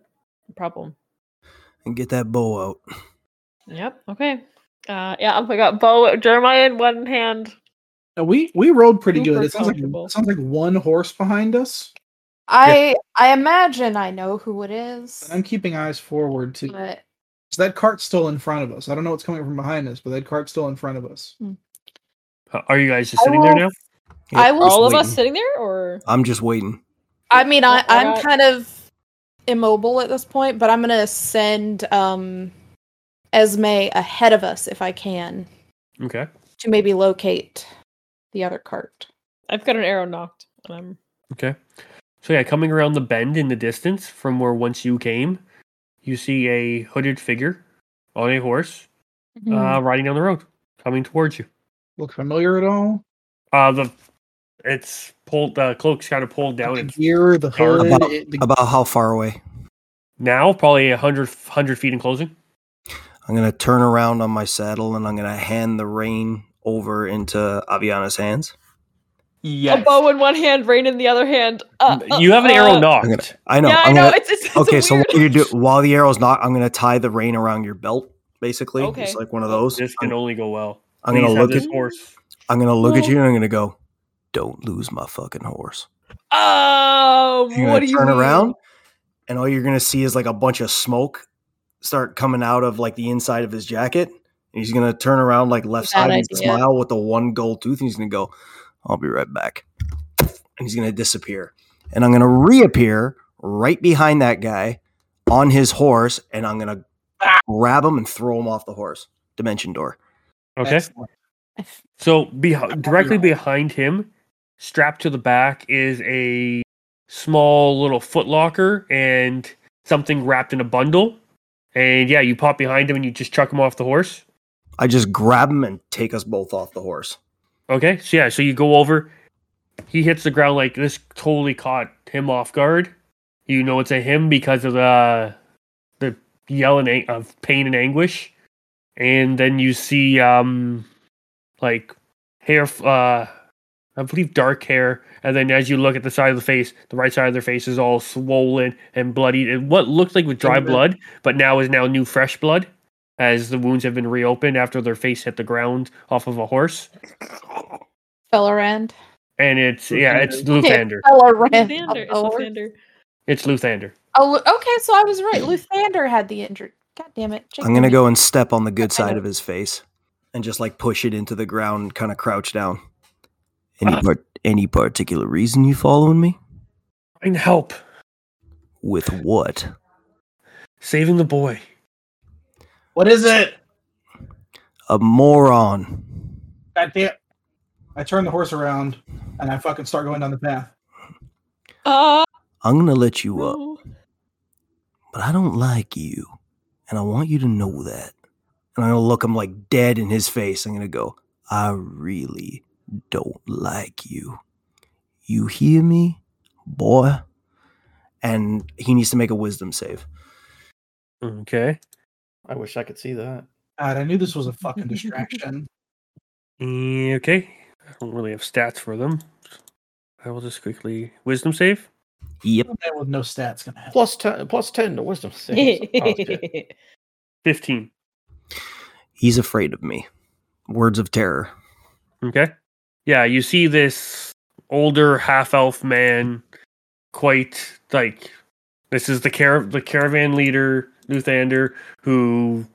problem.
And get that bow out.
Yep. Okay. Uh, yeah, I got Bo Jeremiah in one hand.
Now, we we rode pretty
Super
good. It sounds like
comfortable.
it sounds like one horse behind us.
I I imagine I know who it is,
And I'm keeping eyes forward too.
but
So that cart's still in front of us. I don't know what's coming from behind us, but that cart's still in front of us.
Uh, Are you guys just
I
sitting there
will-
now?
Yeah,
I will-
just
All of us
waiting.
sitting there, or
I'm just waiting.
I mean I
Well, I
I'm
got-
kind of immobile at this point, but I'm gonna send um Esme ahead of us if I can
Okay.
to maybe locate the other cart.
I've got an arrow knocked, and I'm
Okay. So yeah, coming around the bend in the distance from where once you came, you see a hooded figure on a horse
Mm-hmm.
uh, riding down the road, coming towards you.
Look familiar at all?
Uh, the it's pulled. The cloak's kind of pulled down.
the
It's
gear, the
Dark.
hood.
About-
it- the-
About how far away?
now probably a hundred hundred feet in closing.
I'm gonna turn around on my saddle and I'm gonna hand the rein over into Aviana's hands.
a bow in one hand, rain in the other hand. Uh, uh,
you have an arrow
uh,
knocked.
I'm gonna, I know.
yeah,
I'm
I know.
gonna,
it's, it's, it's
okay,
weird.
so what you do while the arrow's not, I'm gonna tie the rein around your belt, basically.
Okay.
It's like one of those.
This can
I'm,
only go well.
I'm gonna
Please have
look at
this horse.
I'm gonna look at
Well-
you and I'm gonna go, Don't lose my fucking horse.
Oh,
You're
what
gonna
do you
turn
mean?
around and all you're gonna see is like a bunch of smoke start coming out of like the inside of his jacket. And he's gonna turn around like left
Bad
side and
idea.
smile with the one gold tooth, and he's gonna go, I'll be right back. And he's gonna disappear. And I'm gonna reappear right behind that guy on his horse, and I'm gonna grab him and throw him off the horse. Dimension door.
Okay.
Excellent.
So beh-
not
directly
wrong.
behind him, strapped to the back, is a small little footlocker and something wrapped in a bundle. And yeah, you pop behind him and you just chuck him off the horse.
I just grab him and take us both off the horse.
Okay, so yeah, so you go over. He hits the ground like this. Totally caught him off guard. You know it's a him because of the the yell and ang- of pain and anguish. And then you see um like hair f- uh I believe dark hair. And then as you look at the side of the face, the right side of their face is all swollen and bloodied, and what looked like with dry
Little bit.
blood, but now is now new fresh blood. as the wounds have been reopened after their face hit the ground off of a horse.
Fellerand.
And it's yeah, it's Luthander.
Fellerand.
Luthander,
Oh,
it's
Lord.
Luthander.
It's Luthander.
Oh, Lu- okay. So I was right. Luthander had the injured. God damn it.
I'm gonna
Jacob.
go and step on the good
I
side
know.
of his face and just like push it into the ground, kind of crouch down. Any part, any particular reason you following me?
I need help
With what?
saving the boy.
What is it?
A moron.
God damn. I turn the horse around and I fucking start going down the path.
Uh,
I'm gonna let you up,
no.
but I don't like you, and I want you to know that. And I'm gonna look him like dead in his face. I'm gonna go. I really don't like you. You hear me, boy? And he needs to make a wisdom save.
Okay.
I wish I could see that.
God, I knew this was a fucking distraction.
Eh, Okay. I don't really have stats for them. I will just quickly wisdom save.
Yep.
A man with no stats gonna help.
Plus ten, plus ten to wisdom. saves. Oh, shit.
Fifteen.
He's afraid of me. Words of terror.
Okay. Yeah, you see this older half elf man, quite like this is the car- the caravan leader Luthander, who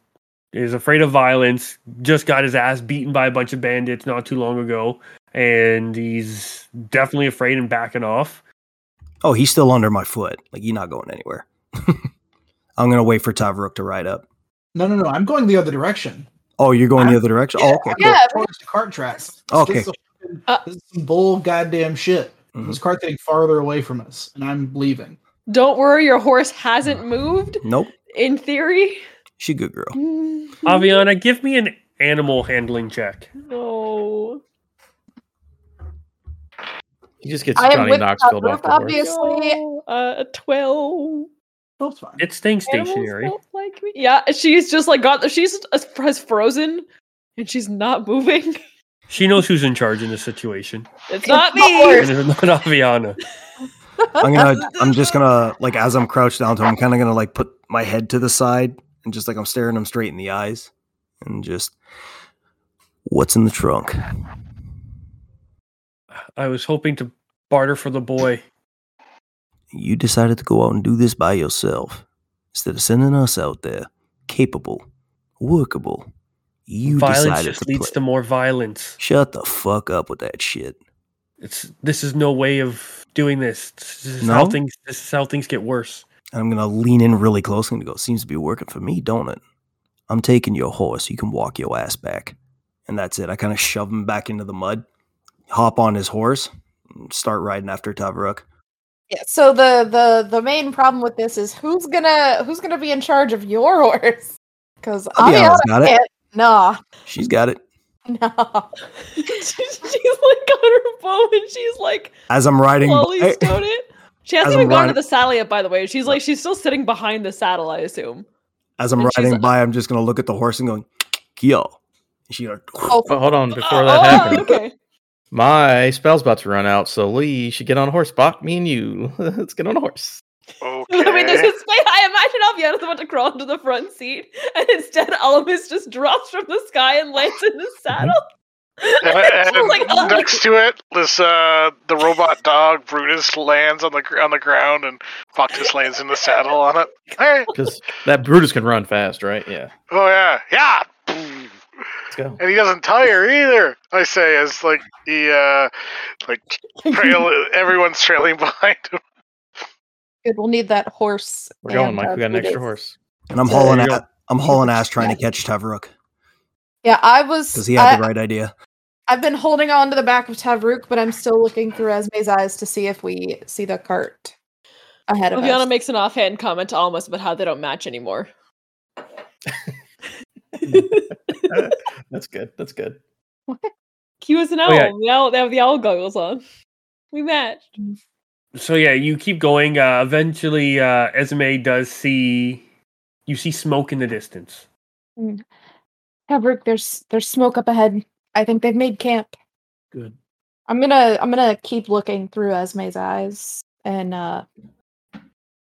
is afraid of violence. Just got his ass beaten by a bunch of bandits not too long ago, and he's definitely afraid and backing off.
Oh, he's still under my foot. Like you're not going anywhere. I'm gonna wait for Tavruk to ride up.
No, no, no. I'm going the other direction.
Oh, you're going
I'm-
the other direction. Oh, okay.
I'm going
Yeah,
towards the cart tracks.
Okay.
This is, fucking-
Uh,
this is some bull goddamn shit.
Mhm.
This cart's getting farther away from us, and I'm leaving.
Don't worry, your horse hasn't moved.
Nope.
In theory.
She good girl.
Aviana, give me an animal handling check.
No.
He just gets
I am
Johnny
with
Knoxville off
Tavruk,
the horse.
obviously.
No. Uh, a twelve.
Oh, it's fine.
It's staying
Animals
stationary.
don't like me. Yeah, she's just like got. She's as has frozen, and she's not moving.
She knows who's in charge in this situation.
It's not
not
me.
worth
And it's not Aviana.
I'm gonna I'm just gonna like as I'm crouched down to him, I'm kinda gonna like put my head to the side and just like I'm staring him straight in the eyes and just What's in the trunk?
I was hoping to barter for the boy.
You decided to go out and do this by yourself instead of sending us out there, capable, workable. You
violence
decided
just
to
leads
play.
to more violence.
Shut the fuck up with that shit.
It's this is no way of doing this. This is how
No?
things this is how things get worse.
And I'm gonna lean in really close and go, seems to be working for me, don't it? I'm taking your horse. You can walk your ass back. And that's it. I kind of shove him back into the mud, hop on his horse, and start riding after Tavaruk.
Yeah, so the the the main problem with this is who's gonna who's gonna be in charge of your horse? Because
Aviana's got it.
Nah,
She's got it.
nah.
she's like on her bow, and she's like
As I'm riding,
slowly
by-
stowed it. She
As
hasn't
I'm
even gone to
running-
the saddle yet, by the way. She's like she's still sitting behind the saddle, I assume.
as I'm
and she's
riding
like-
by, I'm just gonna look at the horse and going, yo. And she like,
Oh,
But hold on, before
Uh,
Oh,
that
oh,
happens,
okay.
my spell's about to run out, so Lee should get on a horse. Bach, me and you, let's get on a horse.
Okay.
I mean, this is space. I imagine Aviana's about to crawl into the front seat, and instead Alamis just drops from the sky and lands in the saddle.
And-
She's
and
like, "Oh."
next to it, this uh, the robot dog Brutus lands on the gr- on the ground, and Bacchus lands in the saddle on it. Hey,
Because that Brutus can run fast, right? Yeah.
oh yeah, yeah, Boom.
Let's go.
and he doesn't tire either. I say as like he uh, like trail everyone's trailing behind him.
good. We'll need that horse.
We're going,
and,
Mike.
uh,
We got an
Brutus.
extra horse.
and I'm
So-
hauling
There you
ass. I'm hauling ass trying to catch Tavaruk
Yeah, I was.
because he had
I-
the right idea.
I've been holding on to the back of Tavruk, but I'm still looking through Esme's eyes to see if we see the cart ahead of
Aviana
us.
makes an offhand comment to Almas about how they don't match anymore.
That's good. That's good.
Q is an owl.
Oh, yeah.
The owl. They have the owl goggles on. We match.
So yeah, you keep going. Uh, eventually, uh, Esme does see you see smoke in the distance.
Tavruk, there's there's smoke up ahead. I think they've made camp.
Good.
I'm gonna I'm gonna keep looking through Esme's eyes and uh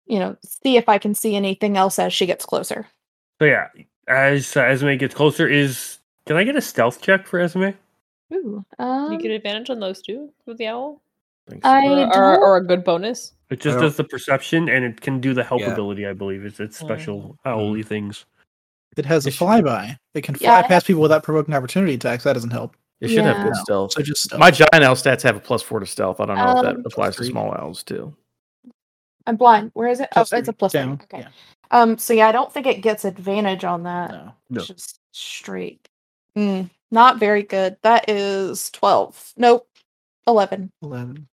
you know see if I can see anything else as she gets closer.
So yeah, as uh, Esme gets closer, is can I get a stealth check for Esme?
Ooh.
you
Um,
get advantage on those two with the owl,
Think so.
I
or, or,
don't-
or a good bonus.
It just
don't-
does the perception and it can do the help
Oh. Yeah.
ability, I believe. It's it's
Mm.
special owly things.
It has a
It should-
flyby. It can
Yeah,
fly
it-
past people without provoking opportunity attacks. That doesn't help.
It should have
Yeah.
good stealth.
So just
My giant owl stats have a plus four to stealth. I don't know if that
Um,
applies to
Three.
small owls too.
I'm blind. Where is it? Oh,
Plus
it's
three.
a plus three.
Down.
Okay.
Yeah.
Um. So yeah, I don't think it gets advantage on that.
No.
No.
It's Just straight. Mm, not very good. That is twelve. Nope. Eleven.
Eleven.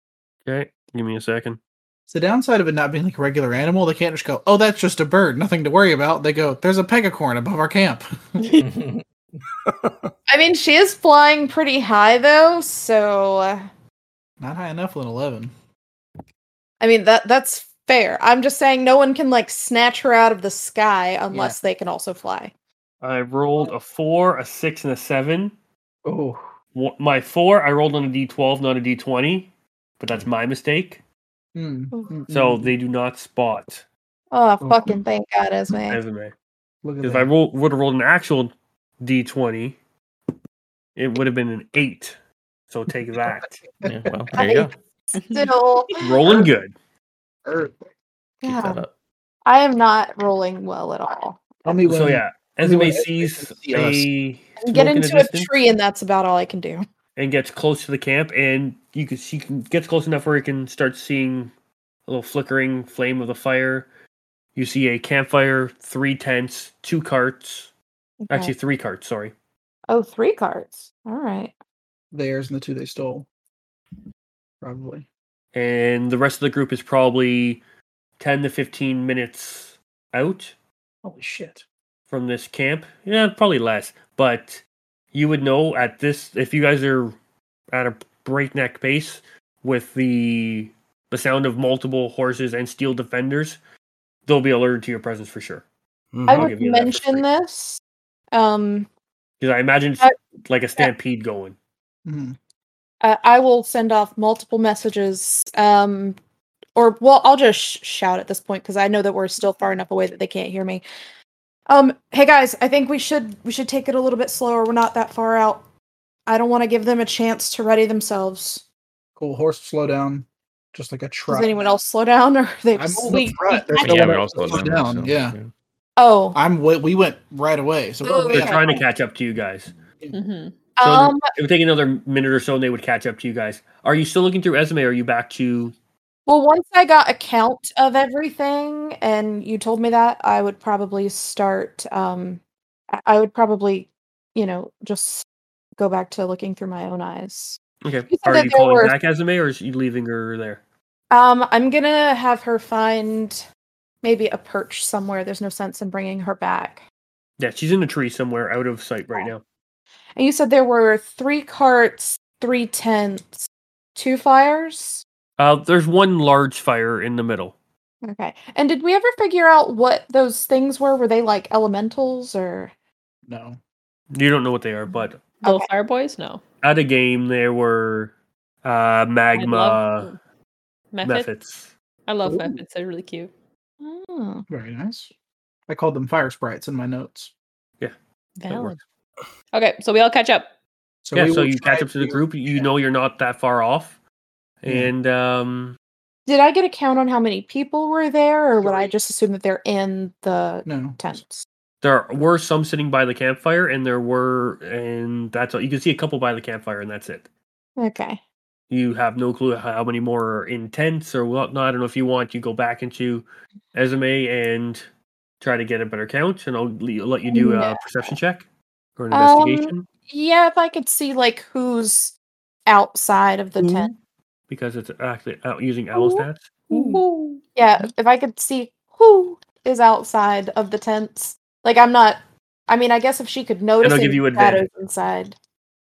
Okay, give me a second.
It's the downside of it not being like a regular animal. They can't just go, "Oh, that's just a bird. Nothing to worry about." They go, "There's a pegacorn above our camp."
I mean, she is flying pretty high though, so uh,
Not high enough with an eleven.
I mean that that's fair. I'm just saying no one can like snatch her out of the sky unless they can also fly.
I rolled a four, a six, and a seven.
Oh,
Wha- My four, I rolled on a d12, not a d20, but that's my mistake.
Hmm. Mm.
So they do not spot
Oh,
Mm-hmm.
Oh.
fucking thank God, Esme.
Esme.
look at
If
that.
I roll, would have rolled an actual d20, it would have been an eight. So take that.
yeah, well, there you go.
Still,
Rolling good.
Keep
God,
that up.
I am not rolling well at all.
Tell me when.
So yeah,
we
Esme
want Esme to
sees
see us.
a
Get
smoke in the
into a
distance.
tree, and that's about all I can do.
and gets close to the camp, and you can she can, gets close enough where you can start seeing a little flickering flame of the fire. You see a campfire, three tents, two carts,
Okay.
actually three carts. Sorry,
oh, three cards. All right.
theirs and the two they stole. Probably.
and the rest of the group is probably ten to fifteen minutes out
Holy shit.
from this camp. Yeah, probably less, but you would know at this if you guys are at a breakneck pace with the the sound of multiple horses and steel defenders, they'll be alerted to your presence for sure.
I
Mm-hmm. I'll
would
give you that for
mention
free.
this. Um,
Because I imagine it's
Uh,
like a stampede going.
Mhm.
I, Uh, I will send off multiple messages. Um, or well, I'll just sh- shout at this point because I know that we're still far enough away that they can't hear me. Um, hey guys, I think we should we should take it a little bit slower. We're not that far out. I don't want to give them a chance to ready themselves.
Cool. Horse slow down, just like a truck.
Does anyone else slow down or are they
I'm
just
on
we-
the front. There's
Yeah,
no
we
one else
also
slow
know
down.
myself,
Yeah.
Oh,
I'm. wa- We went right away. So
Oh,
we're
They're
way
yeah.
out.
trying to catch up to you guys.
hmm
Mm-hmm.
So
um,
it would take another minute or so and they would catch up to you guys. Are you still looking through Esme? Or are you back to
Well, once I got a count of everything and you told me that, I would probably start um I- I would probably, you know, just go back to looking through my own eyes.
Okay.
You said
Are
that
you
there
calling
were-
back Esme or is you leaving her there?
Um I'm going to have her find maybe a perch somewhere. There's no sense in bringing her back.
Yeah, she's in a tree somewhere out of sight right now.
And you said there were 3 carts, 3 tents, 2 fires.
Uh there's one large fire in the middle.
Okay. And did we ever figure out what those things were? Were they like elementals or
No.
You don't know what they are, but
Little
Okay.
fire boys, no.
at a game there were uh
I
magma
love methods.
methods.
I love
Ooh.
methods. They're really cute.
Oh,
Very nice. I called them fire sprites in my notes.
Valid. Okay, so we all catch up.
So
yeah,
we
so
will
you
try
catch up to the group, you
yeah.
know you're not that far off.
Yeah.
And um
Did I get a count on how many people were there, or would I
Three.
just assume that they're in the
No.
tents?
There were some sitting by the campfire, and there were, and that's all. You can see a couple by the campfire, and that's it.
Okay.
You have no clue how many more are in tents or whatnot. I don't know if you want you go back into Esme and try to get a better count, and I'll le- let you do a perception check or an
Um,
investigation
Yeah, if I could see like who's outside of the tent.
because it's actually out using owl
Ooh.
stats.
Woo.
Yeah, if I could see who is outside of the tents. Like I'm not. I mean, I guess if she could notice,
I'll give
any
you
shadows
advantage.
inside.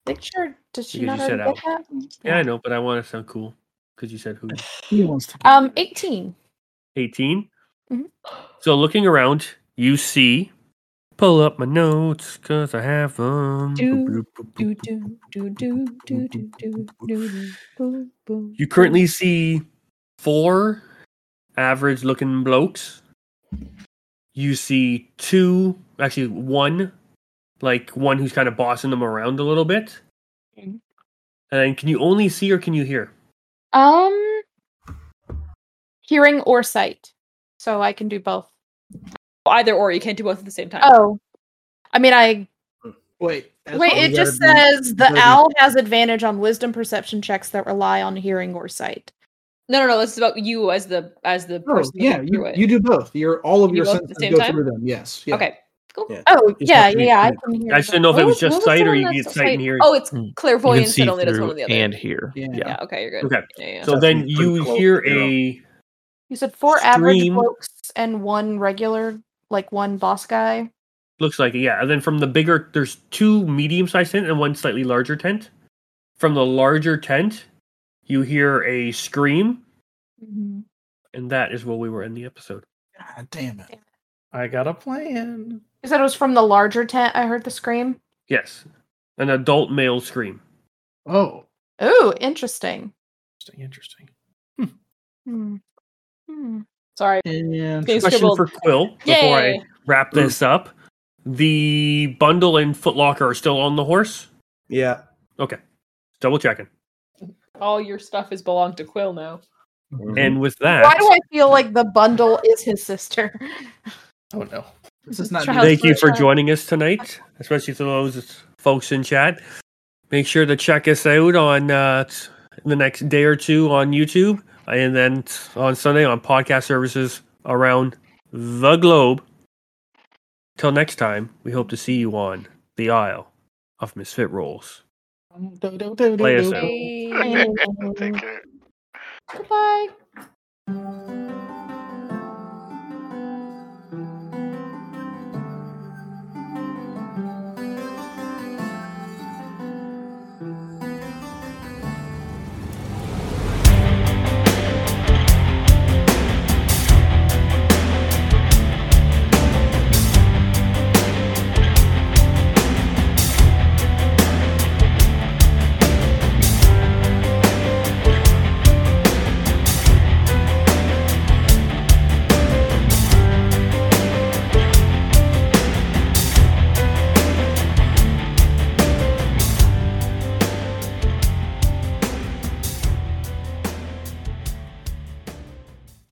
Like, sure. Does she
Because
not
you said
already get that?
Yeah, I know, but I want to sound cool because you said who.
He wants to
Um, eighteen.
18.
Mhm.
So looking around, you see. Pull up my notes because I have them.
Mm-hmm.
Do, Do do do do do do do do do boom boom.
You currently see four average looking blokes. You see two actually one, like one who's kind of bossing them around a little bit.
Mhm.
And can you only see or can you hear?
Um, hearing or sight, so I can do both.
Either or, you can't do both at the same time.
Oh, I mean, I
Wait. that's
Wait,
all
it
you
just
gotta do.
says
you
the
gotta do-
owl has advantage on wisdom perception checks that rely on hearing or sight.
No, no, no. This is about you as the as the
Oh,
person.
yeah,
who
you,
drew it.
you do both. Your all of
You
your
both at the
senses
same
go
time?
through them. Yes. yeah.
Okay. Cool.
Yeah.
Oh,
Just
yeah,
have to be
yeah, I
clear.
can hear.
I just didn't know if it
What
was just
what
sight
the
or
one
you
that's
get
not
sight and hearing.
Oh, it's
Hmm.
Mm. you can
clairvoyance
see
that only does one
through
or the other.
and hear.
Yeah.
yeah. Okay. You're good.
Okay.
Yeah, yeah, yeah.
So
That's
then
pretty
you
close,
hear
you know.
a
You said four average
Stream.
blokes and one regular, like one boss guy.
looks like it, yeah. And then from the bigger, there's two medium-sized tent and one slightly larger tent. From the larger tent, you hear a scream,
Mm-hmm.
and that is where we were in the episode.
God damn it.
I got a plan.
You said it was from the larger tent. I heard the scream.
Yes, an adult male scream.
Oh.
Oh, interesting.
Interesting. Interesting.
Hmm. Hmm.
Sorry.
And
They
Question
scribbled.
for Quill before I
Yay.
wrap this up. The bundle and footlocker are still on the horse.
Yeah.
Double checking.
All your stuff is belong to Quill now.
And with that,
Why do I feel like the bundle is his sister?
Oh no.
this is not
Try-
Thank you
Housework
for
time.
joining us tonight, especially to those folks in chat. Make sure to check us out on uh, t- the next day or two on YouTube, and then t- on Sunday on podcast services around the globe. Till next time, we hope to see you on the Isle of Misfit Rolls.
嗯 Do- do- do- do-
Play us
do-
out.
Mm.
Take care.
Goodbye.